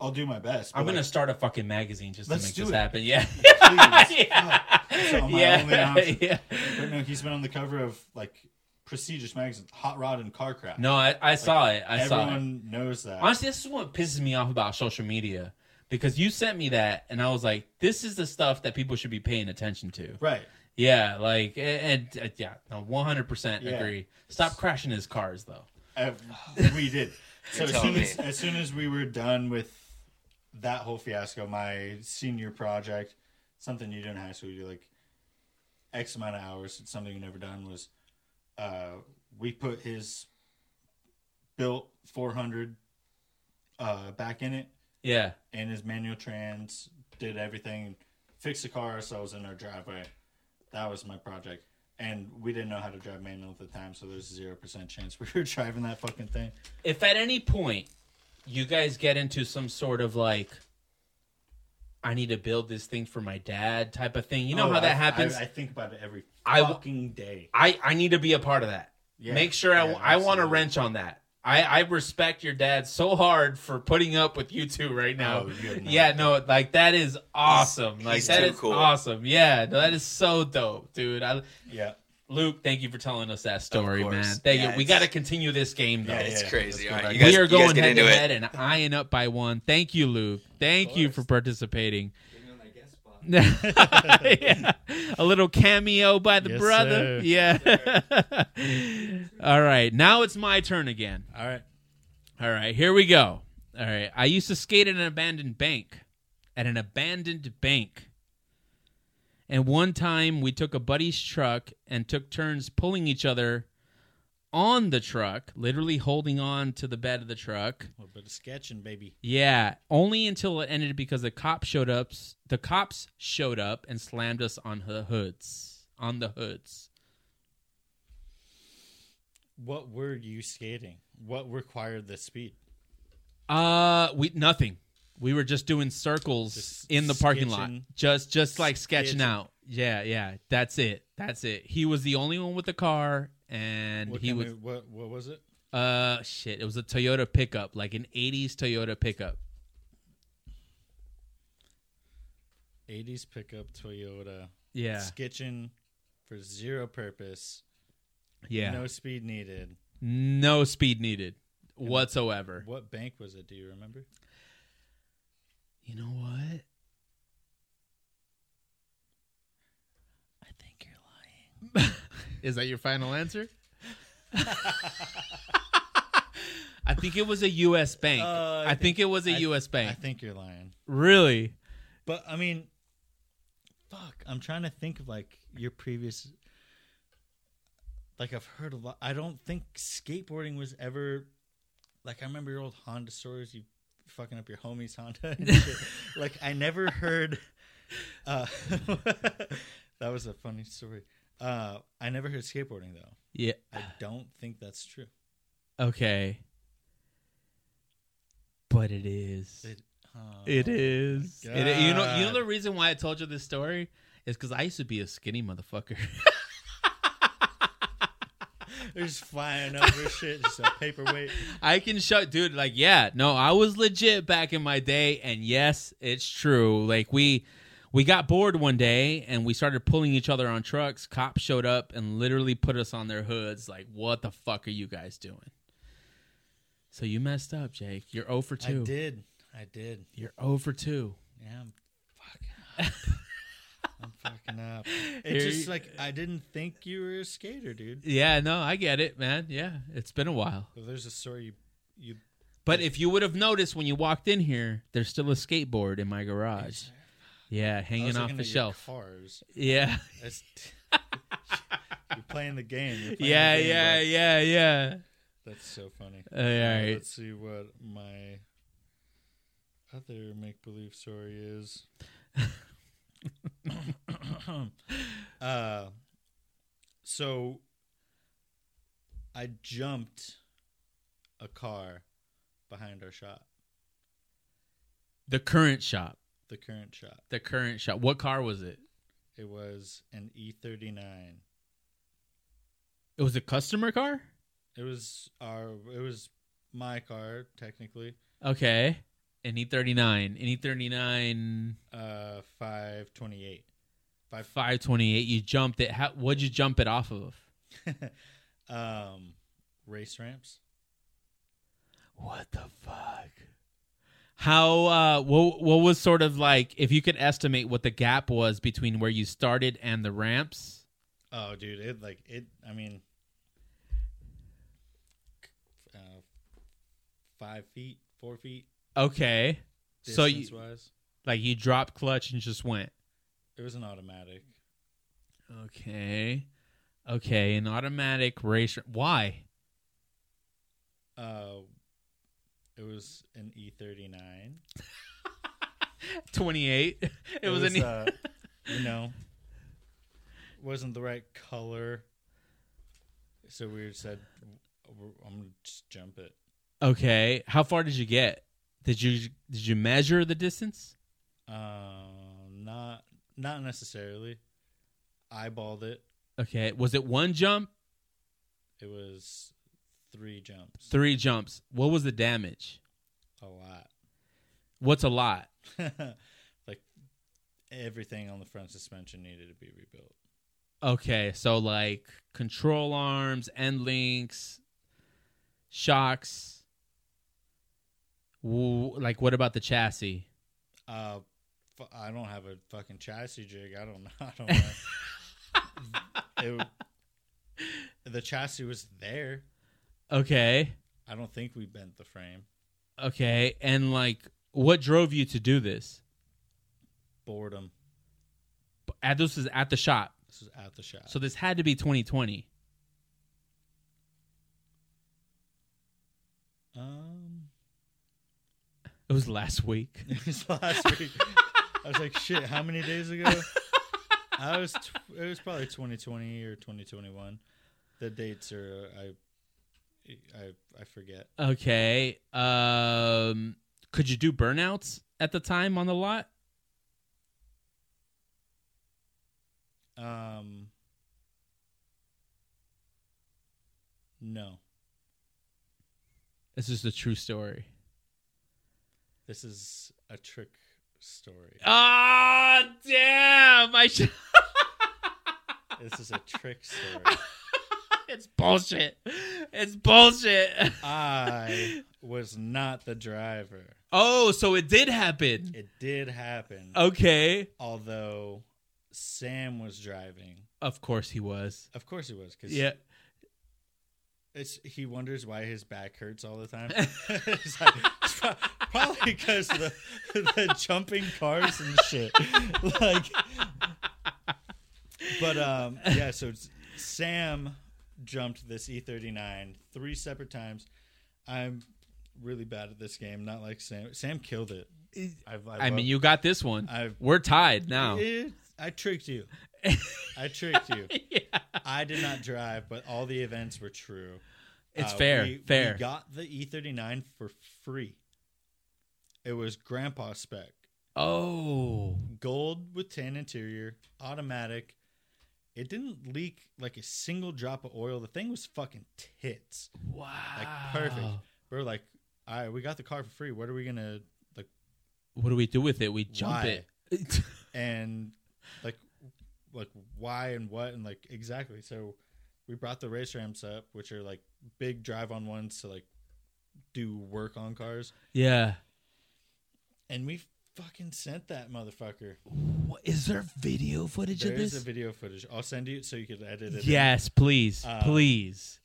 S2: I'll do my best.
S1: I'm
S2: but,
S1: gonna start a fucking magazine just to
S2: Let's
S1: make
S2: do
S1: this
S2: it.
S1: happen. Yeah.
S2: like, please,
S1: yeah.
S2: fuck. So my only
S1: Yeah.
S2: option.
S1: yeah.
S2: But no, he's been on the cover of like prestigious magazines, Hot Rod and Car Craft.
S1: No, I, I saw it. I saw it.
S2: everyone knows that.
S1: Honestly, this is what pisses me off about social media because you sent me that, and I was like, "This is the stuff that people should be paying attention to."
S2: right?
S1: Yeah, like, and, and- yeah, no, one hundred percent
S2: Yeah.
S1: agree. Stop crashing his cars, though.
S2: Uh, we did. So
S4: You're
S2: as
S4: telling
S2: soon as,
S4: me.
S2: as soon as we were done with that whole fiasco, my senior project, something you do in high school, you do like X amount of hours, it's something you never done was uh, we put his built 400 uh, back in it
S1: Yeah,
S2: and his manual trans, did everything, fixed the car ourselves in our driveway. That was my project. And we didn't know how to drive manual at the time, so there's zero percent chance we were driving that fucking thing.
S1: if at any point you guys get into some sort of like, I need to build this thing for my dad type of thing, you know
S2: Oh,
S1: how
S2: I-
S1: that happens.
S2: I, I think about it every
S1: I w-
S2: fucking day.
S1: I I need to be a part of that.
S2: Yeah,
S1: Make sure I,
S2: yeah,
S1: I want to
S2: absolutely.
S1: wrench on that. I, I respect your dad so hard for putting up with you two right now.
S2: Oh, you have no
S1: yeah, no, like that is awesome. like
S4: he's
S1: that
S4: too
S1: is
S4: cool.
S1: awesome. Yeah, no, that is so dope, dude. I,
S2: Yeah,
S1: Luke, thank you for telling us that story,
S4: course.
S1: man. Thank
S4: Yeah,
S1: you. We
S4: it's-
S1: got to continue this game though.
S2: Yeah,
S4: It's
S2: yeah, let's go
S4: crazy. All right,
S2: back.
S4: you guys,
S1: we are
S4: you guys
S1: going
S4: get
S1: head to
S4: into
S1: head
S4: it.
S1: and eyeing up by one. Thank you, Luke. Thank you for participating. Yeah. A little cameo by the
S2: Yes,
S1: brother.
S2: sir.
S1: Yeah. All right. Now it's my turn again.
S2: all right.
S1: All right. Here we go. All right. I used to skate at an abandoned bank. At an abandoned bank. And one time we took a buddy's truck and took turns pulling each other on the truck, literally holding on to the bed of the truck.
S2: A little bit of sketching, baby.
S1: Yeah, only until it ended because the cops showed up. The cops showed up and slammed us on the hoods. On the hoods.
S2: What were you skating? What required the speed?
S1: Uh, we nothing. We were just doing circles
S2: Just
S1: in the parking lot.
S2: sketching.
S1: Just just like sketching
S2: Sketching.
S1: out. Yeah, yeah. That's it. That's it. He was the only one with the car and
S2: What
S1: he
S2: kind
S1: was
S2: of- what? What was it?
S1: uh shit, it was a Toyota pickup, like an 80s Toyota pickup.
S2: 80s pickup Toyota.
S1: Yeah.
S2: Sketching for zero purpose.
S1: Yeah. No,
S2: No speed needed.
S1: speed needed whatsoever.
S2: What bank was it? Do you remember?
S1: You know what?
S2: I think you're lying.
S1: Is that your final answer? I think it was a U.S. bank.
S2: Uh,
S1: I,
S2: I
S1: think, it was a
S2: I-
S1: U.S. bank.
S2: I think you're lying.
S1: really?
S2: But I mean, fuck. I'm trying to think of like your previous. like I've heard a lot. I don't think skateboarding was ever like I remember your old Honda stories. You fucking up your homies Honda. And shit. like I never heard. Uh, that was a funny story. Uh, I never heard skateboarding though.
S1: Yeah.
S2: I don't think that's true.
S1: Okay. But it is.
S2: It, uh,
S1: It is. It i- you know. You know
S2: God.
S1: the reason why I told you this story is because I used to be a skinny motherfucker.
S2: They're just flying over shit. Just a paperweight.
S1: I can shut, dude. Like, yeah, no, I was legit back in my day, and yes, it's true. Like we we got bored one day and we started pulling each other on trucks. Cops showed up and literally put us on their hoods. Like, what the fuck are you guys doing? So you messed up, Jake. You're 0 for
S2: I
S1: 2.
S2: did. I did.
S1: You're 0 for 2.
S2: Yeah, I'm fucking up. I'm fucking up.
S1: Here
S2: It's just
S1: you-
S2: like I didn't think you were a skater, dude.
S1: Yeah, no, I get it, man. Yeah, it's been a while.
S2: Well, there's a story you, you
S1: But if you would have noticed when you walked in here, there's still a skateboard in my garage. Yeah,
S2: I was
S1: hanging off
S2: looking
S1: the
S2: at your
S1: shelf.
S2: Cars.
S1: Yeah.
S2: That's, you're playing the game. You're playing
S1: Yeah,
S2: the game,
S1: yeah, yeah, yeah.
S2: bro. That's so funny.
S1: All
S2: Uh,
S1: right.
S2: Let's see what my other make believe story is. uh, so I jumped a car behind our shop,
S1: The current shop.
S2: the current shop.
S1: The current shop. What car was it?
S2: It was an E E39.
S1: It was a customer car?
S2: It was our. It was my car technically.
S1: Okay. An E39. An E E39
S2: Uh, five twenty-eight. Five
S1: 528. You jumped it. How, what'd you jump it off of?
S2: um, race ramps.
S1: What the fuck? How, uh, what, what was sort of like, if you could estimate what the gap was between where you started and the ramps?
S2: Oh, dude, it like it. I mean, uh, five feet, four feet.
S1: Okay. So you,
S2: Distance wise,
S1: like, you dropped clutch and just went.
S2: it was an automatic.
S1: Okay. Okay. An automatic racer. Why?
S2: Uh, it was an E thirty nine.
S1: 28. It, was, an. E
S2: uh, you know, wasn't the right color. So we said, "We're- "I'm gonna just jump it."
S1: okay. How far did you get? Did you did you measure the distance?
S2: Um, not not necessarily. Eyeballed it.
S1: Okay. Was it one jump?
S2: It was three jumps.
S1: Three jumps. What was the damage?
S2: A lot.
S1: What's a lot?
S2: like everything on the front suspension needed to be rebuilt.
S1: Okay. So like control arms, end links, shocks. Woo- Like what about the chassis?
S2: Uh, fu- I don't have a fucking chassis jig. I don't know. I don't know. it, the chassis was there.
S1: Okay.
S2: I don't think we bent the frame.
S1: Okay. And like what drove you to do this?
S2: Boredom.
S1: At this is at the shop.
S2: This was at the shop.
S1: So this had to be 2020.
S2: um,
S1: It was last week.
S2: it was last week. I was like, shit. How many days ago? I was. Tw- it was probably 2020 or 2021. The dates are. uh, I. I I forget.
S1: Okay. Um could you do burnouts at the time on the lot?
S2: Um, no,
S1: This is the true story.
S2: this is a trick story.
S1: Ah, damn. I should
S2: This is a trick story.
S1: It's bullshit. It's bullshit.
S2: I was not the driver.
S1: Oh, so it did happen.
S2: It did happen.
S1: Oh. Okay.
S2: Although Sam was driving.
S1: Of course he was.
S2: Of course he was cuz
S1: Yeah.
S2: it's, he wonders why his back hurts all the time. it's like, it's pro- probably because the the jumping cars and shit. like, but um, yeah. So it's- Sam jumped this E39 three separate times. I'm really bad at this game. Not like Sam. Sam killed it. I've,
S1: I mean, you got this one.
S2: I've-
S1: We're tied now.
S2: It- I tricked you. I tricked you.
S1: yeah.
S2: I did not drive, but all the events were true.
S1: It's
S2: Uh,
S1: fair.
S2: we-
S1: fair.
S2: We got the E39 for free. It was Grandpa spec,
S1: oh.
S2: gold with tan interior, automatic. It didn't leak like a single drop of oil. The thing was fucking tits,
S1: Wow.
S2: like perfect. We're like, all right, we got the car for free. What are we gonna like?
S1: What do we do with it? We jump
S2: Why?
S1: it.
S2: and like like why and what and like exactly so we brought the race ramps up which are like big drive on ones to like do work on cars
S1: yeah.
S2: and we fucking sent that motherfucker
S1: What, is there video footage of
S2: there's
S1: this?
S2: the video footage i'll send you so you can edit it in.
S1: yes, please,
S2: Uh,
S1: please.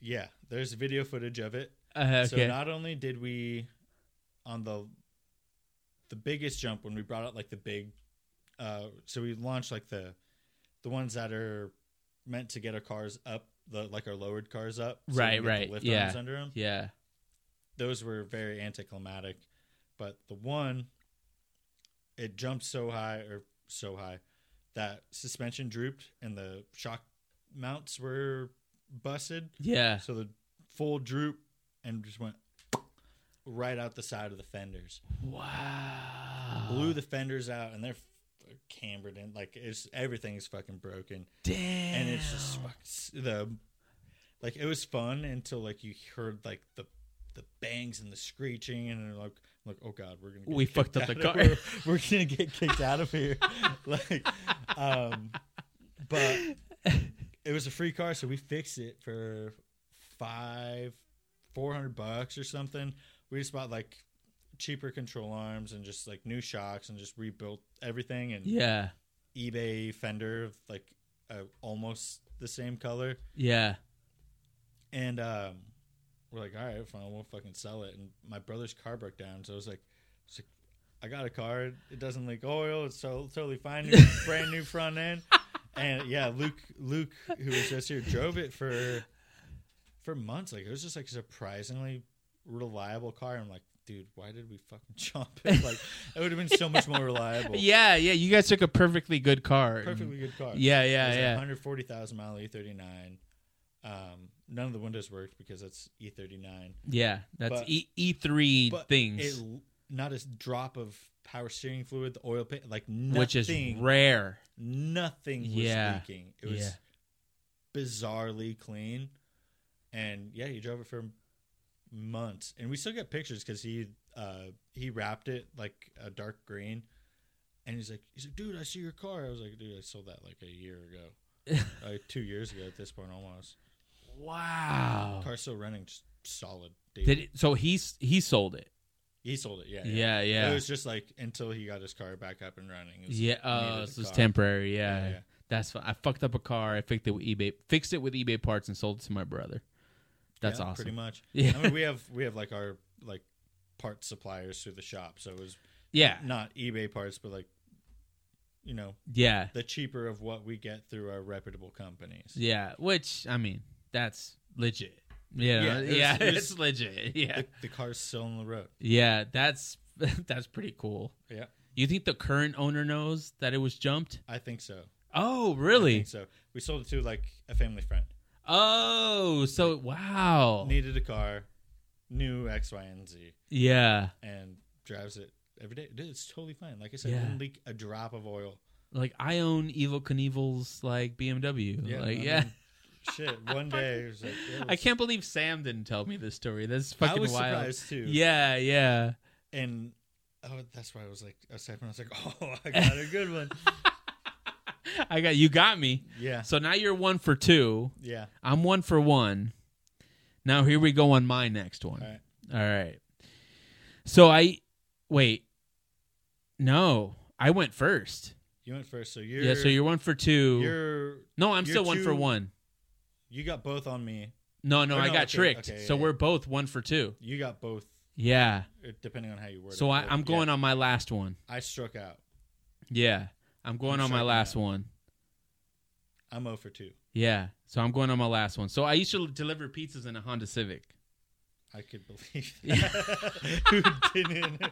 S2: yeah there's video footage of it
S1: Uh,
S2: so
S1: okay.
S2: not only did we on the the biggest jump when we brought out like the big uh so we launched like the the ones that are meant to get our cars up the like our lowered cars up so we
S1: Right,
S2: can get the
S1: right,
S2: lift
S1: yeah.
S2: arms under 'em.
S1: yeah.
S2: those were very anticlimactic but the one it jumped so high or so high that suspension drooped and the shock mounts were busted
S1: Yeah.
S2: so the full droop and just went right out the side of the fenders.
S1: Wow.
S2: Blew the fenders out and they're f- cambered in. Like it's everything's fucking broken.
S1: Damn.
S2: And it's just fuck- s- the like it was fun until like you heard like the the bangs and the screeching and you're like like oh god we're gonna get
S1: We
S2: kicked
S1: fucked up the
S2: out of-
S1: car.
S2: we're, we're gonna get kicked out of here like um but it was a free car, so we fixed it for five, four hundred bucks or something. We just bought like cheaper control arms and just like new shocks and just rebuilt everything and
S1: Yeah.
S2: eBay fender of like uh, almost the same color.
S1: Yeah.
S2: And um, we're like, all right, fine, we'll fucking sell it. And my brother's car broke down, so I was like, I, was like, I got a car. It doesn't leak oil. It's so, totally fine. New, brand new front end. And yeah, Luke, Luke, who was just here, drove it for for months. Like it was just like a surprisingly reliable car. I'm like, dude, why did we fucking chomp it? Like it would have been so much more reliable.
S1: Yeah. Yeah. You guys took a perfectly good car. and-
S2: perfectly good car.
S1: Yeah. Yeah.
S2: It was a
S1: Yeah.
S2: 140,000 mile E39. Um, none of the windows worked because that's E39.
S1: Yeah. That's
S2: But-
S1: e E three
S2: But
S1: things,
S2: it- not a drop of power steering fluid, the oil pit, like nothing.
S1: which is rare.
S2: Nothing was
S1: Yeah.
S2: leaking. It was
S1: Yeah.
S2: bizarrely clean. And yeah, he drove it for months, and we still get pictures because he uh, he wrapped it like a dark green. And he's like, he's like, dude, I see your car. I was like, dude, I sold that like a year ago, like two years ago at this point almost.
S1: Wow.
S2: Car's still running, just solid. Dude.
S1: Did it, so he's he sold it.
S2: He sold it, yeah.
S1: Yeah. Yeah.
S2: It was just like until he got his car back up and running. is
S1: Yeah,
S2: he
S1: uh,
S2: needed
S1: so
S2: the
S1: it's
S2: car.
S1: temporary. Yeah,
S2: Yeah, yeah.
S1: that's fine. I fucked up a car. I fixed it with eBay. Fixed it with eBay parts and sold it to my brother. That's
S2: Yeah,
S1: awesome.
S2: Pretty much.
S1: Yeah.
S2: I mean, we have we have like our like part suppliers through the shop, so it was
S1: Yeah,
S2: not eBay parts, but like you know
S1: yeah,
S2: the cheaper of what we get through our reputable companies.
S1: yeah. Which I mean, that's legit. You know?
S2: Yeah,
S1: Yeah,
S2: it was-
S1: yeah,
S2: it was-
S1: it's legit. Yeah,
S2: The, the car's still on the road.
S1: yeah. That's that's pretty cool.
S2: Yeah,
S1: You think the current owner knows that it was jumped?
S2: I think so.
S1: Oh,
S2: I
S1: really?
S2: think so we sold it to like a family friend.
S1: Oh, so wow.
S2: Needed a car, new X, Y, and Z,
S1: Yeah,
S2: and drives it every day. Dude, it's totally fine. Like I said,
S1: Yeah.
S2: didn't leak a drop of oil.
S1: like I own Evil Knievel's like BMW.
S2: Yeah,
S1: like
S2: I
S1: yeah.
S2: mean, shit. One day, it was like, it
S1: I
S2: was-
S1: can't believe Sam didn't tell me this story. That's
S2: I
S1: fucking
S2: was
S1: wild.
S2: surprised too.
S1: Yeah, yeah.
S2: and oh, that's why I was like, I was typing. I was like, oh, I got a good one.
S1: I got you got me.
S2: yeah,
S1: So now you're one for two.
S2: yeah.
S1: I'm one for one. Now here we go on my next one.
S2: All right.
S1: All right. So I wait. No, I went first.
S2: You went first, so you're
S1: yeah, so you're one for 2
S2: you're
S1: no, I'm
S2: you're
S1: still one for
S2: two-
S1: one.
S2: you got both on me.
S1: No, no,
S2: Or
S1: I
S2: no,
S1: got
S2: okay,
S1: tricked.
S2: okay,
S1: so
S2: yeah,
S1: we're
S2: yeah.
S1: both one for two.
S2: You got both,
S1: Yeah.
S2: uh, depending on how you word it.
S1: So I,
S2: but
S1: I'm
S2: yeah,
S1: going on my last one.
S2: I struck out.
S1: Yeah. I'm going
S2: I'm
S1: on my
S2: sorry,
S1: last
S2: yeah.
S1: one.
S2: I'm 0 for 2.
S1: Yeah. So I'm going on my last one. So I used to deliver pizzas in a Honda Civic.
S2: I could believe that. Who didn't?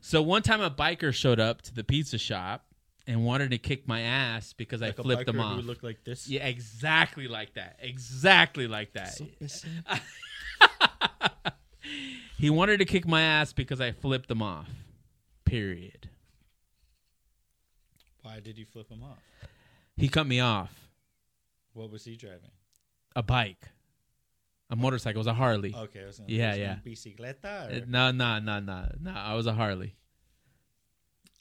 S1: So one time a biker showed up to the pizza shop and wanted to kick my ass because
S2: Like
S1: I
S2: a
S1: flipped them
S2: biker who
S1: off.
S2: looked like this.
S1: yeah, exactly like that. Exactly like that.
S2: So pissing.
S1: He wanted to kick my ass because I flipped him off. Period.
S2: Why did you flip him off?
S1: He cut me off.
S2: What was he driving?
S1: A bike. A motorcycle. It was a Harley.
S2: Okay, I was gonna
S1: Yeah,
S2: was it
S1: yeah.
S2: a Bicicleta.
S1: Uh,
S2: or-
S1: No, no, no, no, no. I was a Harley.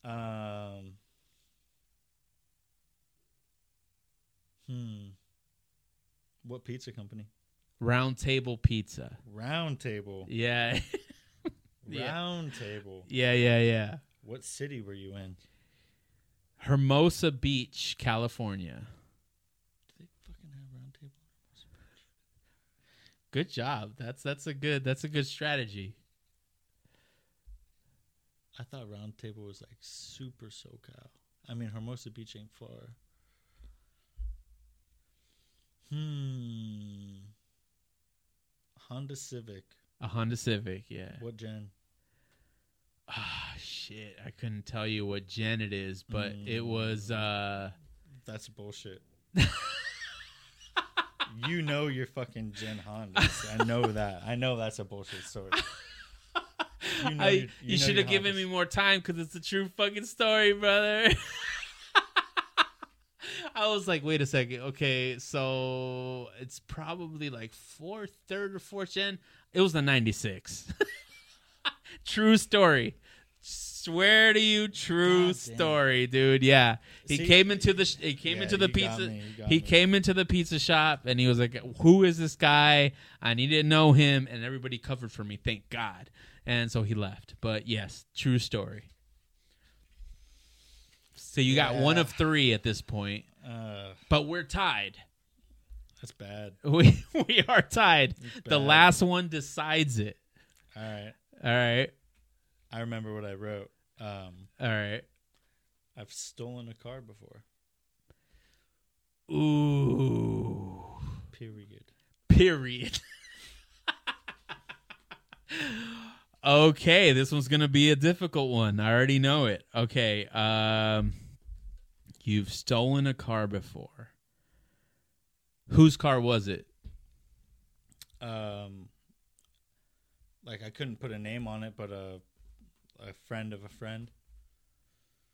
S2: Um. Hmm. What pizza company?
S1: Round table pizza.
S2: Round Table.
S1: Yeah. Yeah.
S2: Round Table.
S1: yeah, yeah, yeah.
S2: What city were you in?
S1: Hermosa Beach, California.
S2: Do they fucking have Round Table?
S1: Good job. That's that's a good that's a good strategy.
S2: I thought Round Table was like super SoCal. I mean, Hermosa Beach ain't far. Hmm. Honda Civic.
S1: A Honda Civic, yeah.
S2: What gen?
S1: Ah, shit. I couldn't tell you what gen it is, but
S2: Mm.
S1: it was uh
S2: That's bullshit. you know you're fucking Gen Hondas. I know that. I know that's a bullshit story. You, know
S1: I,
S2: your-
S1: you,
S2: know
S1: should
S2: your
S1: have given
S2: Hondas.
S1: me more time because it's a true fucking story, brother. I was like, wait a second. Okay, so it's probably like fourth, third, or fourth gen. It was the '96. true story. Swear to you, true
S2: God damn.
S1: story, dude. Yeah, he
S2: See-
S1: came into the sh- he came
S2: Yeah,
S1: into the
S2: you got
S1: pizza.
S2: me, you got
S1: he
S2: me.
S1: came into the pizza shop and he was like, "Who is this guy? I need to know him." And everybody covered for me, thank God. And so he left. But yes, true story. So you got one
S2: Yeah.
S1: of three at this point,
S2: Uh,
S1: but we're tied.
S2: that's bad.
S1: We we are tied. The
S2: bad.
S1: last one decides it.
S2: All right.
S1: All right.
S2: I remember what I wrote. Um,
S1: All right.
S2: I've stolen a car before.
S1: Ooh.
S2: Period.
S1: Period. okay, this one's gonna be a difficult one. I already know it. Okay, um, you've stolen a car before. Whose car was it?
S2: Um, like I couldn't put a name on it, but a a friend of a friend.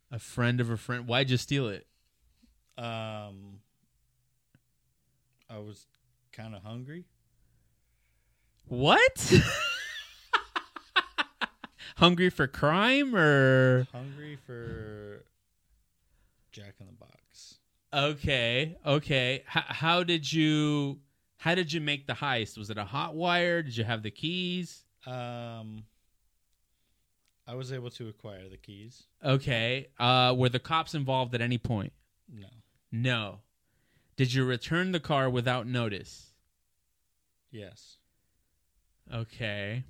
S1: A friend of a friend. Why'd you steal it?
S2: Um, I was kind of hungry.
S1: What? Hungry for crime or
S2: hungry for Jack in the Box.
S1: Okay, okay. H- how did you how did you make the heist? Was it a hot wire? Did you have the keys?
S2: Um, I was able to acquire the keys.
S1: Okay. Uh, were the cops involved at any point?
S2: No.
S1: No. Did you return the car without notice?
S2: Yes.
S1: Okay.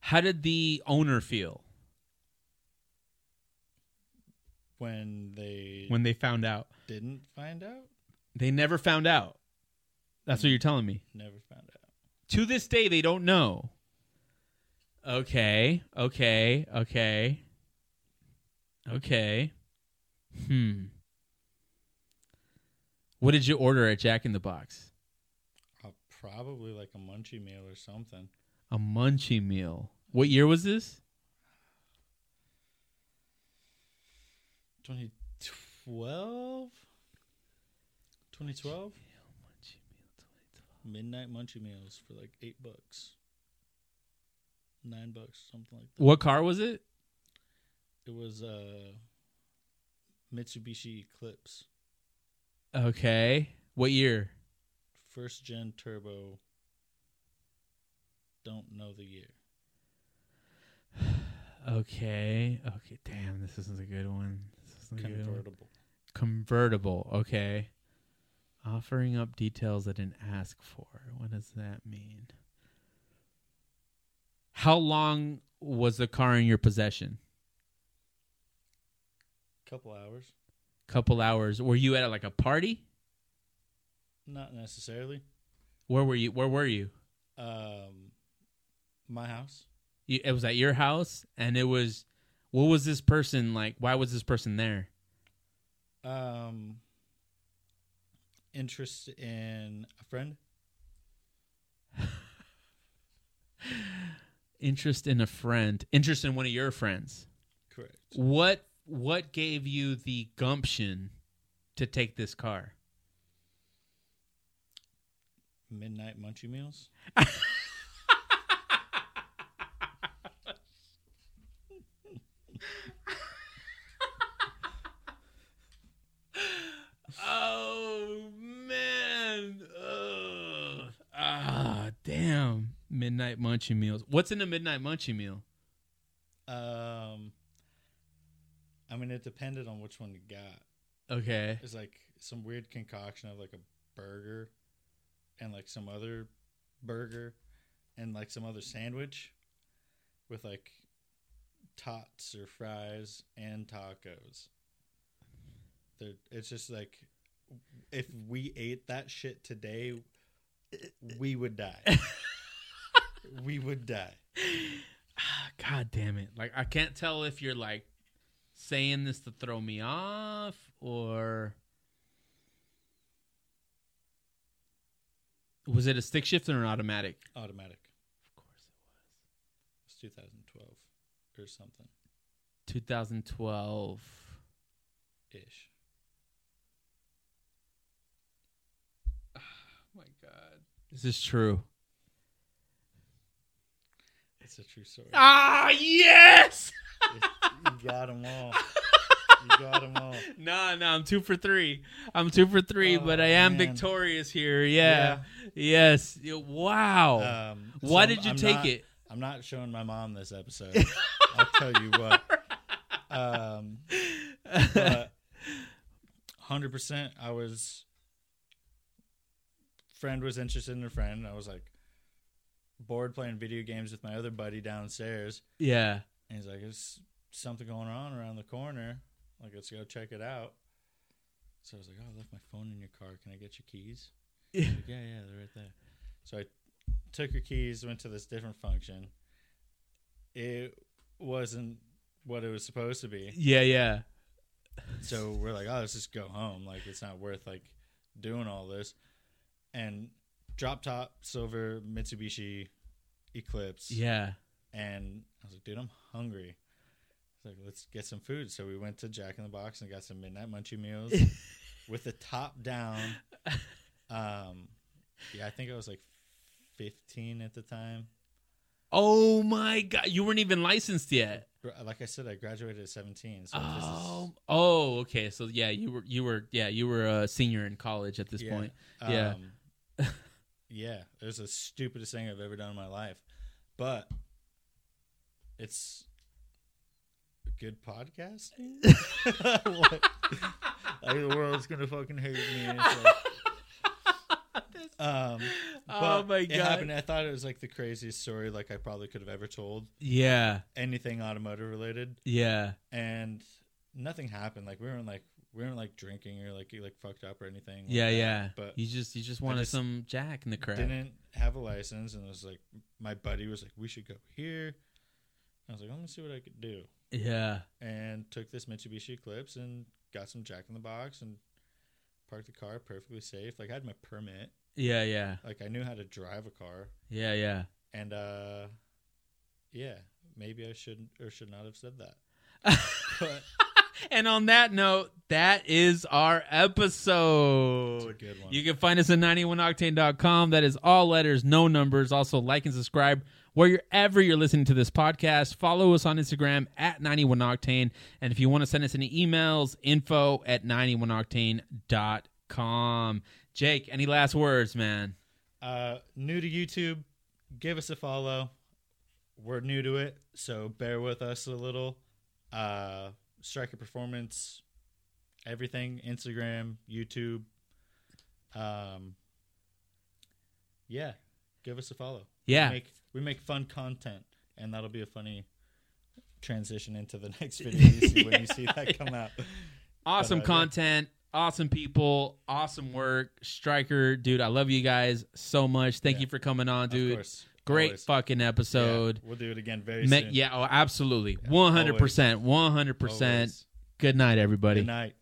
S1: How did the owner feel
S2: When they
S1: when they found out?
S2: didn't find out,
S1: They never found out. That's what you're telling me.
S2: never found out.
S1: To this day, they don't know. Okay. Okay. Okay. Okay. Hmm. What did you order at Jack in the Box?
S2: Uh, probably like a munchie meal or something.
S1: A munchie meal. What year was this?
S2: 2012? 2012? Midnight munchie meals for like eight bucks. Nine bucks, something like that.
S1: What car was it?
S2: It was uh Mitsubishi Eclipse,
S1: Okay. What year?
S2: first gen turbo. Don't know the year.
S1: Okay. Okay. Damn, this isn't a good one. This isn't a good one.
S2: Convertible.
S1: Convertible. Okay. Offering up details I didn't ask for. What does that mean? How long was the car in your possession?
S2: Couple hours.
S1: couple hours. Were you at like a party?
S2: Not necessarily.
S1: Where were you? Where were you?
S2: Um, my house.
S1: you it was at your house, and it was. What was this person like? Why was this person there?
S2: Um, interest in a friend.
S1: Interest in a friend. Interest in one of your friends.
S2: Correct.
S1: What What gave you the gumption to take this car?
S2: Midnight munchie meals.
S1: Oh man! Ugh. Ah, damn! Midnight munchie meals. What's in a midnight munchie meal?
S2: Um, I mean, it depended on which one you got.
S1: Okay.
S2: It's like some weird concoction of like a burger, and like some other burger, and like some other sandwich, with like tots or fries and tacos. They're, it's just like if we ate that shit today, we would die. we would die.
S1: Ah, God damn it! Like I can't tell if you're like saying this to throw me off or was it a stick shift or an automatic?
S2: Automatic.
S1: Of course
S2: It's 2012 or something
S1: it was. 2012.
S2: ish.
S1: my God. This is true.
S2: It's a true story.
S1: Ah, yes.
S2: you got them all. You got them all.
S1: No, no, I'm two for three. I'm two for three,
S2: Oh,
S1: but I am
S2: man.
S1: victorious here. Yeah. Uh, Yes. Yeah, Wow.
S2: Um,
S1: Why
S2: so
S1: did you
S2: I'm
S1: take
S2: not-
S1: it?
S2: I'm not showing my mom this episode. I'll tell you what. Um, but 100%, I was. Friend was interested in a friend. I was like bored playing video games with my other buddy downstairs.
S1: yeah.
S2: And he's like, "There's something going on around the corner. Like, let's go check it out." So I was like, "Oh, I left my phone in your car. Can I get your keys?" He's like, yeah, yeah, they're right there. So I took her keys, went to this different function. It wasn't what it was supposed to be.
S1: Yeah. Yeah.
S2: So we're like, "Oh, let's just go home. Like, it's not worth like doing all this." And drop top silver Mitsubishi Eclipse
S1: Yeah.
S2: and I was like, dude, I'm hungry. I was like, let's get some food. So we went to Jack in the Box and got some midnight munchie meals with the top down. Um, yeah, I think I was like 15 at the time.
S1: Oh my God! You weren't even licensed yet.
S2: Gra- Like I said, I graduated at 17. So this is-
S1: Oh. Oh. Okay. So yeah, you were. You were. Yeah, you were a senior in college at this
S2: Yeah.
S1: point. Yeah.
S2: Um, yeah. It was the stupidest thing I've ever done in my life. But it's a good podcast. What? like the world's gonna fucking hate me. and it's like-
S1: Oh
S2: um, but
S1: my
S2: It
S1: God.
S2: happened. I thought it was like the craziest story like I probably could have ever told
S1: Yeah.
S2: anything automotive related
S1: Yeah.
S2: and nothing happened. Like we weren't like we weren't like drinking or like you like fucked up or anything. like
S1: Yeah.
S2: that.
S1: Yeah.
S2: But
S1: you just. You just wanted
S2: just
S1: some Jack in the crap.
S2: didn't have a license and it was like my buddy was like, We should go here. I was like, I'm gonna see what I could do.
S1: Yeah.
S2: And took this Mitsubishi Eclipse and got some Jack in the Box and parked the car perfectly safe. Like I had my permit.
S1: Yeah. Yeah.
S2: Like I knew how to drive a car.
S1: Yeah. Yeah.
S2: And uh yeah, maybe I should or should not have said that. but
S1: And on that note, that is our
S2: it's a
S1: episode.
S2: good one.
S1: You can find us at 91octane.com. That is all letters, no numbers. Also, like and subscribe wherever you're listening to this podcast. Follow us on Instagram at 91octane. And if you want to send us any emails, info at 91octane.com. Jake, any last words, man?
S2: uh, new to YouTube, give us a follow. We're new to it, so bear with us a little. Uh, Striker Performance, everything Instagram, YouTube. Um, yeah, give us a follow.
S1: Yeah.
S2: We make, we make fun content, and that'll be a funny transition into the next video you see when you see that come out.
S1: Awesome
S2: But, uh, yeah.
S1: content, awesome people, awesome work. Striker, dude, I love you guys so much. Thank
S2: Yeah.
S1: you for coming on,
S2: Of
S1: dude.
S2: course.
S1: Great
S2: Always.
S1: fucking
S2: Yeah,
S1: episode.
S2: We'll do it again very
S1: Yeah,
S2: soon.
S1: yeah oh, absolutely. 100%. 100%.
S2: Always.
S1: Good night, everybody.
S2: Good night.